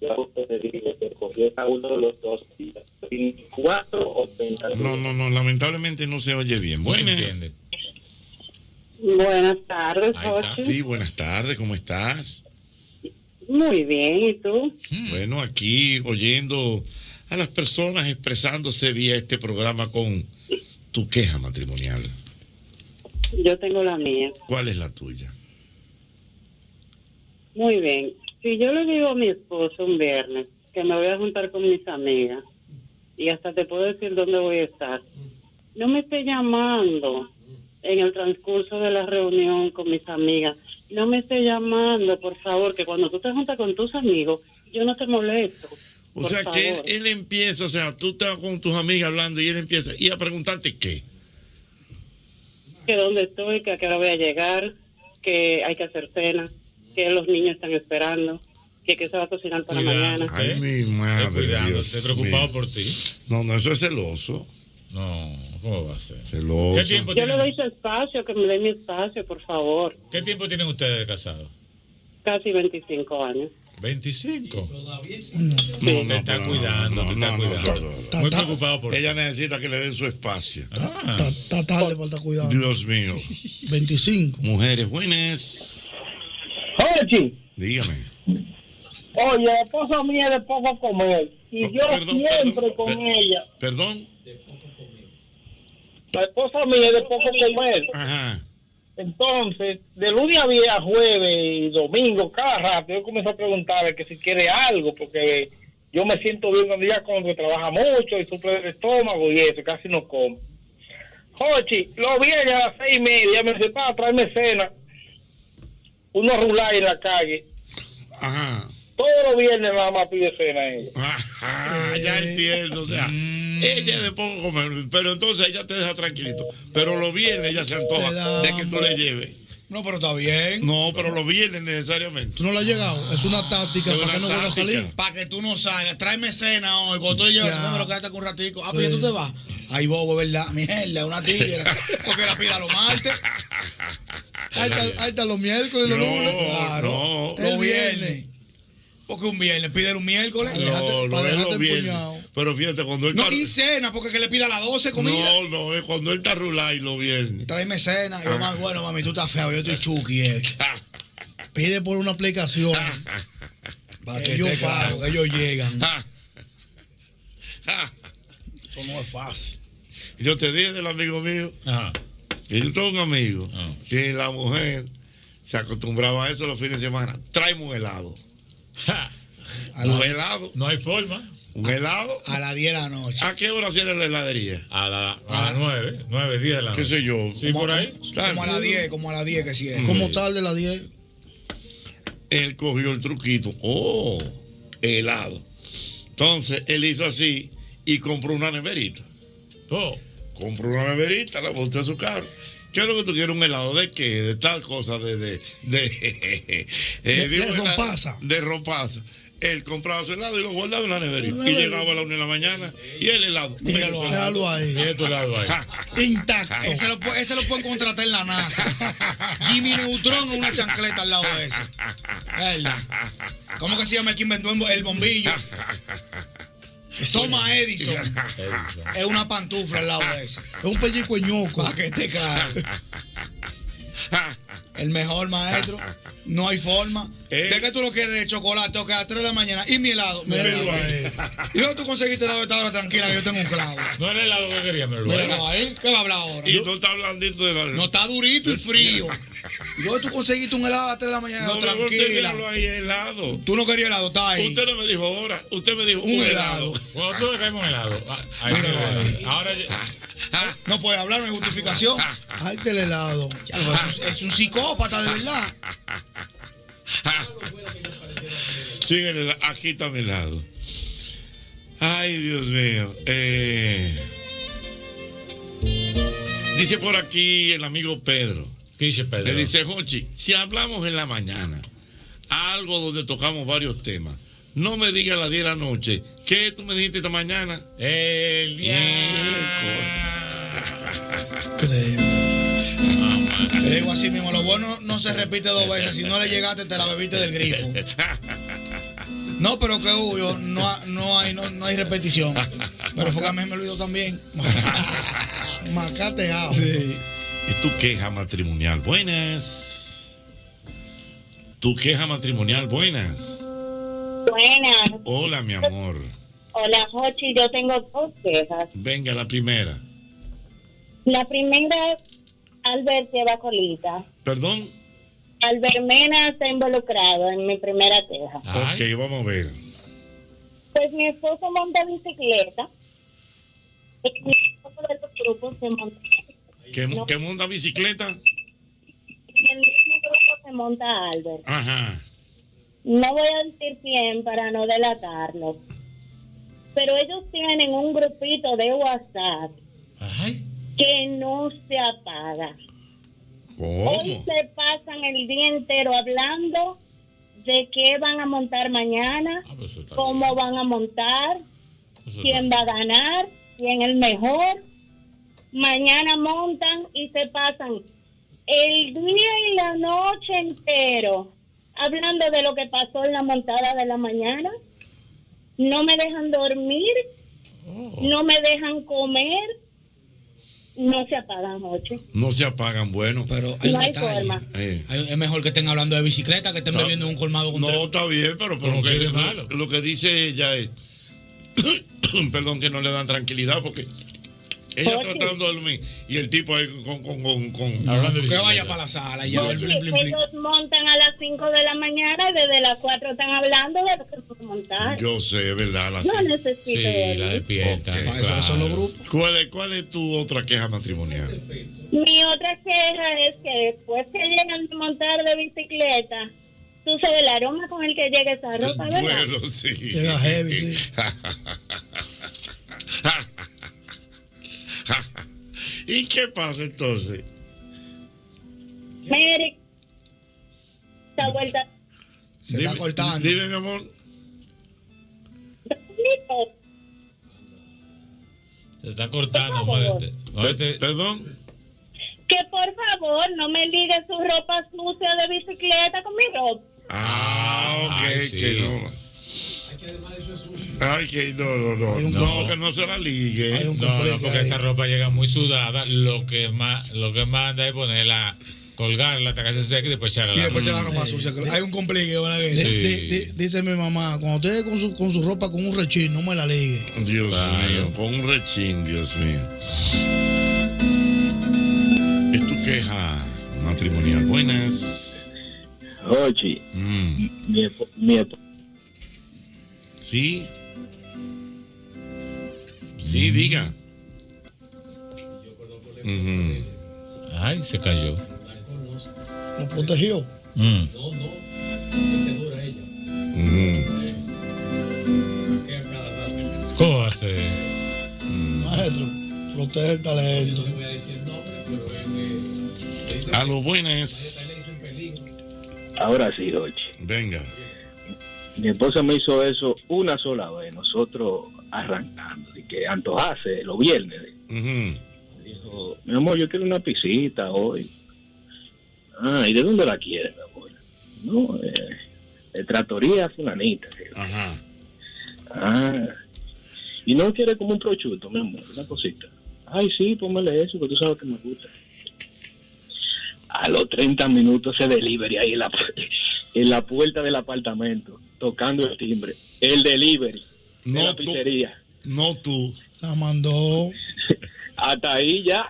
ya usted le digo que cogió a uno de los dos días, 24 o 32.
No, no, no, lamentablemente no se oye bien. Buenas.
Buenas tardes, Jochi.
Sí, buenas tardes, ¿cómo estás?
Muy bien, ¿y tú?
Bueno, aquí oyendo a las personas expresándose vía este programa con tu queja matrimonial.
Yo tengo la mía.
¿Cuál es la tuya?
Muy bien. Si yo le digo a mi esposo un viernes que me voy a juntar con mis amigas y hasta te puedo decir dónde voy a estar, no me esté llamando en el transcurso de la reunión con mis amigas. No me esté llamando, por favor, que cuando tú te juntas con tus amigos, yo no te molesto.
O
por
sea, que él,
favor.
él empieza, o sea, tú estás con tus amigas hablando y él empieza y a preguntarte qué.
que dónde estoy, que a qué hora voy a llegar, que hay que hacer cena, que los niños están esperando, que qué se va a cocinar para mañana.
Ay, mi madre.
cuidado,
Dios
estoy preocupado
mío.
por ti.
No, no, eso es celoso.
No, ¿cómo va a ser?
Celoso.
¿Qué tiempo,
Yo
tienen,
le doy su espacio, que me dé mi espacio, por favor.
qué tiempo tienen ustedes de casados?
Casi 25 años.
25.
No,
te Mm, está cuidando, te está cuidando. Muy preocupado por Ah.
Ella necesita que le den su espacio.
Está tarde por estar cuidado.
Dios mío.
25.
Mujeres buenas.
Oye,
Dígame.
oye, la esposa mía es de poco comer. Y yo siempre con ella.
Perdón. (laughs)
La esposa mía es de poco comer.
Ajá.
Entonces, de lunes a viernes, a jueves y domingo, cada rato, yo comienzo a preguntarle que si quiere algo, porque yo me siento bien cuando ya cuando trabaja mucho y sufre del estómago y eso, casi no como. Jochi, lo viene a las seis y media, me dice, para traerme cena, unos rulay en la calle.
Ajá.
Todos los viernes nada más pide cena ella.
Ajá, Ah, ya entiendo. O sea, ella es de poco comer, pero entonces ella te deja tranquilito. Pero los viernes ella se antoja de que tú le lleves.
No, pero está bien.
No, pero los viernes necesariamente.
Tú no la has llegado. Es una táctica para que no vuelva a salir.
Para que tú no salgas. Tráeme cena hoy. Cuando tú le llevas,
Ya.
no, pero quédate con un ratico. Ah,
Sí.
pues ya tú te vas. Ay, bobo, ¿verdad? Mierda,
(laughs)
una tigre. Porque la pida los martes.
Ahí está, ahí está los miércoles y los lunes. Claro.
Los
El viernes.
viernes. Porque un viernes, pide un miércoles.
No, no es los viernes.
empuñado.
Pero fíjate, cuando él
No,
está-
y cena, porque que le pida a las 12 comida.
No, no, es cuando él está rulay los viernes.
Tráeme cena.
Ah.
Yo, más bueno, mami, tú estás feo. Yo estoy chuki.
(laughs)
eh.
Pide por una aplicación.
Para
que
que yo
te
pago,
Ah,
(laughs)
claro. Ah,
ellos llegan.
Esto no es fácil.
Yo te dije del amigo mío. Y yo tengo un amigo
Ah.
que la mujer se acostumbraba a eso los fines de semana. Tráeme un helado. un helado.
No hay forma.
Un helado.
A las 10 de la noche.
¿A qué hora cierra la heladería?
A la- a las 9, 9, 10 de la noche.
¿Qué sé yo?
Sí, por ahí.
Como a las 10, como a las 10 que sí es.
Como tarde las 10.
Él cogió el truquito. Oh, helado. Entonces él hizo así y compró una neverita.
Oh.
Compró una neverita, la montó en su carro. ¿Qué es lo que tú quieres? ¿Un helado de qué? De tal cosa, de. De, de, (laughs) eh,
De-
digo,
de
helado-
rompaza.
De rompaza. Él compraba su helado y lo guardaba en la neverita.
Una
Y
neverita.
llegaba a la una de la mañana y el helado. Míralo ahí.
Déjalo ahí.
Tiene tu lado
(laughs)
ahí.
Intacto.
Ese lo, pu- ese lo pueden contratar en la NASA. Jimmy Neutron con una chancleta al lado de ese. ¿Verdad? ¿Cómo que se llama el que inventó el bombillo? Toma Edison. Es una pantufla al lado de ese.
Es un pellico de ñoco.
Para que te caes. El mejor maestro. No hay forma. ¿De qué tú lo quieres de chocolate? O que a las 3 de la mañana. Y mi helado. Mi
Míralo
helado. ¿Y dónde tú conseguiste el helado a esta hora tranquila? Que yo tengo un clavo.
No era el helado que quería, mi
Míralo
hermano.
ahí. ¿Qué va a hablar ahora?
Y no está blandito de la
No está durito y frío. Yo tú conseguiste un helado a las 3 de la mañana,
No, luego usted
tranquila.
míralo ahí, helado.
Tú no querías helado, está ahí.
Usted no me dijo ahora. Usted me dijo
Un helado.
Cuando tú le caes un helado. ah, ahí te lo doy.
ah,
Ahora
Ah, No puede hablar, no hay justificación.
ah.
Ay, del helado.
Es un- Es un psicópata, de verdad.
Sí, el helado. aquí está mi helado. Ay, Dios mío. Eh, dice por aquí el amigo Pedro.
¿Qué dice Pedro?
Le dice, Jochi, si hablamos en la mañana, algo donde tocamos varios temas, no me diga a las 10 de la noche ¿Qué tú me dijiste esta mañana?
El
Te digo así mismo, lo bueno no se repite dos veces. Si no le llegaste, te la bebiste del grifo.
(laughs)
No, pero que huyo, no, ha- no, hay, no, no hay repetición. Pero fue que a mí me olvidó
(laughs)
también. Macateado. Sí.
¿Y tu queja matrimonial? Buenas. ¿Tu queja matrimonial? Buenas.
Buenas.
Hola, mi amor.
Hola, Jochi. Yo tengo dos quejas.
Venga, la primera.
La primera es Albert lleva colita.
Perdón.
Albert Mena está involucrado en mi primera queja.
Ah.
Ok, vamos a ver.
Pues mi esposo monta bicicleta. Y mi esposo de los grupos se monta,
¿Qué, mu- qué monta bicicleta?
en el mismo grupo se monta Albert.
Ajá.
No voy a decir quién para no delatarlo. Pero ellos tienen un grupito de WhatsApp que no se apaga. Hoy se pasan el día entero hablando de qué van a montar mañana, cómo van a montar, quién va a ganar, quién el mejor. Mañana montan y se pasan el día y la noche entero hablando de lo que pasó en la montada de la mañana. No me dejan dormir, no me dejan comer, no se apagan ocho.
No se apagan, bueno.
Pero hay
No
un
hay
detalle.
forma.
Eh.
Hay- Es mejor que estén hablando de bicicleta que estén bebiendo en un colmado con
No,
tres-
está bien, pero, pero
Como
que-
quiere,
lo, lo que dice ella es, (coughs) perdón, que no le dan tranquilidad porque ella
Oye.
tratando de dormir y el tipo ahí con... con, con, con-
Hablando de Que vaya bicicleta. para la sala y ya,
Oye,
Blim, blim, blim.
ellos montan a las 5 de la mañana y desde las 4 están hablando de lo que van a montar.
Yo sé, ¿verdad? La
no
sí.
necesito dormir.
despierta.
Para eso que son los grupos.
¿Cuál es, ¿Cuál es tu otra queja matrimonial? (laughs)
Mi otra queja es que después que llegan de montar de bicicleta, tú sabes el aroma con el que llega esa ropa, ¿verdad?
Bueno, sí.
Llega heavy,
(laughs)
sí.
¿Y qué pasa entonces?
Mary, esa vuelta
Se está cortando.
Dime, mi amor.
Se está cortando, muévete. Muévete.
Perdón.
que por favor no me ligue su ropa sucia de bicicleta con mi ropa.
Ah, ok, que no. Ay, que no, no, no. No, que no se la ligue.
No, no, porque esta ropa llega muy sudada. Lo que más, lo que manda es ponerla, colgarla hasta que se seque y después echarla. Mm.
Y después echar la ropa sucia.
Eh,
que Hay un complique, ¿verdad? que
Sí.
Di- di- di-
Dice mi mamá, cuando usted llegue con su, con su ropa con un rechín, no me la ligue.
Dios mío, con un rechín, Dios mío. Es tu queja matrimonial. Buenas. Mm.
Ochi, mi, esp- mi esp-
Sí. Sí, diga.
Ay, se cayó.
Lo protegió.
No,
no.
Mm. ¿Cómo hace?
Maestro, protege el talento.
A lo buenas.
ahora sí, Ochi.
Venga.
Mi esposa me hizo eso una sola vez, nosotros arrancando, de que antojase los viernes. Dijo, mi amor, yo quiero una pisita hoy. Ah, ¿y de dónde la quieres, mi amor? No, eh, de tratoría fulanita.
Ajá.
Ah, y no quiere como un prochuto, mi amor, una cosita. Ay, sí, póngale eso, que tú sabes que me gusta. A los 30 minutos se delivery ahí en la, pu- (laughs) en la puerta del apartamento, tocando el timbre. El delivery de la pizzería.
No tú.
La mandó.
Hasta ahí ya.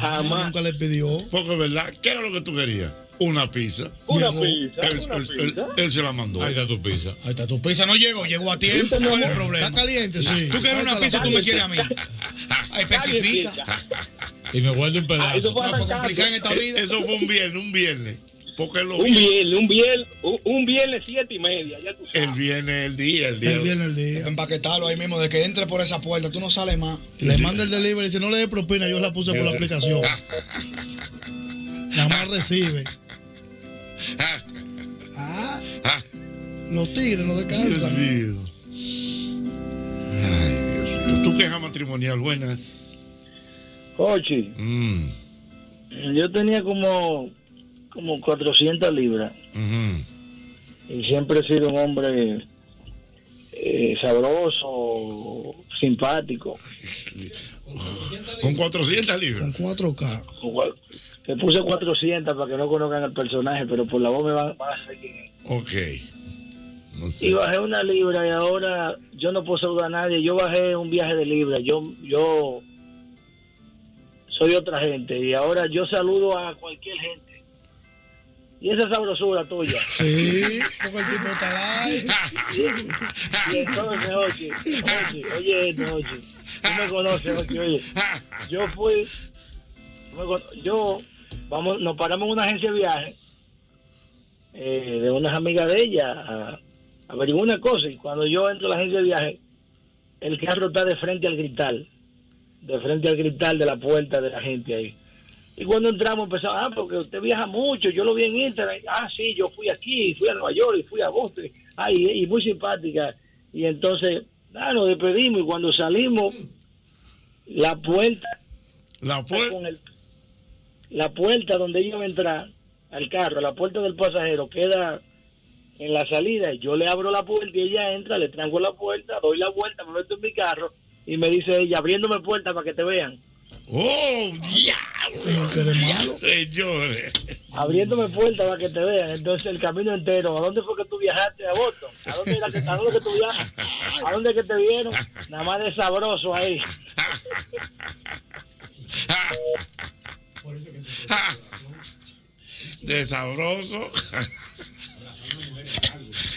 Jamás.
Nunca le pidió.
Porque, ¿verdad? ¿Qué era lo que tú querías? Una pizza.
Una
pizza. Él, él- él- él se la mandó.
Ahí está tu pizza.
Ahí está tu pizza, no llegó, llegó a tiempo. ¿Cuál es el problema? Está
Ah,
caliente, sí. Tú quieres una pizza, tú me quieres a mí. Ay, especifica.
Y me guardo un pedazo.
vida.
Eso fue un viernes, un viernes. Porque lo
Un
vi-
viernes, un viernes, un- un viernes siete y media. Ya tú
El viernes, el día, el día.
El viernes el día. Empaquetarlo ahí mismo, de que entre por esa puerta, tú no sales más.
Le manda el delivery, si no le dé propina, yo la puse por la aplicación. Nada más recibe.
Ah.
Los tigres no descansan.
Tu queja matrimonial, buenas.
Jochi,
Mm.
yo tenía como, como 400 libras y siempre he sido un hombre eh, sabroso, simpático.
Con 400 libras.
Con 4K.
Le puse 400 para que no conozcan al personaje, pero por la voz me van, van a saber quién es.
Ok.
Y bajé una libra y ahora yo no puedo saludar a nadie. Yo bajé un viaje de libra. Yo, yo soy otra gente y ahora yo saludo a cualquier gente. Y esa sabrosura tuya.
Sí, porque el tipo está live.
Y entonces, oye, oye, oye, esto, oye, tú me conoces, oye, oye. Yo fui, me cono- yo, vamos, nos paramos en una agencia de viaje eh, de unas amigas de ella a a averiguar una cosa. Y cuando yo entro a la agencia de viaje, el carro está de frente al cristal, de frente al cristal de la puerta de la gente ahí. Y cuando entramos empezamos, ah, porque usted viaja mucho, yo lo vi en Instagram, ah, sí, yo fui aquí, fui a Nueva York, y fui a Boston, ah, y, y muy simpática. Y entonces, ah, nos despedimos y cuando salimos, la puerta,
la puerta,
la puerta donde ella iba a entrar al carro, la puerta del pasajero queda en la salida, y yo le abro la puerta y ella entra, le tranco la puerta, doy la vuelta, me meto en mi carro y me dice ella, abriéndome puerta para que te vean.
¡Oh, diablo!
¡Qué malo!
Señores.
Abriéndome puerta para que te vean. Entonces, el camino entero. ¿A dónde fue que tú viajaste a Boston? ¿A dónde, era que, a dónde que tú viajas? ¿A dónde que te vieron? Nada más de sabroso ahí.
De sabroso. (laughs)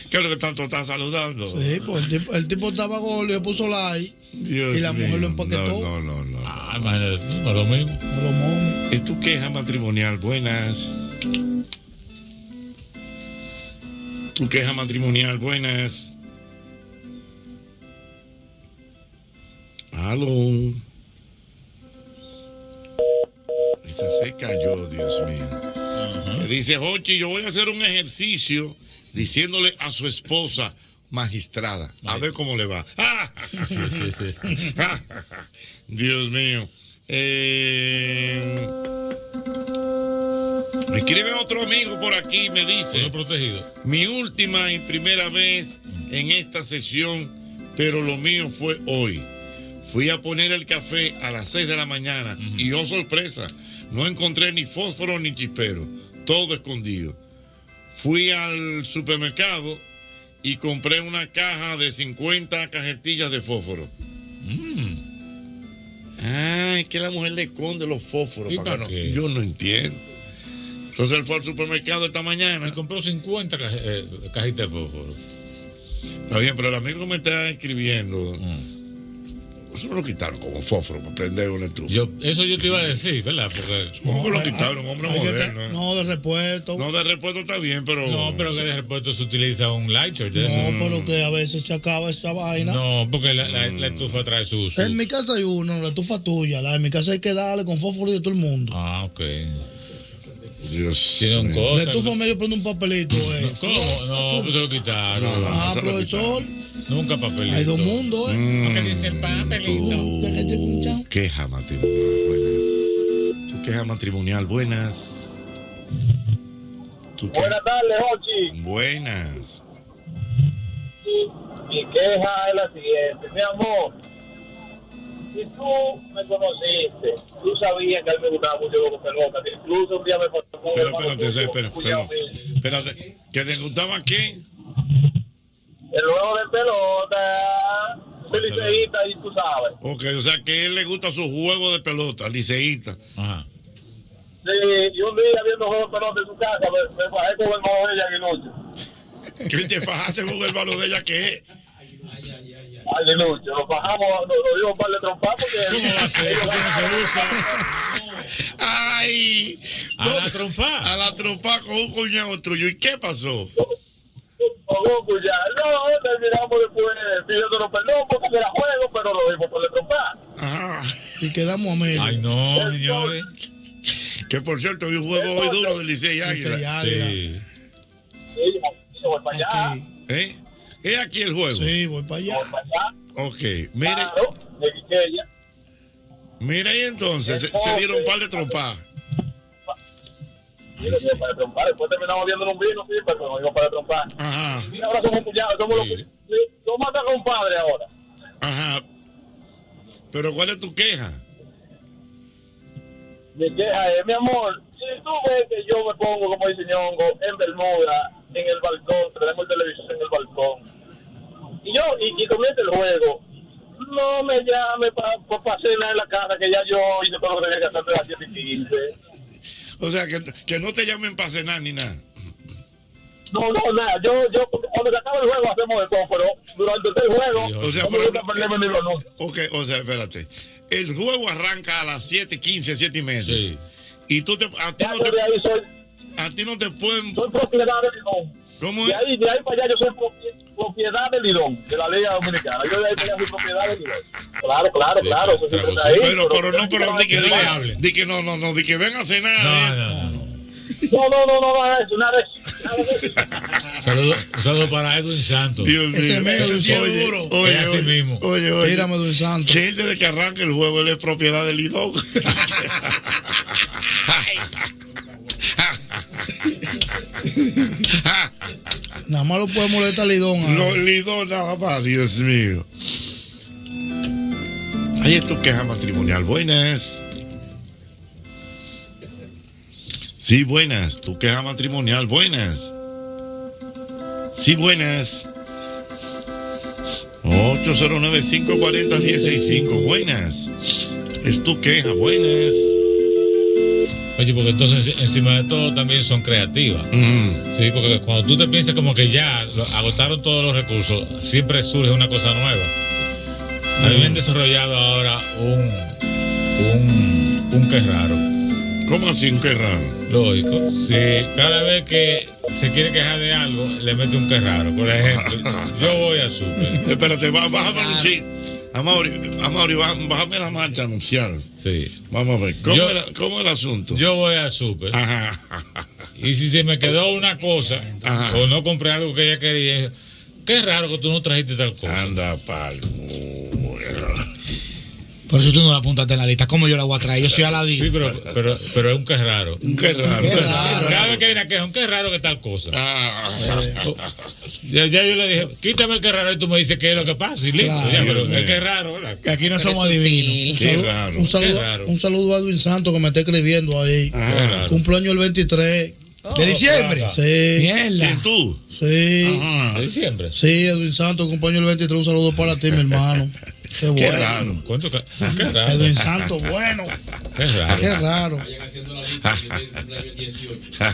¿Qué es lo que tanto está saludando?
Sí, pues el tipo, el tipo estaba gordo y le puso like.
Dios
y la
mío.
mujer lo empaquetó.
No, no, no. no, Ah, imagínate, no lo mismo.
No lo mames.
Es tu queja matrimonial, buenas. Tu queja matrimonial, buenas. Aló. Esa se cayó, Dios mío. Me Dice Jochi, yo voy a hacer un ejercicio diciéndole a su esposa magistrada. A ver cómo le va. Dios mío. Eh, me escribe otro amigo por aquí y me dice. Mi última y primera vez en esta sesión, pero lo mío fue hoy. Fui a poner el café a las 6 de la mañana y oh sorpresa, no encontré ni fósforo ni chispero, todo escondido. Fui al supermercado y compré una caja de 50 cajetillas de fósforo.
Mm. Ah,
Ay, que la mujer le esconde los fósforos.
¿Y
para
para
que no-
qué?
yo no entiendo. Entonces él fue al supermercado esta mañana. Y compró 50
eh,
cajitas de fósforo. Está bien, pero el amigo me está escribiendo. Eso me lo quitaron como fósforo para prender una estufa.
Eso Mm. yo te iba a decir, ¿verdad? Porque.
¿Cómo que lo quitaron? Hombre
Hay que
moderno.
estar- no, de repuesto.
No, de repuesto está bien, pero.
No, pero que de repuesto se utiliza un lighter de eso.
No, pero que a veces se acaba esa vaina.
No, porque la, la- la estufa trae su. su-
En mi casa hay uno, la estufa tuya. La de mi casa hay que darle con fósforo de todo el mundo.
Ah, ok.
Dios.
Tienen
la
cosas.
estufa medio prende un papelito. eh.
¿Cómo? No, pues se lo quitaron.
ah, profesor.
Nunca papelito.
Hay dos mundos, ¿eh?
Tu queja matrimonial, buenas. Tu queja matrimonial, buenas. Tu que-
Buenas tardes, Ochi.
Buenas.
Mi queja es la siguiente. Mi amor, si tú me conociste, tú sabías que a mí me gustaba mucho Boca Peloca. que Incluso un día me pasó con el
Pero
hermano
espérate,
tuyo,
espérate, espérate. espérate. ¿Que te gustaba qué?
El juego de pelota, feliceíta, y tú sabes.
Ok, o sea que a él le gusta su juego de pelota, liceísta. Ajá.
Sí, y un día viendo juego de pelota en su casa, me, me bajé con el hermano de ella
(laughs)
Aguilucho.
¿Qué te fajaste con el hermano de ella que es?
Aguilucho, nos bajamos, nos, nos dimos un par de trompadas porque... ¿Cómo va a ser?
¡Ay! A la trompa. A la trompa con un cuñado tuyo. ¿Y qué pasó?
Con un cuñado. No, terminamos después pidiéndonos perdón porque era juego, pero lo dimos por la trompada.
Y quedamos amigos. Ay, no,
señores. Que por cierto, hay un juego hoy duro del Licey y
Licey y
Águila.
Águila.
¿Eh? ¿Es aquí el juego?
Sí, voy para allá.
Ok, mire,
de Quiqueya.
Mira y entonces, se, se dieron un par de trompadas.
Y nos dimos para trompar. Después terminamos viendo un vino, sí, pero nos dimos para trompar.
Ajá.
Y ahora somos cuñados, somos los cuñados. Somos hasta compadres ahora.
Ajá. Pero ¿cuál es tu queja?
Mi queja es, mi amor, si tú ves que yo me pongo, como dice Ñongo, en Bermuda, en el balcón, tenemos el televisor en el balcón, y yo, y, y comienza el juego, no me llame para pa, pa hacer nada en la cara, que ya yo hoy no puedo regresar a las 7 y 15.
O sea, que, que no te llamen para cenar ni nada.
No, no, nada, yo, yo, cuando se acaba el juego hacemos de todo, pero durante el juego,
O sea,
no me
por
gusta
ejemplo,
perderme ni los números.
ok, o sea, espérate. El juego arranca a las 7:15, 7 y media. Y tú te, a ti no te, a ti no te pueden.
Soy propiedad del Lidón.
¿Cómo
de ahí, de ahí para allá yo soy propi- propiedad del Lidón, de la Liga Dominicana. Yo de ahí para allá soy propiedad del Lidón. Claro, claro, claro.
pues,
eso siempre está ahí,
pero, pero no, pero di que,
no,
no, di que no, no, no, di que ven a cenar. eh.
no, no, no, no, no, es una vez.
Saludo, un saludo para Edwin Santos.
Ese mío, Ese sí es oye, duro. oye,
es así
oye,
mismo.
Oye, oye.
Tírame
de un santo. Que él desde que arranca el juego, él es propiedad del Lidón.
(laughs)
(laughs)
Nada más lo puede molestar eh. Lidón. ahora.
Los Lidón nada más, Dios mío. Ahí es tu queja matrimonial. Buenas. Sí, buenas. Tu queja matrimonial. Buenas. Sí, buenas. 809-540-165. Buenas. Es tu queja. Buenas.
Oye, porque entonces encima de todo también son creativas. Sí, porque cuando tú te piensas como que ya lo- agotaron todos los recursos, siempre surge una cosa nueva. A mí me han desarrollado ahora un, un, un qué raro.
¿Cómo así un qué raro?
Lógico. Sí, cada vez que se quiere quejar de algo, le mete un qué raro. Por
(laughs)
ejemplo, yo voy a super.
Espérate, va- bájame un ching. Amaury, Amaury, bá- bájame la marcha anunciada.
Sí.
Vamos a ver. ¿Cómo,
Yo-
era- cómo el asunto?
Yo voy a super. Y si se me quedó una cosa o no compré algo que ella quería, qué raro que tú no trajiste tal cosa.
Anda, palo.
Por eso tú no la apuntaste en la lista. ¿Cómo yo la voy a traer? Yo soy Aladín.
Sí, pero, pero, pero es un que es raro. Un
que raro.
Cada vez que hay una queja, un que es raro que tal cosa.
Ah.
Ya, ya yo le dije, quítame el que es raro y tú me dices qué es lo que pasa y listo.
Claro.
ya, pero
Dios mío.
el que es raro, ¿verdad?
Que aquí no
Pero
somos
sutil.
adivinos.
Qué
Un saludo-
raro,
un,
qué
saludo,
raro.
un saludo a Edwin Santos que me está escribiendo ahí.
Ah.
Cumpleaños el 23.
¿De diciembre?
Sí.
Mierda. ¿Y
tú?
Sí.
Ajá,
de diciembre.
Sí, Edwin Santos, cumpleaños el 23. Un saludo para ti,
(laughs)
mi hermano. Qué bueno.
¿Cuánto ca- qué raro.
Edwin Santos, bueno.
Qué raro.
Qué raro.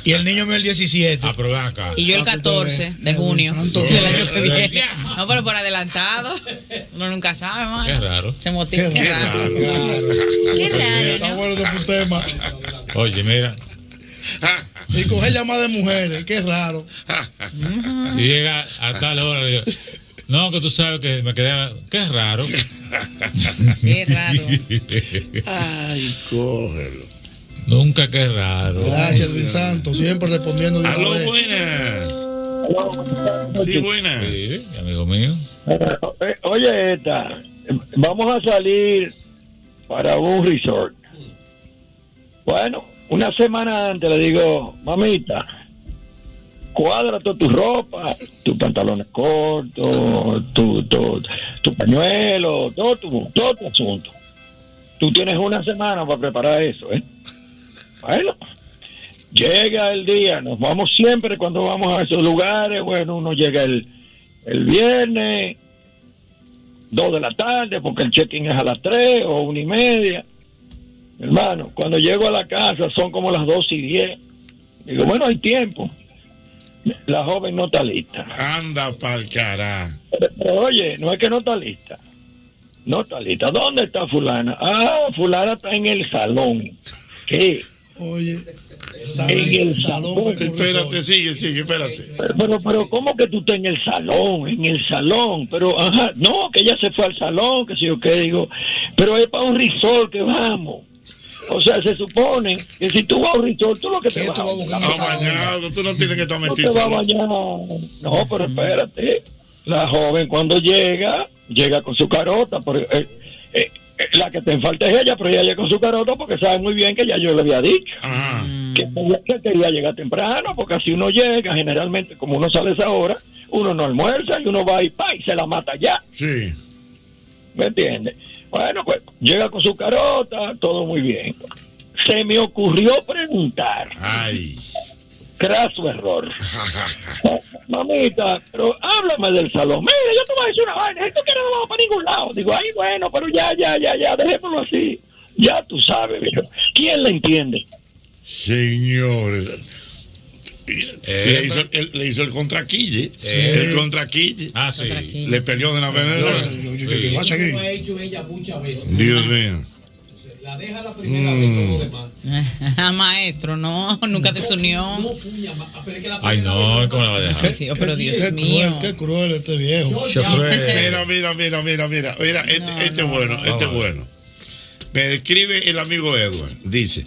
Y el niño mío el 17.
Aprobaca.
Y
Ah,
yo el 14 de junio del año que viene. No, pero por adelantado. Uno nunca sabe, mano.
Qué raro.
Se motiva. Qué raro.
Qué
raro,
Está bueno de
(laughs)
un tema.
Oye, mira.
Y coger llamadas de mujeres. Qué raro.
Y llega a tal hora. le digo, no, que tú sabes que me quedé. a- Qué raro.
Qué raro.
Ay, cógelo.
Nunca qué raro.
Gracias, Edwin Santos. Siempre respondiendo de una
Aló,
vez.
Sí, buenas.
Sí, amigo mío.
Eh, Oye, esta, vamos a salir para un resort. Bueno, una semana antes le digo, mamita, cuadra toda tu ropa, tus pantalones cortos, tu, tu, tu pañuelo, todo tu, todo tu asunto. Tú tienes una semana para preparar eso, ¿eh? Bueno, llega el día, nos vamos siempre cuando vamos a esos lugares, bueno, uno llega el, el viernes, dos de la tarde, porque el check-in es a las tres o una y media. Hermano, cuando llego a la casa son como las dos y diez. Digo, bueno, hay tiempo. La joven no está lista.
Anda pa'l cara.
Pero, pero, oye, no es que no está lista. No está lista. ¿Dónde está fulana? Ah, fulana está en el salón. ¿Qué?
Oye,
en el salón.
Espérate, sigue, sigue, espérate.
Pero, pero, pero, ¿cómo que tú estás en el salón? En el salón. Pero, ajá, no, que ella se fue al salón, que sé yo qué, digo. Pero es para un resort que vamos. O sea, se supone que si tú vas a un resort, tú lo que te vas a
No, bañado, tú no tienes que estar
no
metido.
te va a bañar. No, pero espérate. La joven cuando llega, llega con su carota. Porque eh, eh, eh, la que te en falta es ella, pero ella llega con su carota porque sabe muy bien que ya yo le había dicho que, tenía- que quería llegar temprano, porque así uno llega, generalmente como uno sale a esa hora, uno no almuerza y uno va y, pa, y se la mata ya.
Sí.
¿Me entiendes? Bueno, pues llega con su carota, todo muy bien. Se me ocurrió preguntar.
Ay.
Craso
(laughs)
error. Mamita, pero háblame del salón. Mira, yo te voy a decir una vaina. Esto que no vamos para ningún lado. Digo, ay, bueno, pero ya, ya, ya, ya, dejémoslo así. Ya tú sabes, viejo. ¿Quién la entiende?
Señores. Le hizo, el, le hizo el contraquille. El contraquille.
Ah, sí.
Le peleó de la venera.
yo- yo-
Lo ha hecho ella muchas veces.
Dios mío.
La deja la primera vez
Mm.
todo demás.
Maestro, no, nunca desunió.
Ay, no, ¿cómo la va a dejar?
oh, pero Dios
qué
mío.
Cruel, qué cruel este viejo.
Yo Mira, mira, mira, mira, mira. Mira, este, este es bueno, este es bueno. Me escribe el amigo Edward. Dice,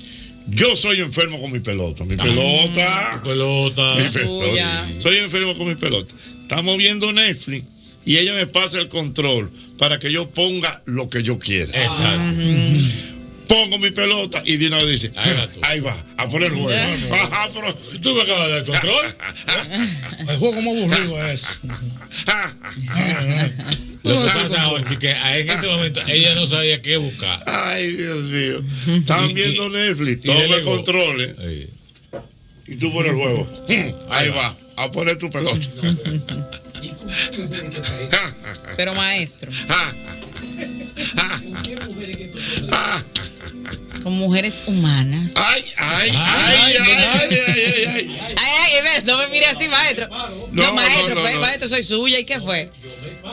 yo soy enfermo con mi pelota. Mi pelota.
Ah, pelota.
Mi
La
pelota.
suya.
Soy enfermo con mi pelota. Estamos viendo Netflix y ella me pasa el control para que yo ponga lo que yo quiera.
Exacto.
Pongo mi pelota y Dino dice, ahí va, a poner juego. (laughs) Ajá, pero-
¿Tú me acabas de dar el control?
El juego más aburrido es.
Lo que pasa, Ochi, que en ese momento ella no sabía qué buscar.
(laughs) Ay, Dios mío. Están viendo Netflix,
y
toma ¿eh?
delegó.
controles. Y tú pones el juego. (laughs) Ahí va, a poner tu pelota. Ah. (laughs)
Pero maestro,
Ah.
con mujeres humanas.
Ay, ay, ay, ay, ay, ay,
ay, ay, ve, no me mire así, maestro. No,
No,
maestro,
no, no,
pues,
no.
maestro, soy suya. ¿Y qué fue?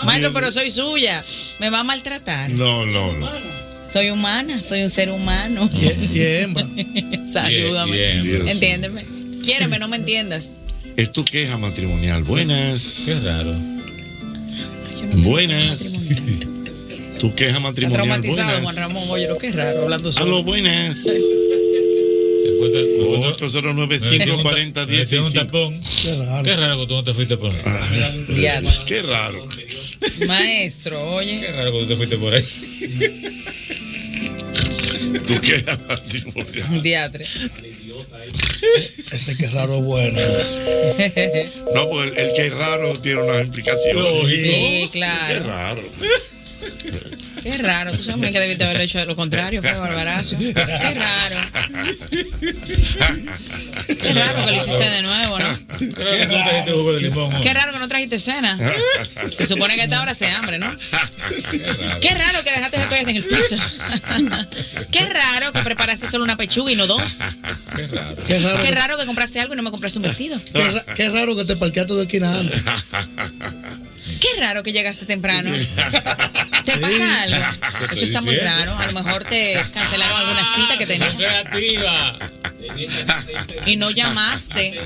Maestro, pero soy suya. Me va a maltratar.
No, no, no.
Soy humana, soy un ser humano. (laughs)
Y es hembra.
Salúdame.
Y es hembra.
Entiéndeme. Quiéreme, no me entiendas.
Es tu queja matrimonial. Buenas. Qué raro. Buenas. Tu queja
Está
matrimonial.
traumatizado,
Buenas.
Juan Ramón. Oye, lo que es raro, hablando
A
solo.
lo buenas. 809 540
Qué raro. Qué raro que tú no te fuiste por ahí.
Diablo.
Qué raro.
Maestro, oye.
Qué raro que tú te fuiste por ahí.
Tu queja matrimonial.
Diatre.
Eh, Ese que es raro
(laughs)
bueno.
No, porque el, el que es raro tiene una implicación.
Lógico.
Sí,
Qué
claro.
raro.
Qué raro. Tú sabes que debiste haberlo hecho lo contrario, fue barbarazo. Qué raro. Qué raro que lo hiciste de nuevo,
(laughs)
¿no?
Qué raro que tú no te dijiste jugo de limón.
Qué raro que no trajiste cena. Se supone que a esta hora se hambre, ¿no? Qué raro que dejaste ese toalla en el piso. Qué raro que preparaste solo una pechuga y no dos.
Qué raro.
Qué raro, que compraste algo y no me compraste un vestido.
Qué, ra- qué raro que te parqueaste de esquina antes.
Qué raro que llegaste temprano. ¿Te pasa algo? Eso está muy raro. A lo mejor te cancelaron alguna cita que tenías.
Creativa.
Y no llamaste.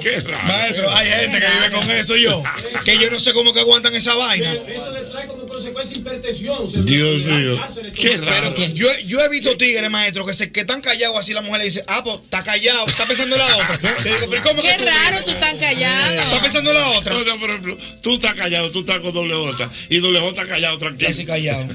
Qué raro.
Maestro, hay gente que vive con eso y yo. Que yo no sé cómo que aguantan esa vaina.
Eso le trae como consecuencia hipertensión.
Dios mío.
Qué raro.
Yo, yo he visto tigres, maestro, que se que están callados así. La mujer le dice, ah, pues está callado, está pensando en la otra. Le digo, pero ¿cómo que tú
Qué
Eh. vives?
raro, tú tan
Está
callado.
pensando en la otra.
No, no, por ejemplo, tú estás callado, tú estás con doble J. Y doble J está callado, tranquilo. Casi
callado.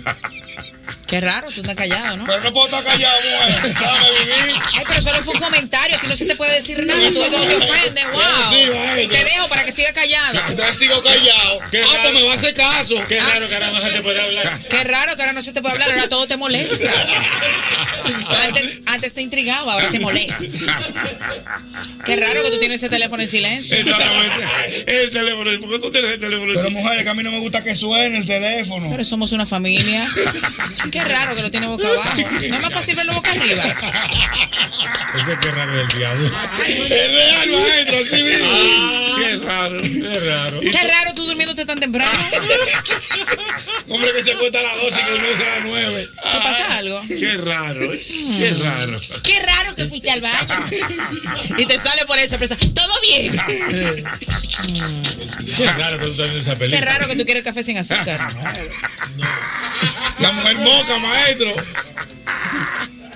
Qué raro, tú tan callado, ¿no?
Pero no puedo estar callado, mujer. Déjame vivir.
Ay, pero solo fue un comentario. Aquí no se te puede decir nada. Tú todo te ofendes.
Sí,
Wow.
vaya.
Te dejo para que siga callado.
Entonces sigo callado.
Qué
Ah, pues
raro.
me va a hacer caso. Ah.
Qué raro que ahora no se te puede hablar.
(laughs)
Qué raro que ahora no se te puede hablar. Ahora todo te molesta. Antes, antes te intrigaba, ahora te molesta. Qué raro que tú tienes ese teléfono en silencio.
este, El teléfono, ¿por qué tú tienes el teléfono?
Pero mujeres, que a mí no me gusta que suene el teléfono.
Pero somos una familia. (laughs) Qué raro que lo tiene boca abajo. No es más fácil verlo boca arriba.
Ese es qué raro del diablo.
Es real, maestro, así mismo. Qué raro.
Qué raro.
Qué raro tú durmiéndote tan temprano.
Hombre que se acuesta a las 12 y que no a las 9. ¿Te
pasa algo?
Qué raro, qué raro.
Qué raro que fuiste al baño. Y te sale por ahí sorpresa. Todo bien.
Qué raro que tú estás en esa
Qué
película.
raro que tú quieres café
(laughs)
sin azúcar.
La mujer moca, maestro.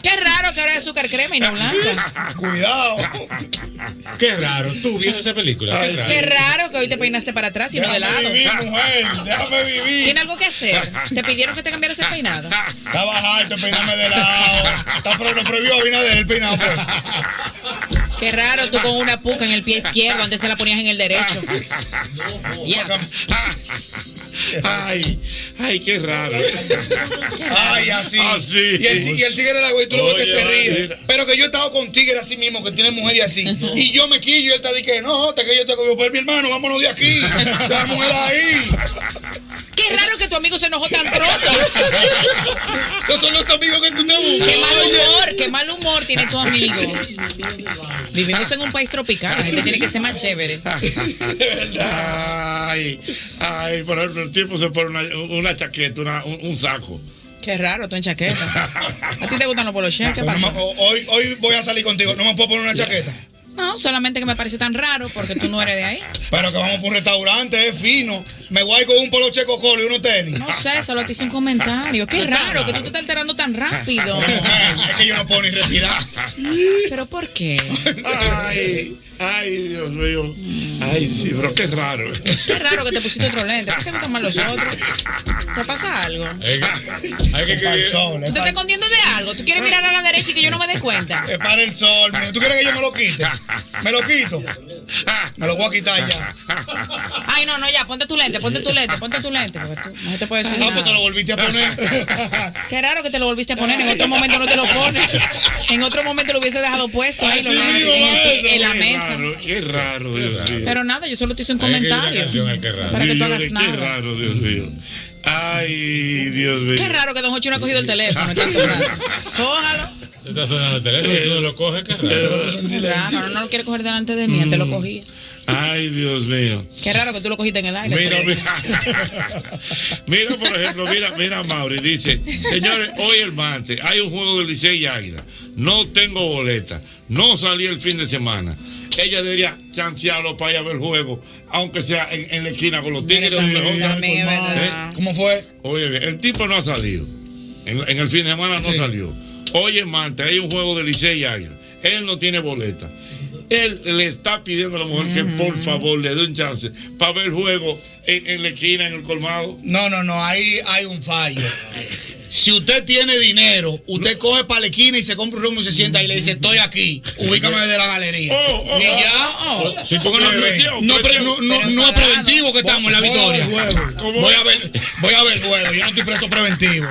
Qué raro raro que ahora es azúcar crema y no blanca.
Cuidado.
Qué raro. Tú viendo esa película. Qué raro.
Qué raro que hoy te peinaste para atrás y no de lado.
Déjame vivir, mujer. Déjame vivir.
¿Tiene algo que hacer? ¿Te pidieron que te cambiaras el peinado?
(laughs) Está bajado, peiname de lado. Está pro, lo prohibió Abinader el peinado. pues.
Qué raro tú con una puca en el pie izquierdo, antes te la ponías en el derecho.
pues.
Ay, ay, qué raro. Ah,
Ay, así.
Ah,
Y, el, ti- y el tigre de la güey, tú lo ves que
Oye,
se ríe. (laughs)
mira.
Pero que yo he estado con tigre así mismo, que tiene mujer y así. Y yo me quillo y él está de que no, hasta que yo te comió. Pues mi hermano, vámonos de
(laughs)
aquí. La mujer ahí.
Qué raro que tu amigo se enojó tan pronto.
Esos son los amigos que tú te buscas.
Qué mal humor, qué mal humor tiene tu amigo. Vivimos en un país tropical, la gente tiene que ser más chévere.
De verdad. Ay, ay, por ejemplo, el tipo se pone una, una chaqueta, una- un, un saco.
Qué raro, tú en chaqueta. ¿A ti te gustan los polochés? ¿Qué
No,
pasó?
o- Hoy, hoy voy a salir contigo. No me puedo poner una chaqueta.
No, solamente que me parece tan raro porque tú no eres de ahí.
Pero que vamos por un restaurante, es fino. Me voy con un poloche cocolo y unos tenis.
No sé, solo te hice un comentario. Qué raro que tú te estás alterando tan rápido.
Es que yo no puedo ni respirar.
¿Pero por qué?
Ay, ay, Dios mío. Ay, sí, pero qué raro.
Qué raro que te pusiste otro lente. ¿Por qué me toman los otros? ¿Te pasa algo?
(laughs)
Hay que, hay que escribir.
¿Tú te estás escondiendo de algo? ¿Tú quieres mirar a la derecha y que yo no me dé cuenta?
Es para el sol. mijo. ¿Tú quieres que yo me lo quite? Me lo
(laughs)
quito. Me lo voy a quitar ya.
Ay, no, no, ya, ponte tu lente, ponte tu lente, ponte tu lente. porque tú- no se te puede decir
Ah, pues te
nada.
lo volviste a poner.
(laughs) Qué raro que te lo volviste a poner. En otro momento no te lo pones. En otro momento lo hubiese dejado puesto ahí, lo lentes, en, el pi- en la
Qué
mesa.
raro, qué raro, Dios mío.
Pero nada, yo solo te hice un
Hay que ir a la
comentario.
canción al que raro.
Para que tú
Señores,
hagas
Qué
nada.
raro, Dios mío. Ay, Dios mío.
Qué raro que Don Hochi no ha cogido el teléfono. Tanto raro. Cójalo.
Te está sonando el teléfono y tú no lo coges, qué
Eh,
Claro,
raro.
no, no lo quiere coger delante de mí, antes
Mm.
lo cogí.
Ay, Dios mío.
Qué raro que tú lo cogiste en el aire.
Mira, Mira, por ejemplo, mira, mira, Mauri, dice, señores, hoy el martes hay un juego de Licey y Águila. No tengo boleta. No salí el fin de semana. Ella debería chancearlo para ir a ver el juego, aunque sea en, en la esquina con los tigres.
también,
o mejor-
también, es verdad. ¿Cómo fue?
Oye, bien, el tipo no ha salido. En, en el fin de semana no salió. Hoy en martes hay un juego de Licey y Águila. Él no tiene boleta. Él le está pidiendo a la mujer que por favor le dé un chance para ver el juego en, en la esquina, en el colmado.
No, no, no, ahí hay un fallo. Si usted tiene dinero, usted coge para la esquina y se compra un romo y se sienta y le dice, estoy aquí, ubícame desde la galería.
Oh, oh,
y ya,
oh.
oh.
Sí,
Porque no,
quiere.
no, no, pre- no, no- no es preventivo que estamos en la
Voy a ver
victoria.
huevo.
Voy a ver, voy a ver huevo, yo no estoy preso preventivo.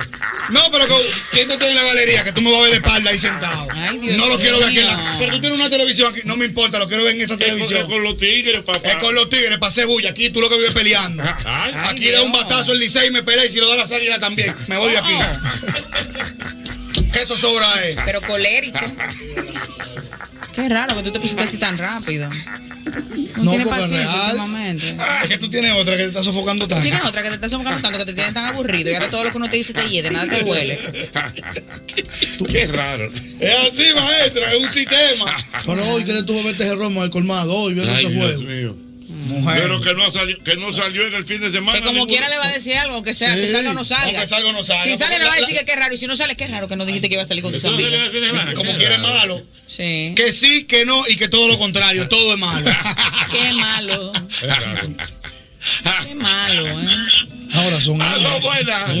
No, pero que, siéntate en la galería, que tú me vas a ver de espalda ahí sentado.
Dios
no lo quiero ver aquí. en la-
mío.
Pero tú tienes una televisión aquí, no me importa, lo quiero ver en esa televisión.
con los tigres, papá.
Es con los tigres, pasé bulla. Aquí tú lo que vives
(laughs)
peleando. aquí da un batazo el Licey y me pelea y si lo da la salida también. Me voy de aquí. (laughs) que eso sobra eh. es.
(laughs) Ah. Pero colérico. Qué raro que tú te pusiste así tan rápido. No,
No,
tienes
porque
paciencia
real.
últimamente.
Ah, Es que tú tienes otra que te está sofocando tanto.
Tienes otra que te está sofocando tanto que te tienes tan aburrido y ahora todo lo que uno te dice te hiede, nada te huele.
(laughs) Qué raro.
(laughs) Es así, maestro, es un sistema.
Pero hoy que le tuvo a meter ese romo al colmado, hoy viendo
Ay,
ese
Dios
juego.
mío. Pero que no, salió, que no salió en el fin de semana.
Que como
ninguno.
quiera le va a decir algo, aunque sea, que
Sí.
salga o no salga.
Aunque salga o no salga.
Si sale le va a
La-
decir que qué raro y si no sale qué raro que no dijiste que iba a salir con tus amigos.
Como quiere malo. Que sí, que no y que todo lo contrario. Todo es
(laughs)
malo.
Qué malo, qué malo, ¿eh?
Ahora son
Aló, buenas.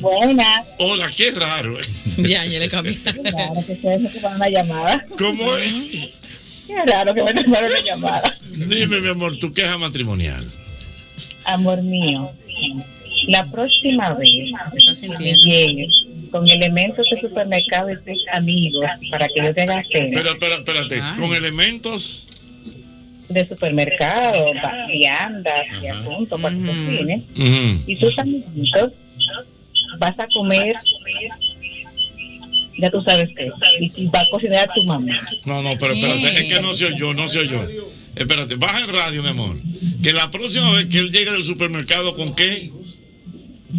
Buenas.
Hola, qué raro. eh.
(laughs) Ya, ya le cambié.
Claro que ustedes me tomaron la llamada.
¿Cómo es?
Qué raro que me tomaron la llamada.
Dime, mi amor, tu queja matrimonial.
Amor mío, la próxima vez que llegues con elementos de supermercado y tus amigos para que yo te haga cena
Espera, espera, espérate. Con elementos.
de supermercado, va- viandas y asuntos para que cocines, y tus amiguitos vas a comer, ya tú sabes qué, y, y va a cocinar a tu mamá.
No, no, pero espérate, es que no se oyó, no se oyó. Espérate, baja el radio, mi amor. Que la próxima vez que él llegue del supermercado, ¿con qué?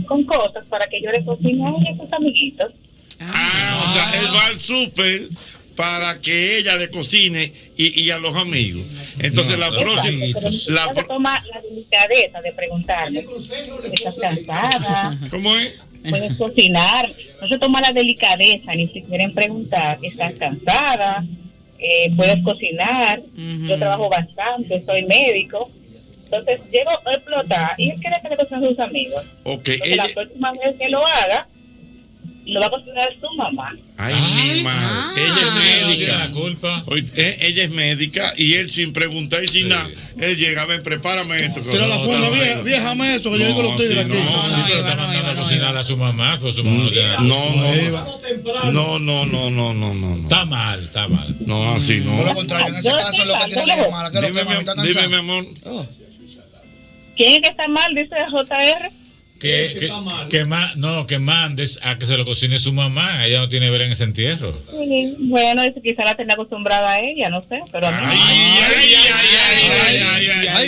con cosas para que yo le cocine a sus amiguitos.
Ah, o sea, él va al súper para que ella le cocine y, y a los amigos. Entonces, la próxima.
Exacto, pero
la
ella se
pro-
toma la delicadeza de preguntarle. ¿Estás cansada?
¿Cómo es?
puedes cocinar, no se toma la delicadeza, ni si quieren preguntar, estás cansada, eh, puedes cocinar, yo trabajo bastante, soy médico. Entonces llego a explotar y él quiere que le cocinen a sus amigos.
Ok,
Entonces,
ella-
la próxima vez que lo haga, lo va a cocinar su mamá.
Ay, mi
ah,
madre. Ella es médica. Oye, eh, ella es médica y él sin preguntar y sin nada, él llega, ven, prepárame esto.
Tira la funda,
está
vieja,
mal.
viejame eso, que yo con los
así
tigres
no,
aquí.
a cocinar a su mamá, pues su mamá no tiene la
No,
culpa.
no, no, no, no, no, no, no, no.
Está mal, está mal.
No, así no.
Por lo contrario, en ese caso es lo que tiene que llamar. ¿a qué es lo que
Dime, mi-
mamita
dime,
cansada?
mi amor.
¿Quién es que está mal? Dice JR.
Que, que, que ma- no, que mandes a que se lo cocine su mamá. Ella no tiene ver en ese entierro.
Sí, Bueno, dice, quizá la tenga acostumbrada a ella, no sé, pero a mí.
Ay, Ay,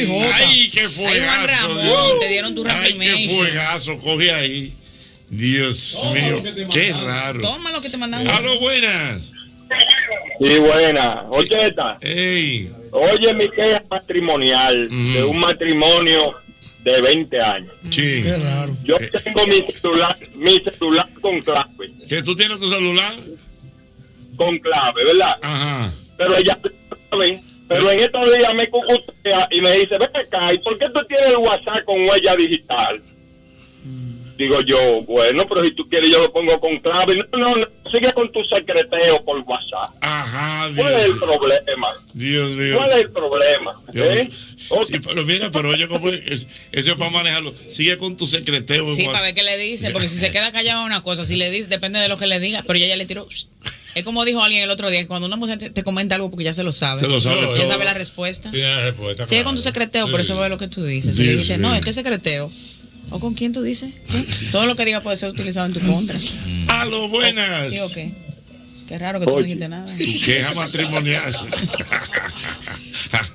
qué
Juan
fuegazo.
Ramón,
Ah, Dios.
te dieron tu
Ay, qué
reformation.
fuegazo, coge ahí. Dios
Toma
mío,
lo que te
qué
mandaron.
raro.
Toma lo que te mandaron.
Aló, buenas.
Sí, buena. Oye, esta. Oye, mi queja matrimonial de un matrimonio de 20 años.
Sí. Qué
raro.
Yo
Eh,
tengo mi celular, mi celular con clave.
¿Que tú tienes tu celular?
Con clave, ¿verdad?
Ajá.
Pero ella pero en estos días me cucutea y me dice, ven acá, ¿y por qué tú tienes el WhatsApp con huella digital? Digo yo, bueno, pero si tú quieres yo lo pongo con clave. No, no, no, sigue con tu secreteo por WhatsApp.
Ajá,
¿Cuál es el problema?
Dios mío.
¿Cuál es el problema?
Dios
¿Eh?
mío. Sí, pero mira, pero oye, cómo es- eso es para manejarlo. Sigue con tu secreteo.
Sí,
igual.
para ver qué le dice,
(laughs)
porque si se queda callado es una cosa, si le dice, depende de lo que le diga, pero ella ya le tiró. psh. Es como dijo alguien el otro día, que cuando una mujer te- te comenta algo porque ya se lo sabe.
Se lo sabe
Ya
todo.
sabe la respuesta.
Tiene la respuesta.
Sigue con tu secreteo, por eso ve lo que tú dices. Si
Sí,
le dijiste,
sí.
no, es que secreteo. ¿O con quién tú dices? ¿Qué? Todo lo que diga puede ser utilizado en tu
(laughs)
contra.
A lo buenas.
¿Sí o qué? Qué raro que tú no dijiste nada.
Tu queja
(laughs)
matrimonial.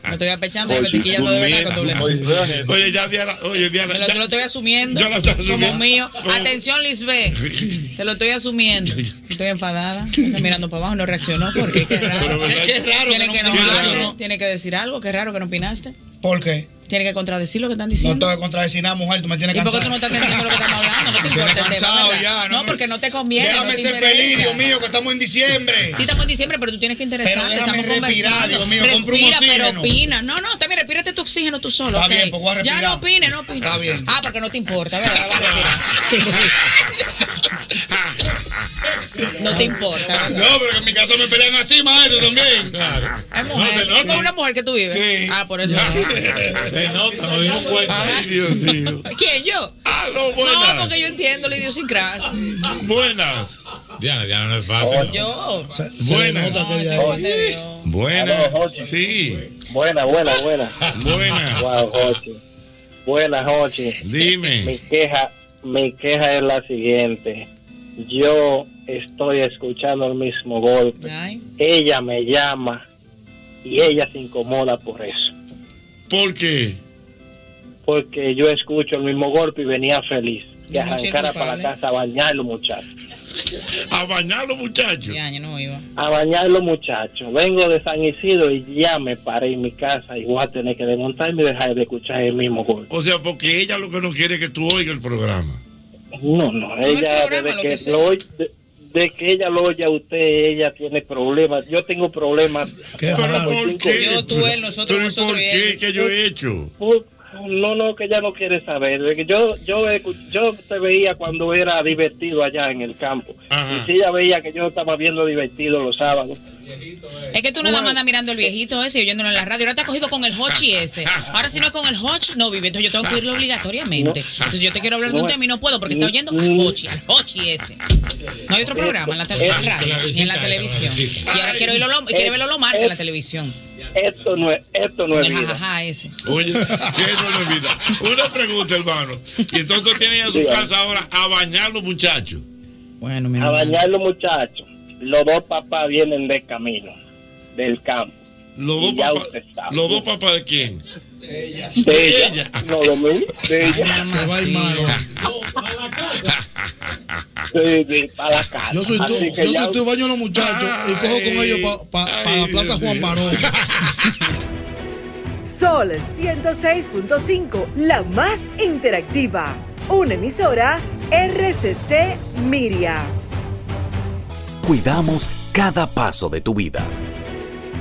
Me estoy apechando y me estoy quillando de verdad con tu lengua.
Oye, Oye, ya Diana, oye, Diana.
Te lo, te lo estoy asumiendo
Yo lo estoy asumiendo.
como mío.
Como-
Atención, Lisbeth. Te lo estoy asumiendo. Estoy enfadada. Está mirando para abajo, no reaccionó porque qué raro. Tiene que enojarte, tiene que decir algo. Qué raro que no opinaste.
¿Por qué?
Tiene que contradecir lo que están
No
diciendo.
te voy a contradecir nada, mujer, tú me tienes
¿Y por qué
cansado.
tú no estás entendiendo lo que estamos hablando? No te
Me
importa
tienes
el tema,
cansado
¿verdad?
ya,
no,
no me-
porque no te conviene.
Déjame
no te
ser
interesa.
feliz, Dios mío, que estamos en diciembre.
Sí, estamos en diciembre, pero tú tienes que interesarte.
Pero déjame
estamos
respirar,
conversando.
Dios mío, compra un
Respira, pero
oxígeno.
opina. No, no, está bien, respírate tu oxígeno tú solo.
Está
ok.
bien, pues voy a
Ya
respirar.
no opines, no opines.
Está bien.
Ah, porque no te importa, ¿verdad? Ahora vas
(laughs)
a respirar. No te importa. ¿verdad?
No, pero que en mi casa me pelean así, maestro, también.
Claro.
Es mujer.
No, pero-
es con una mujer que tú vives. Ah, por eso.
Te nota, nos dimos cuenta.
Ay, Dios mío.
¿Quién yo?
no,
buenas.
No, porque yo entiendo la idiosincrasia.
Buenas.
Diana, Diana no es fácil.
Yo.
Buenas. Buenas.
Aló,
Sí.
Buena, buena, buena.
Buena.
Wow, Jochi. Buena, Jochi.
Dime.
Mi queja, mi queja es la siguiente. Yo estoy escuchando el mismo golpe. Ella me llama y ella se incomoda por eso.
¿Por qué?
Porque yo escucho el mismo golpe y venía feliz. Que
Mucho
arrancara para
culpable.
la casa a bañar los muchachos.
(laughs) A bañar los muchachos.
Ya, yo no iba.
A bañar los muchachos. Vengo de San Isidro y ya me paré en mi casa y voy a tener que desmontarme y dejar de escuchar el mismo golpe.
O sea, porque ella lo que no quiere es que tú oigas el programa.
No, no,
No
ella,
el programa,
desde
lo
que,
que sea.
lo oy- de, de que ella lo oye a usted, ella tiene problemas. Yo tengo problemas.
Pero
por
¿por
cinco
qué?
días.
Pero, ¿Por qué? ¿Qué yo he hecho?
Por- No, no, que ella no quiere saber. De que Yo yo, escu- yo te veía cuando era divertido allá en el campo.
Ajá.
Y si ella veía que yo estaba viendo divertido los sábados.
Es que tú nada más andas mirando el viejito ese y oyéndolo en la radio. Ahora te has cogido con el hochi ese. Ahora si no es con el hochi, no vive. Entonces yo tengo que irlo obligatoriamente. Entonces yo te quiero hablar de un tema y no puedo porque está oyendo al hochi, al hochi ese. No hay otro programa
Eh,
en la, tele- en la radio ni en la televisión. Y ahora quiero, irlo, lo- quiero verlo lo martes en la televisión.
eh, Esto no es, esto no es
El
vida.
jajaja ese.
Oye, que eso no es vida. Una pregunta, hermano. Y entonces tienen a su
Dígame.
casa ahora a bañar los muchachos.
Bueno, mi
A bañar los muchachos. Los dos papás vienen de camino, del campo.
Los dos papás- ¿Los dos papás de quién?
De ella. No, de mí. De ella. Sí, sí, para la casa.
Yo soy tú,
Así que
yo
ya
soy tú, baño a los muchachos y cojo con ellos para la plaza Juan Barón.
Sol 106.5, la más interactiva. Una emisora RCC Miria.
Cuidamos cada paso de tu vida.